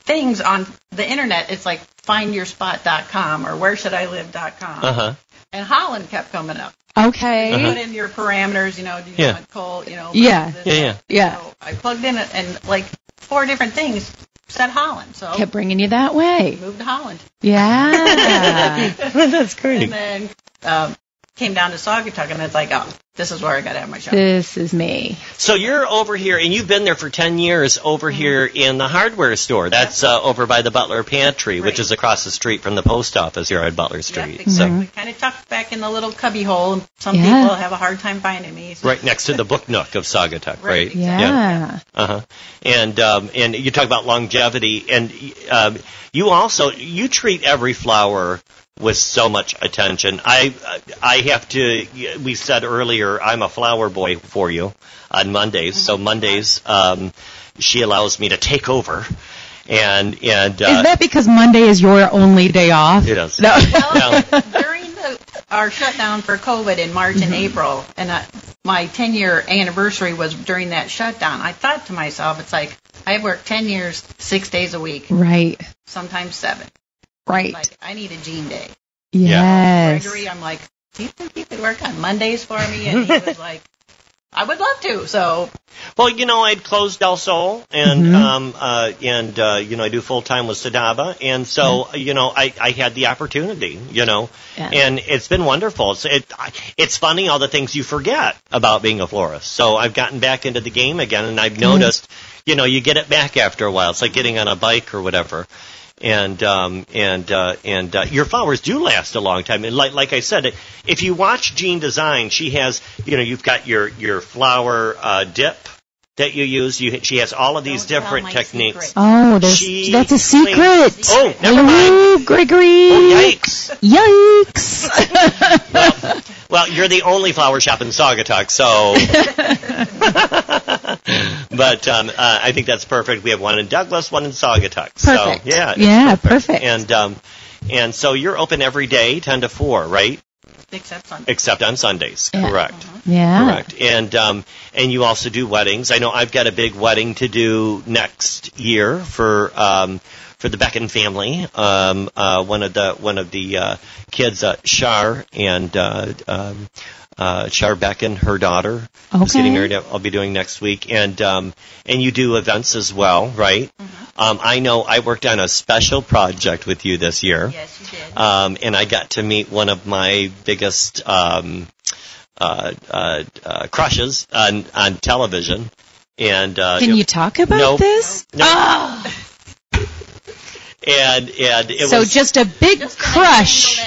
[SPEAKER 5] things on the internet. It's like findyourspot.com or where should I live.com.
[SPEAKER 2] Uh-huh.
[SPEAKER 5] And Holland kept coming up. You
[SPEAKER 3] Okay.
[SPEAKER 5] put in your parameters, you know, do you
[SPEAKER 2] Yeah.
[SPEAKER 5] want coal, you know.
[SPEAKER 3] Yeah.
[SPEAKER 5] this,
[SPEAKER 2] Yeah, yeah.
[SPEAKER 3] Yeah.
[SPEAKER 5] So I plugged in it, and like four different things said Holland. So
[SPEAKER 3] Kept bringing you that way.
[SPEAKER 5] moved to Holland.
[SPEAKER 3] Yeah.
[SPEAKER 2] That's great.
[SPEAKER 5] And then um, came down to Saugatuck, and it's like, oh, this is where I got to have my shop.
[SPEAKER 3] this is me.
[SPEAKER 2] So you're over here, and you've been there for 10 years over
[SPEAKER 5] Mm-hmm.
[SPEAKER 2] here in the hardware store. That's uh, over by the Butler Pantry, which
[SPEAKER 5] Right.
[SPEAKER 2] is across the street from the post office here on Butler
[SPEAKER 5] Yep,
[SPEAKER 2] Street.
[SPEAKER 5] exactly. Kind of tucked back in the little cubby hole. Some
[SPEAKER 3] Yeah.
[SPEAKER 5] people have a hard time finding me.
[SPEAKER 2] So,
[SPEAKER 5] so-
[SPEAKER 2] right next to the book nook of Saugatuck, right?
[SPEAKER 5] Right,
[SPEAKER 3] Yeah.
[SPEAKER 2] Uh-huh. And, um, and you talk about longevity, and um, you also, you treat every flower with so much attention. I, I have to, we said earlier, I'm a flower boy for you on Mondays. So
[SPEAKER 3] Mm-hmm.
[SPEAKER 2] Mondays, um, she allows me to take over. And, and, uh,
[SPEAKER 3] Is that because Monday is your only day off?
[SPEAKER 2] It is.
[SPEAKER 3] No.
[SPEAKER 5] Well,
[SPEAKER 2] Yeah.
[SPEAKER 5] during the, our shutdown for COVID in March and
[SPEAKER 3] Mm-hmm.
[SPEAKER 5] April, and uh, my 10 year anniversary was during that shutdown, I thought to myself, it's like, I worked 10 years, six days a week,
[SPEAKER 3] right.
[SPEAKER 5] sometimes seven.
[SPEAKER 3] Right.
[SPEAKER 5] Like, I need a gene day.
[SPEAKER 3] yes.
[SPEAKER 5] Gregory, I'm like, do you think you could work on Mondays for me? And he was like, I would love to. So
[SPEAKER 2] Well, you know, I'd closed Del Sol, and um, uh, and uh, you know, I do full time with Sadaba, and so you know, I, I had the opportunity, you know,
[SPEAKER 3] Yeah.
[SPEAKER 2] and it's been wonderful. It's it, I- it's funny all the things you forget about being a florist. So I've gotten back into the
[SPEAKER 3] Mm-hmm.
[SPEAKER 2] game again, and I've noticed, you know, you get it back after a while. It's like getting on a bike or whatever. and um, and uh, and uh, your flowers do last a long time. And like like I said, if you watch Jean Design, she has you know you've got your your flower uh, dip that you use. You, she has all of these
[SPEAKER 6] Don't tell
[SPEAKER 2] different
[SPEAKER 6] my
[SPEAKER 2] techniques.
[SPEAKER 6] secret.
[SPEAKER 3] Oh, there's,
[SPEAKER 2] She
[SPEAKER 3] that's a secret.
[SPEAKER 2] cleans- Oh, never mind.
[SPEAKER 3] Ooh, Gregory.
[SPEAKER 2] Oh, yikes!
[SPEAKER 3] Yikes.
[SPEAKER 2] Well, well, you're the only flower shop in Saugatuck, so. but um, uh, I think that's perfect. We have one in Douglas, one in Saugatuck. So,
[SPEAKER 3] Perfect.
[SPEAKER 2] yeah, it's
[SPEAKER 3] Yeah, perfect.
[SPEAKER 2] And um, and so you're open every day, ten to four, right?
[SPEAKER 6] Except Sunday.
[SPEAKER 2] Except on Sundays,
[SPEAKER 3] Yeah.
[SPEAKER 2] correct?
[SPEAKER 3] yeah.
[SPEAKER 2] Correct. And um, and you also do weddings. I know I've got a big wedding to do next year for um, for the Beckon family. Um, uh, one of the one of the uh, kids, uh, Char and uh, um, uh, Char Beckon, her daughter, who's
[SPEAKER 3] Okay.
[SPEAKER 2] getting married. I'll be doing next week. And um, and you do events as well, right? Um, I know I worked on a special project with you this year
[SPEAKER 6] Yes, you did.
[SPEAKER 2] um, and I got to meet one of my biggest um, uh, uh, uh, crushes on, on television. And uh,
[SPEAKER 3] Can you talk about
[SPEAKER 2] Nope.
[SPEAKER 3] this?
[SPEAKER 2] No. and and it
[SPEAKER 3] so
[SPEAKER 2] was
[SPEAKER 3] just a big crush.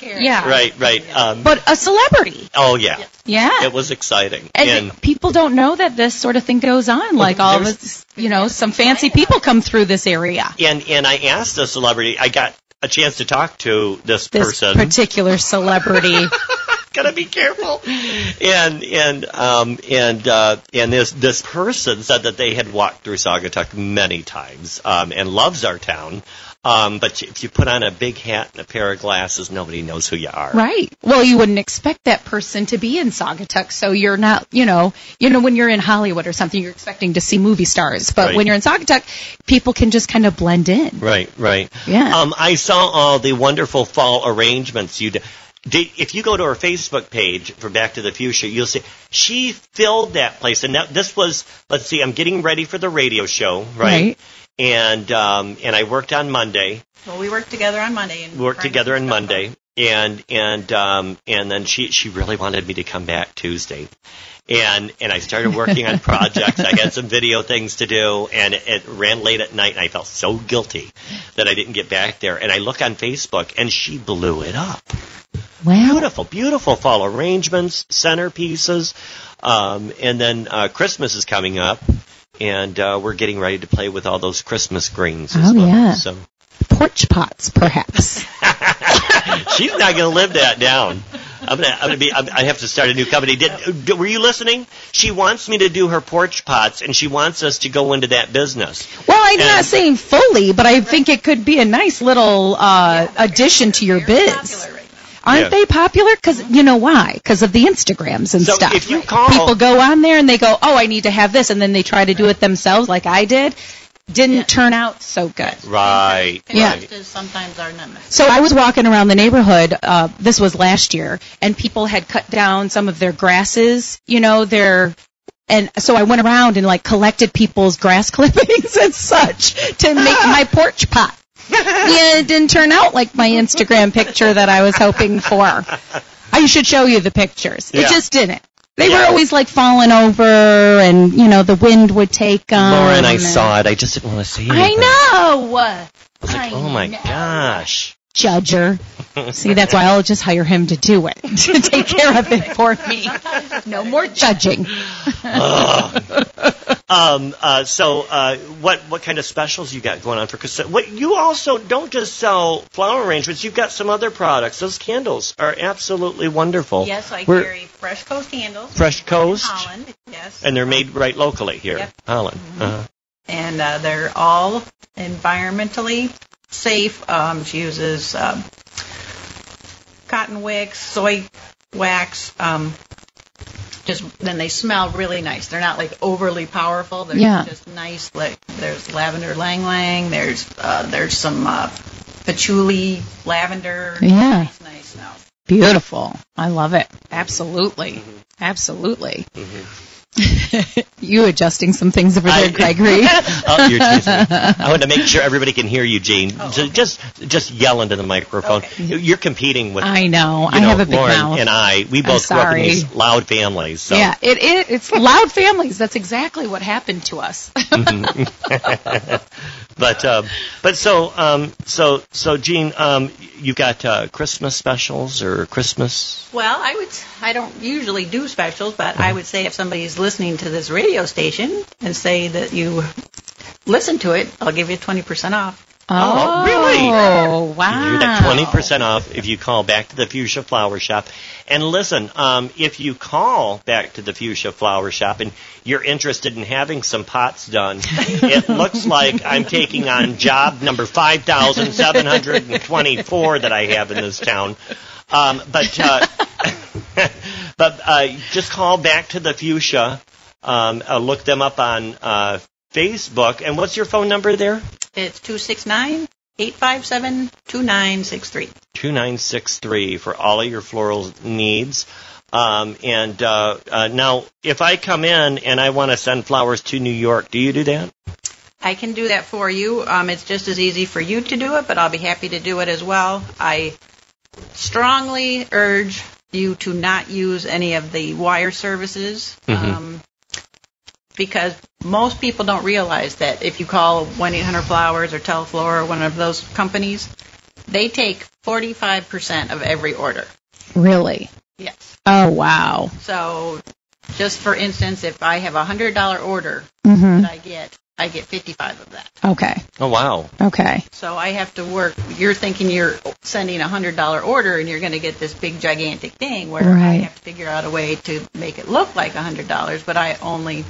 [SPEAKER 3] Yeah.
[SPEAKER 2] right, right. Um,
[SPEAKER 3] But a celebrity.
[SPEAKER 2] oh yeah,
[SPEAKER 3] Yeah.
[SPEAKER 2] it was exciting.
[SPEAKER 3] and,
[SPEAKER 2] And
[SPEAKER 3] people don't know that this sort of thing goes on. Like all of
[SPEAKER 2] there's-
[SPEAKER 3] us, you know, some fancy people come through this area.
[SPEAKER 2] and and I asked a celebrity. I got a chance to talk to this,
[SPEAKER 3] This
[SPEAKER 2] person.
[SPEAKER 3] particular celebrity.
[SPEAKER 2] gotta be careful. And and um and uh and this this person said that they had walked through Saugatuck many times um and loves our town. Um, but if you put on a big hat and a pair of glasses, nobody knows who you are.
[SPEAKER 3] Right. Well, you wouldn't expect that person to be in Saugatuck, so you're not, you know, you know when you're in Hollywood or something, you're expecting to see movie stars, but
[SPEAKER 2] Right.
[SPEAKER 3] when you're in Saugatuck, people can just kind of blend in.
[SPEAKER 2] Right, right.
[SPEAKER 3] Yeah.
[SPEAKER 2] Um, I saw all the wonderful fall arrangements you did. Did, if you go to her Facebook page for Back to the Future, you'll see she filled that place. And that, this was, let's see, I'm getting ready for the radio show, right?
[SPEAKER 3] Right.
[SPEAKER 2] And um, and I worked on Monday.
[SPEAKER 6] Well, we worked together on Monday. And
[SPEAKER 2] We worked
[SPEAKER 6] Friday
[SPEAKER 2] together on
[SPEAKER 6] and
[SPEAKER 2] Monday, and and um, and then she she really wanted me to come back Tuesday, and and I started working on projects. I had some video things to do, and it, it ran late at night, and I felt so guilty that I didn't get back there. And I look on Facebook, and she blew it up.
[SPEAKER 3] Wow.
[SPEAKER 2] Beautiful, beautiful fall arrangements, centerpieces, um, and then uh, Christmas is coming up. And uh, we're getting ready to play with all those Christmas greens. As
[SPEAKER 3] Oh,
[SPEAKER 2] well.
[SPEAKER 3] yeah.
[SPEAKER 2] So
[SPEAKER 3] Porch pots, perhaps.
[SPEAKER 2] She's not going to live that down. I'm gonna, I'm gonna be. I'm, I have to start a new company. Did, d were you listening? She wants me to do her porch pots, and she wants us to go into that business.
[SPEAKER 3] Well, I'm not
[SPEAKER 2] And-
[SPEAKER 3] saying fully, but I think it could be a nice little uh, addition to your
[SPEAKER 6] Very
[SPEAKER 3] biz.
[SPEAKER 6] popular right now.
[SPEAKER 3] Aren't
[SPEAKER 2] Yeah.
[SPEAKER 3] they popular? Because you know why? Because of the Instagrams and
[SPEAKER 2] So
[SPEAKER 3] stuff.
[SPEAKER 2] if you call-
[SPEAKER 3] people go on there and they go, "Oh, I need to have this," and then they try to do it themselves, like I did. Didn't turn out so good.
[SPEAKER 2] Right.
[SPEAKER 3] Yeah.
[SPEAKER 6] Pinterest is sometimes our nemesis.
[SPEAKER 3] So I was walking around the neighborhood. Uh, this was last year, and people had cut down some of their grasses. You know, their and so I went around and like collected people's grass clippings and such to make my porch pot. yeah, it didn't turn out like my Instagram picture that I was hoping for. I should show you the pictures.
[SPEAKER 2] Yeah.
[SPEAKER 3] It just didn't. They
[SPEAKER 2] Yeah.
[SPEAKER 3] were always like falling over, and you know the wind would take them.
[SPEAKER 2] Lauren, I saw it. I just didn't want to say
[SPEAKER 3] I
[SPEAKER 2] anything.
[SPEAKER 3] know. I
[SPEAKER 2] I was like, oh my
[SPEAKER 3] know
[SPEAKER 2] gosh.
[SPEAKER 3] judger. See, that's why I'll just hire him to do it, to take care of it for me. No more judging.
[SPEAKER 2] Um. Uh. So, uh, what what kind of specials you got going on for Christmas? What you also don't just sell flower arrangements. You've got some other products. Those candles are absolutely wonderful.
[SPEAKER 6] Yes, I
[SPEAKER 2] We're-
[SPEAKER 6] carry fresh coast handles.
[SPEAKER 2] Fresh Coast,
[SPEAKER 6] Holland, yes.
[SPEAKER 2] and they're made right locally here,
[SPEAKER 6] Yep. Mm-hmm.
[SPEAKER 2] Holland. Uh-huh.
[SPEAKER 6] and uh, they're all environmentally safe. Um, she uses um, cotton wicks, soy wax. Um, just then they smell really nice. They're not like overly powerful. They're
[SPEAKER 3] Yeah.
[SPEAKER 6] just nice. Like there's lavender lang lang. There's uh, there's some uh, patchouli lavender.
[SPEAKER 3] Yeah.
[SPEAKER 6] It's nice smell.
[SPEAKER 3] Beautiful. I love it. Absolutely.
[SPEAKER 2] Mm-hmm.
[SPEAKER 3] Absolutely. you adjusting some things over there,
[SPEAKER 2] I-
[SPEAKER 3] Gregory.
[SPEAKER 2] Oh, you're teasing me. I want to make sure everybody can hear you, Gene.
[SPEAKER 3] Oh,
[SPEAKER 2] So Just just yell into the microphone. You're competing with
[SPEAKER 3] I know.
[SPEAKER 2] you
[SPEAKER 3] I
[SPEAKER 2] know,
[SPEAKER 3] have a big
[SPEAKER 2] Lauren
[SPEAKER 3] mouth.
[SPEAKER 2] and I. We both grew up in
[SPEAKER 3] sorry.
[SPEAKER 2] these loud families. So.
[SPEAKER 3] Yeah, it, it it's loud families. That's exactly what happened to us.
[SPEAKER 2] But uh, but so um, so so Gene, um, you got uh, Christmas specials or Christmas?
[SPEAKER 5] Well, I would. I don't usually do specials, but I would say if somebody's listening to this radio station and say that you listen to it, I'll give you 20% off.
[SPEAKER 2] Oh, really?
[SPEAKER 3] Oh, wow.
[SPEAKER 2] You're that twenty percent off if you call back to the Fuchsia Flower Shop. And listen, um, if you call back to the Fuchsia Flower Shop and you're interested in having some pots done, it looks like I'm taking on job number five thousand seven hundred and twenty-four that I have in this town. Um, but uh, but uh, just call back to the Fuchsia. Um, uh, look them up on uh, Facebook. And what's your phone number there?
[SPEAKER 5] It's 269 857 2963.
[SPEAKER 2] 2963 for all of your floral needs. Um, and uh, uh, now, if I come in and I want to send flowers to New York, do you do that?
[SPEAKER 5] I can do that for you. Um, it's just as easy for you to do it, but I'll be happy to do it as well. I strongly urge you to not use any of the wire services um, because most people don't realize that if you call 1 800 Flowers or Teleflora or one of those companies, they take 45% of every order.
[SPEAKER 3] Really?
[SPEAKER 5] Yes.
[SPEAKER 3] Oh, wow.
[SPEAKER 5] So, just for instance, if I have a hundred dollar order
[SPEAKER 3] Mm-hmm.
[SPEAKER 5] that I get, I get fifty five of that.
[SPEAKER 3] Okay.
[SPEAKER 2] Oh, wow.
[SPEAKER 3] Okay.
[SPEAKER 5] So I have to work. You're thinking you're sending a hundred dollar order and you're going to get this big gigantic thing where I
[SPEAKER 3] Right.
[SPEAKER 5] have to figure out a way to make it look like a hundred dollars, but I only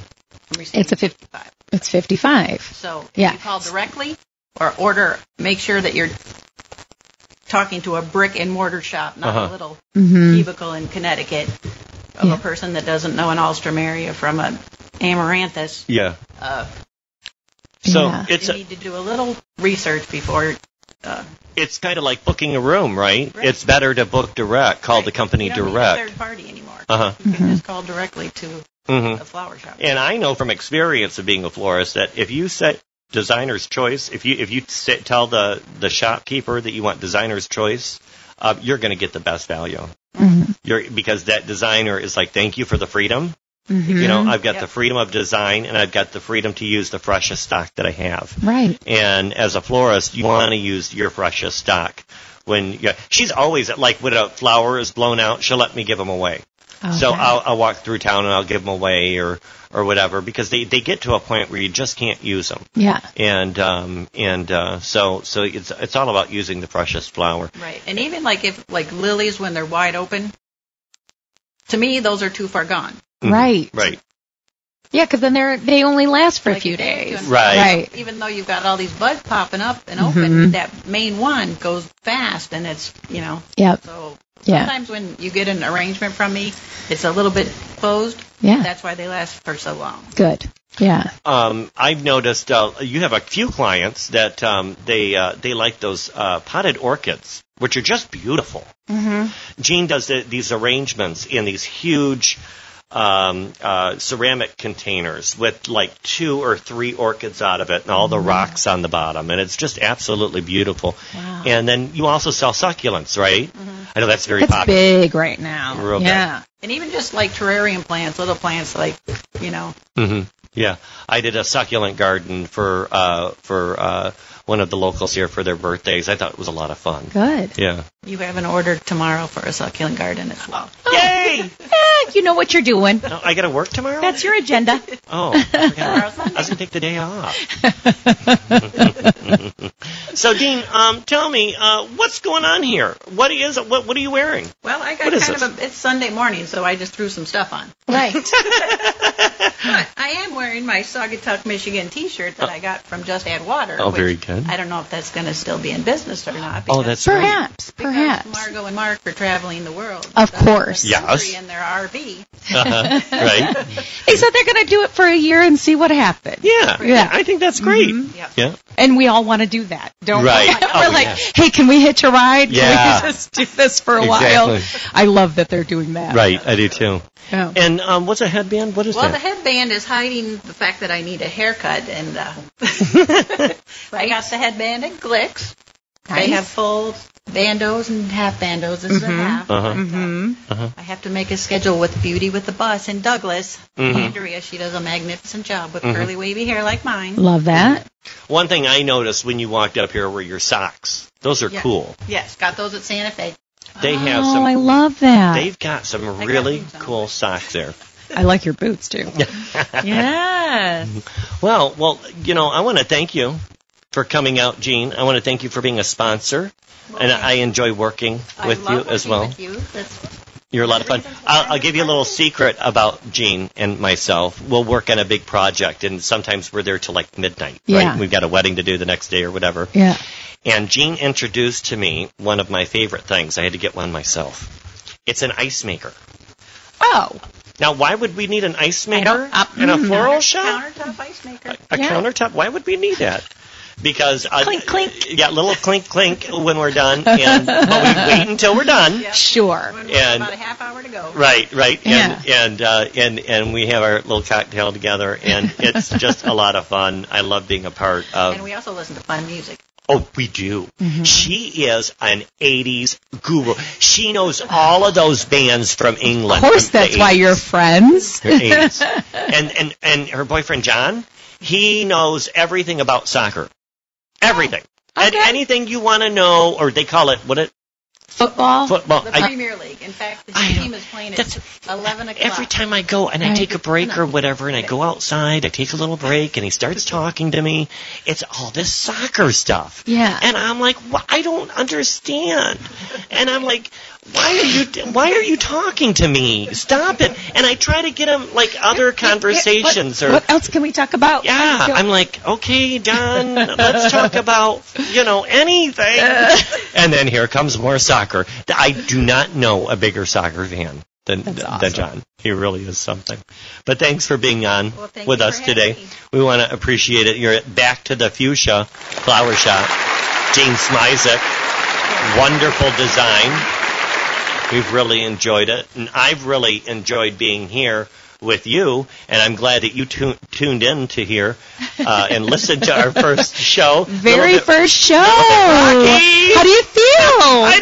[SPEAKER 5] receive
[SPEAKER 3] It's a fif-
[SPEAKER 5] fifty five.
[SPEAKER 3] It's 55.
[SPEAKER 5] So if
[SPEAKER 3] Yeah.
[SPEAKER 5] you call directly or order, make sure that you're talking to a brick and mortar shop, not
[SPEAKER 2] Uh-huh.
[SPEAKER 5] a little
[SPEAKER 3] Mhm.
[SPEAKER 5] cubicle in Connecticut of
[SPEAKER 3] Yeah.
[SPEAKER 5] a person that doesn't know an Alstrom area from a amaranthus.
[SPEAKER 2] Yeah.
[SPEAKER 5] Uh,
[SPEAKER 2] So
[SPEAKER 3] Yeah.
[SPEAKER 2] it's
[SPEAKER 5] you
[SPEAKER 2] a,
[SPEAKER 5] need to do a little research before. Uh,
[SPEAKER 2] it's kind of like booking a room, right?
[SPEAKER 5] Right.
[SPEAKER 2] It's better to book direct, call the
[SPEAKER 5] right.
[SPEAKER 2] company
[SPEAKER 5] you don't need a
[SPEAKER 2] direct.
[SPEAKER 5] third party anymore.
[SPEAKER 2] Uh-huh.
[SPEAKER 5] You can just call directly to
[SPEAKER 2] hmm
[SPEAKER 5] the flower shop.
[SPEAKER 2] And I know from experience of being a florist that if you set designer's choice, if you if you sit, tell the the shopkeeper that you want designer's choice, uh, you're going to get the best value.
[SPEAKER 3] Mhm.
[SPEAKER 2] You're, because that designer is like, thank you for the freedom.
[SPEAKER 3] Mhm.
[SPEAKER 2] You know, I've got
[SPEAKER 5] Yep.
[SPEAKER 2] the freedom of design and I've got the freedom to use the freshest stock that I have.
[SPEAKER 3] Right.
[SPEAKER 2] And as a florist, you want to use your freshest stock. When you, she's always like, when a flower is blown out, she'll let me give them away. So
[SPEAKER 3] Okay.
[SPEAKER 2] I'll, I'll walk through town and I'll give them away or or whatever because they they get to a point where you just can't use them.
[SPEAKER 3] Yeah.
[SPEAKER 2] And um and uh, so so it's it's all about using the freshest flower.
[SPEAKER 5] Right. And even like if like lilies when they're wide open, to me those are too far gone.
[SPEAKER 2] Mhm.
[SPEAKER 3] Right.
[SPEAKER 2] Right.
[SPEAKER 3] Yeah, because then they're they only last for
[SPEAKER 5] Like,
[SPEAKER 3] a few
[SPEAKER 5] thank you.
[SPEAKER 3] days.
[SPEAKER 2] Right.
[SPEAKER 3] Right.
[SPEAKER 5] even though you've got all these buds popping up and open,
[SPEAKER 3] Mhm.
[SPEAKER 5] that main one goes fast, and it's you know.
[SPEAKER 3] Yep.
[SPEAKER 5] So
[SPEAKER 3] Yeah.
[SPEAKER 5] sometimes when you get an arrangement from me, it's a little bit closed.
[SPEAKER 3] Yeah.
[SPEAKER 5] That's why they last for so long.
[SPEAKER 3] Good. Yeah.
[SPEAKER 2] Um, I've noticed uh, you have a few clients that um, they uh, they like those uh, potted orchids, which are just beautiful. Mm-hmm. Jean does the, these arrangements in these huge um, uh, ceramic containers with like two or three orchids out of it, and all the rocks on the bottom, and it's just absolutely beautiful.
[SPEAKER 3] Wow.
[SPEAKER 2] And then you also sell succulents, right? I know Mm-hmm. that's very
[SPEAKER 3] It's
[SPEAKER 2] popular.
[SPEAKER 3] big right now.
[SPEAKER 2] Real big.
[SPEAKER 3] yeah.
[SPEAKER 5] And even just like terrarium plants, little plants like you know.
[SPEAKER 2] hmm Yeah, I did a succulent garden for uh, for uh, one of the locals here for their birthdays. I thought it was a lot of fun.
[SPEAKER 3] Good.
[SPEAKER 2] Yeah.
[SPEAKER 5] You have an order tomorrow for a succulent garden as well.
[SPEAKER 2] Yay!
[SPEAKER 3] Eh, you know what you're doing.
[SPEAKER 2] No, I got to work tomorrow.
[SPEAKER 3] That's your agenda.
[SPEAKER 2] Oh, I forgot. I was gonna take the day off. so, Dean, um, tell me uh, what's going on here. What is what? What are you wearing?
[SPEAKER 5] Well, I got
[SPEAKER 2] What is
[SPEAKER 5] kind of a, it's Sunday morning, so I just threw some stuff on.
[SPEAKER 3] Right.
[SPEAKER 5] But I am wearing my Saugatuck, Michigan T-shirt that I got from Just Add Water.
[SPEAKER 2] Oh,
[SPEAKER 5] which
[SPEAKER 2] very good.
[SPEAKER 5] I don't know if that's going to still be in business or not.
[SPEAKER 2] Oh,
[SPEAKER 5] because-
[SPEAKER 2] that's right.
[SPEAKER 3] Perhaps.
[SPEAKER 5] because
[SPEAKER 3] Perhaps.
[SPEAKER 5] Margot and Mark are traveling the world.
[SPEAKER 3] Of
[SPEAKER 5] They're in the
[SPEAKER 3] course.
[SPEAKER 2] Yes.
[SPEAKER 5] country In their RV.
[SPEAKER 2] Uh-huh. right.
[SPEAKER 3] He said they're going to do it for a year and see what happens.
[SPEAKER 2] Yeah.
[SPEAKER 3] Yeah.
[SPEAKER 2] I think that's great.
[SPEAKER 5] Yep.
[SPEAKER 2] Yeah.
[SPEAKER 3] And we all want to do that, don't
[SPEAKER 2] Right.
[SPEAKER 3] we? We're
[SPEAKER 2] Oh,
[SPEAKER 3] like,
[SPEAKER 2] yeah.
[SPEAKER 3] hey, can we hitch a ride?
[SPEAKER 2] Yeah.
[SPEAKER 3] Can we just do this for a
[SPEAKER 2] Exactly.
[SPEAKER 3] while? I love that they're doing that. Oh.
[SPEAKER 2] Right. I do too.
[SPEAKER 3] Yeah.
[SPEAKER 2] And um, what's a headband? What is
[SPEAKER 5] Well, the
[SPEAKER 2] that?
[SPEAKER 5] headband is hiding the fact that I need a haircut, and uh, I got the headband at Glicks. They
[SPEAKER 3] Nice.
[SPEAKER 5] have full
[SPEAKER 6] bandos and half bandos. This is a half. But,
[SPEAKER 2] Uh-huh.
[SPEAKER 6] uh,
[SPEAKER 3] Mm-hmm.
[SPEAKER 6] I have to make a schedule with Beauty with the Bus in Douglas.
[SPEAKER 2] Mm-hmm.
[SPEAKER 6] Andrea, she does a magnificent job with curly wavy hair like mine.
[SPEAKER 3] Love that.
[SPEAKER 2] One thing I noticed when you walked up here were your socks. Those are
[SPEAKER 6] Yeah.
[SPEAKER 2] cool.
[SPEAKER 6] Yes, got those at Santa Fe.
[SPEAKER 2] They have
[SPEAKER 3] oh,
[SPEAKER 2] some.
[SPEAKER 3] I love that.
[SPEAKER 2] They've got some
[SPEAKER 6] got
[SPEAKER 2] really
[SPEAKER 6] some.
[SPEAKER 2] cool socks there.
[SPEAKER 3] I like your boots too.
[SPEAKER 7] Yes.
[SPEAKER 2] Well, well, you know, I want to thank you for coming out, Gene. I want to thank you for being a sponsor, and I enjoy working
[SPEAKER 6] I
[SPEAKER 2] with
[SPEAKER 6] love
[SPEAKER 2] you as
[SPEAKER 6] working
[SPEAKER 2] well.
[SPEAKER 6] with you. That's-
[SPEAKER 2] You're a lot of fun. I'll, I'll give you a little secret about Gene and myself. We'll work on a big project, and sometimes we're there till like midnight.
[SPEAKER 3] Yeah.
[SPEAKER 2] Right? We've got a wedding to do the next day or whatever.
[SPEAKER 3] Yeah.
[SPEAKER 2] And Gene introduced to me one of my favorite things. I had to get one myself. It's an ice maker.
[SPEAKER 3] Oh,
[SPEAKER 2] Now, why would we need an ice
[SPEAKER 6] I
[SPEAKER 2] maker
[SPEAKER 6] don't- uh,
[SPEAKER 2] in a floral shop?
[SPEAKER 6] Countertop ice maker.
[SPEAKER 2] a
[SPEAKER 3] Yeah.
[SPEAKER 2] countertop. Why would we need that? Because uh,
[SPEAKER 3] Clink, clink.
[SPEAKER 2] Yeah, little clink clink when we're done, and but we wait until we're done.
[SPEAKER 3] sure.
[SPEAKER 6] When we have
[SPEAKER 2] And-
[SPEAKER 6] about a half hour to go.
[SPEAKER 2] Right, right, and
[SPEAKER 3] Yeah.
[SPEAKER 2] and uh, and and we have our little cocktail together, and it's just a lot of fun. I love being a part of.
[SPEAKER 6] And we also listen to fun music.
[SPEAKER 2] oh, we do.
[SPEAKER 3] Mm-hmm.
[SPEAKER 2] She is an '80s guru. She knows all of those bands from England.
[SPEAKER 3] Of course,
[SPEAKER 2] from the
[SPEAKER 3] that's why
[SPEAKER 2] 80s.
[SPEAKER 3] you're friends.
[SPEAKER 2] her aides. and, and and her boyfriend John, he knows everything about soccer. Everything. And anything you want to know, or they call it what it
[SPEAKER 3] Oh,
[SPEAKER 6] Football.
[SPEAKER 2] football.
[SPEAKER 6] The
[SPEAKER 2] I,
[SPEAKER 6] Premier League. In fact, the
[SPEAKER 2] I
[SPEAKER 6] team
[SPEAKER 2] know.
[SPEAKER 6] is playing
[SPEAKER 2] That's-
[SPEAKER 6] at 11 o'clock.
[SPEAKER 2] every time I go and I take a break or whatever, and I go outside, I take a little break, and he starts talking to me. It's all this soccer stuff.
[SPEAKER 3] Yeah.
[SPEAKER 2] And I'm like, "Wha- I don't understand. And I'm like, why are you why are you talking to me? Stop it. And I try to get him like other conversations or
[SPEAKER 3] What else can we talk about?
[SPEAKER 2] Yeah, I'm like, okay, Don, let's talk about, you know, anything. and then here comes more soccer. I do not know a bigger soccer fan than, than John. He really is something. But thanks for being on
[SPEAKER 6] Well, thank
[SPEAKER 2] with
[SPEAKER 6] you
[SPEAKER 2] us
[SPEAKER 6] for
[SPEAKER 2] today.
[SPEAKER 6] having me.
[SPEAKER 2] We want to appreciate it. You're at Back to the Fuchsia Flower Shop. Gene Smizek, wonderful design. We've really enjoyed it, and I've really enjoyed being here with you. And I'm glad that you tu- tuned in to here uh, and listened to our first show.
[SPEAKER 3] Very
[SPEAKER 2] Little bit-
[SPEAKER 3] first show.
[SPEAKER 2] rocky.
[SPEAKER 3] How do you feel?
[SPEAKER 2] I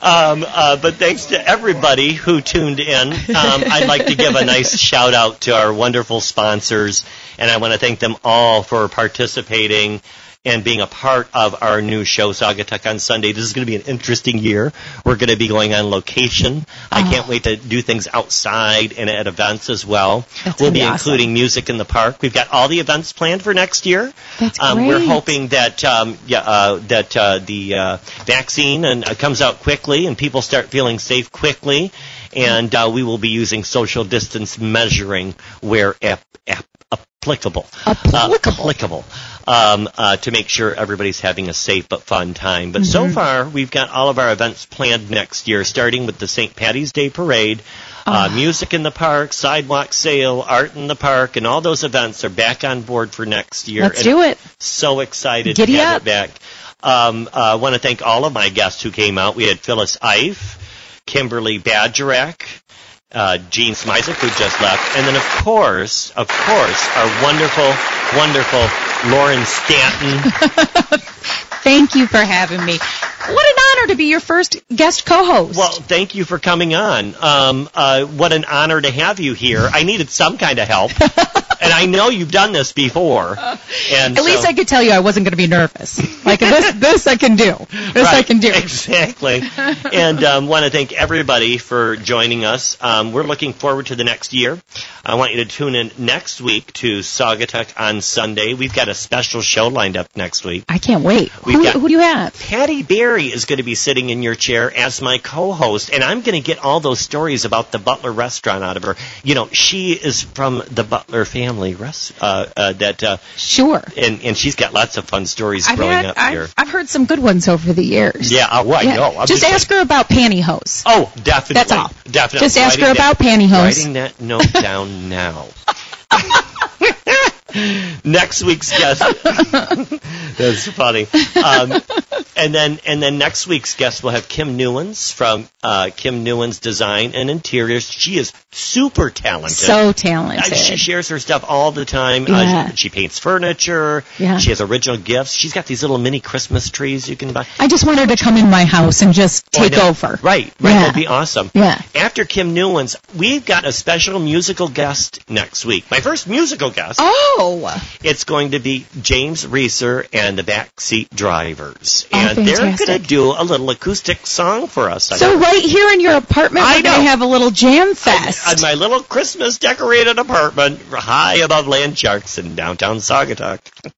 [SPEAKER 2] don't know. I'm still nervous. Um, uh, but thanks to everybody who tuned in. Um, I'd like to give a nice shout out to our wonderful sponsors, and I want to thank them all for participating and being a part of our new show, Saugatuck on Sunday. This is going to be an interesting year. We're going to be going on location. I
[SPEAKER 3] Oh.
[SPEAKER 2] can't wait to do things outside and at events as well.
[SPEAKER 3] That's
[SPEAKER 2] we'll
[SPEAKER 3] gonna
[SPEAKER 2] be
[SPEAKER 3] be awesome.
[SPEAKER 2] including music in the park. We've got all the events planned for next year.
[SPEAKER 3] That's
[SPEAKER 2] Um, we're
[SPEAKER 3] great.
[SPEAKER 2] hoping that um, yeah, uh, that uh, the uh, vaccine and uh, comes out quickly and people start feeling safe quickly, and uh, we will be using social distance measuring where ap- ap- applicable. Applicable. applicable. Um, uh, to make sure everybody's having a safe but fun time. But so
[SPEAKER 3] Mm-hmm.
[SPEAKER 2] far, we've got all of our events planned next year, starting with the St. Patty's Day Parade. Uh,
[SPEAKER 3] Ah.
[SPEAKER 2] music in the park, sidewalk sale, art in the park, and all those events are back on board for next year.
[SPEAKER 3] Let's
[SPEAKER 2] And
[SPEAKER 3] do it.
[SPEAKER 2] so excited
[SPEAKER 3] Giddy
[SPEAKER 2] to have
[SPEAKER 3] up.
[SPEAKER 2] it back. Um, I want to thank all of my guests who came out. We had Phyllis Ife, Kimberly Badgerak, uh, Gene Smizek, who just left, and then of course, of course, our wonderful, wonderful Lauren Stanton.
[SPEAKER 3] Thank you for having me. What an honor to be your first guest co-host.
[SPEAKER 2] well, thank you for coming on. Um, uh, what an honor to have you here. I needed some kind of help, and I know you've done this before. And
[SPEAKER 3] At least
[SPEAKER 2] so-
[SPEAKER 3] I could tell you I wasn't going to be nervous. Like this, this I can do. This I
[SPEAKER 2] Right,
[SPEAKER 3] can do.
[SPEAKER 2] Exactly. and um, want to thank everybody for joining us. Um, we're looking forward to the next year. I want you to tune in next week to Saugatuck on Sunday. We've got a special show lined up next week.
[SPEAKER 3] I can't wait.
[SPEAKER 2] We've
[SPEAKER 3] Who,
[SPEAKER 2] got-
[SPEAKER 3] who do you have?
[SPEAKER 2] Patty Barry is going to be sitting in your chair as my co-host, and I'm going to get all those stories about the Butler restaurant out of her. You know, she is from the Butler family rest, uh, uh, that, uh,
[SPEAKER 3] Sure.
[SPEAKER 2] and and she's got lots of fun stories
[SPEAKER 3] I've,
[SPEAKER 2] growing
[SPEAKER 3] had-
[SPEAKER 2] up here.
[SPEAKER 3] I've, I've heard some good ones over the years.
[SPEAKER 2] yeah, I, well, I
[SPEAKER 3] Yeah.
[SPEAKER 2] know. I'm
[SPEAKER 3] just
[SPEAKER 2] like-
[SPEAKER 3] ask her about pantyhose.
[SPEAKER 2] Oh, definitely.
[SPEAKER 3] That's all.
[SPEAKER 2] Definitely.
[SPEAKER 3] Just ask
[SPEAKER 2] Writing
[SPEAKER 3] her about
[SPEAKER 2] that-
[SPEAKER 3] pantyhose.
[SPEAKER 2] Writing that note down now. next week's guest. That's funny. Um, and then and then next week's guest will have Kim Newens from uh, Kim Newens Design and Interiors. She is super talented.
[SPEAKER 3] So
[SPEAKER 2] Uh,
[SPEAKER 3] talented.
[SPEAKER 2] She shares her stuff all the time.
[SPEAKER 3] Yeah.
[SPEAKER 2] Uh, she paints furniture.
[SPEAKER 3] Yeah.
[SPEAKER 2] She has original gifts. She's got these little mini Christmas trees you can buy.
[SPEAKER 3] I just want her to come in my house and just
[SPEAKER 2] Oh, I
[SPEAKER 3] take
[SPEAKER 2] know.
[SPEAKER 3] over.
[SPEAKER 2] Right, right.
[SPEAKER 3] Yeah.
[SPEAKER 2] That'd be awesome.
[SPEAKER 3] Yeah.
[SPEAKER 2] After Kim Newlands, we've got a special musical guest next week. My first musical guest.
[SPEAKER 3] Oh.
[SPEAKER 2] It's going to be James Reeser and the Backseat Drivers.
[SPEAKER 3] Oh,
[SPEAKER 2] and they're
[SPEAKER 3] fantastic.
[SPEAKER 2] going to do a little acoustic song for us. I
[SPEAKER 3] So
[SPEAKER 2] think.
[SPEAKER 3] right here in your apartment,
[SPEAKER 2] I
[SPEAKER 3] we're going
[SPEAKER 2] know.
[SPEAKER 3] to have a little jam fest.
[SPEAKER 2] on my little Christmas decorated apartment high above land sharks in downtown Saugatuck.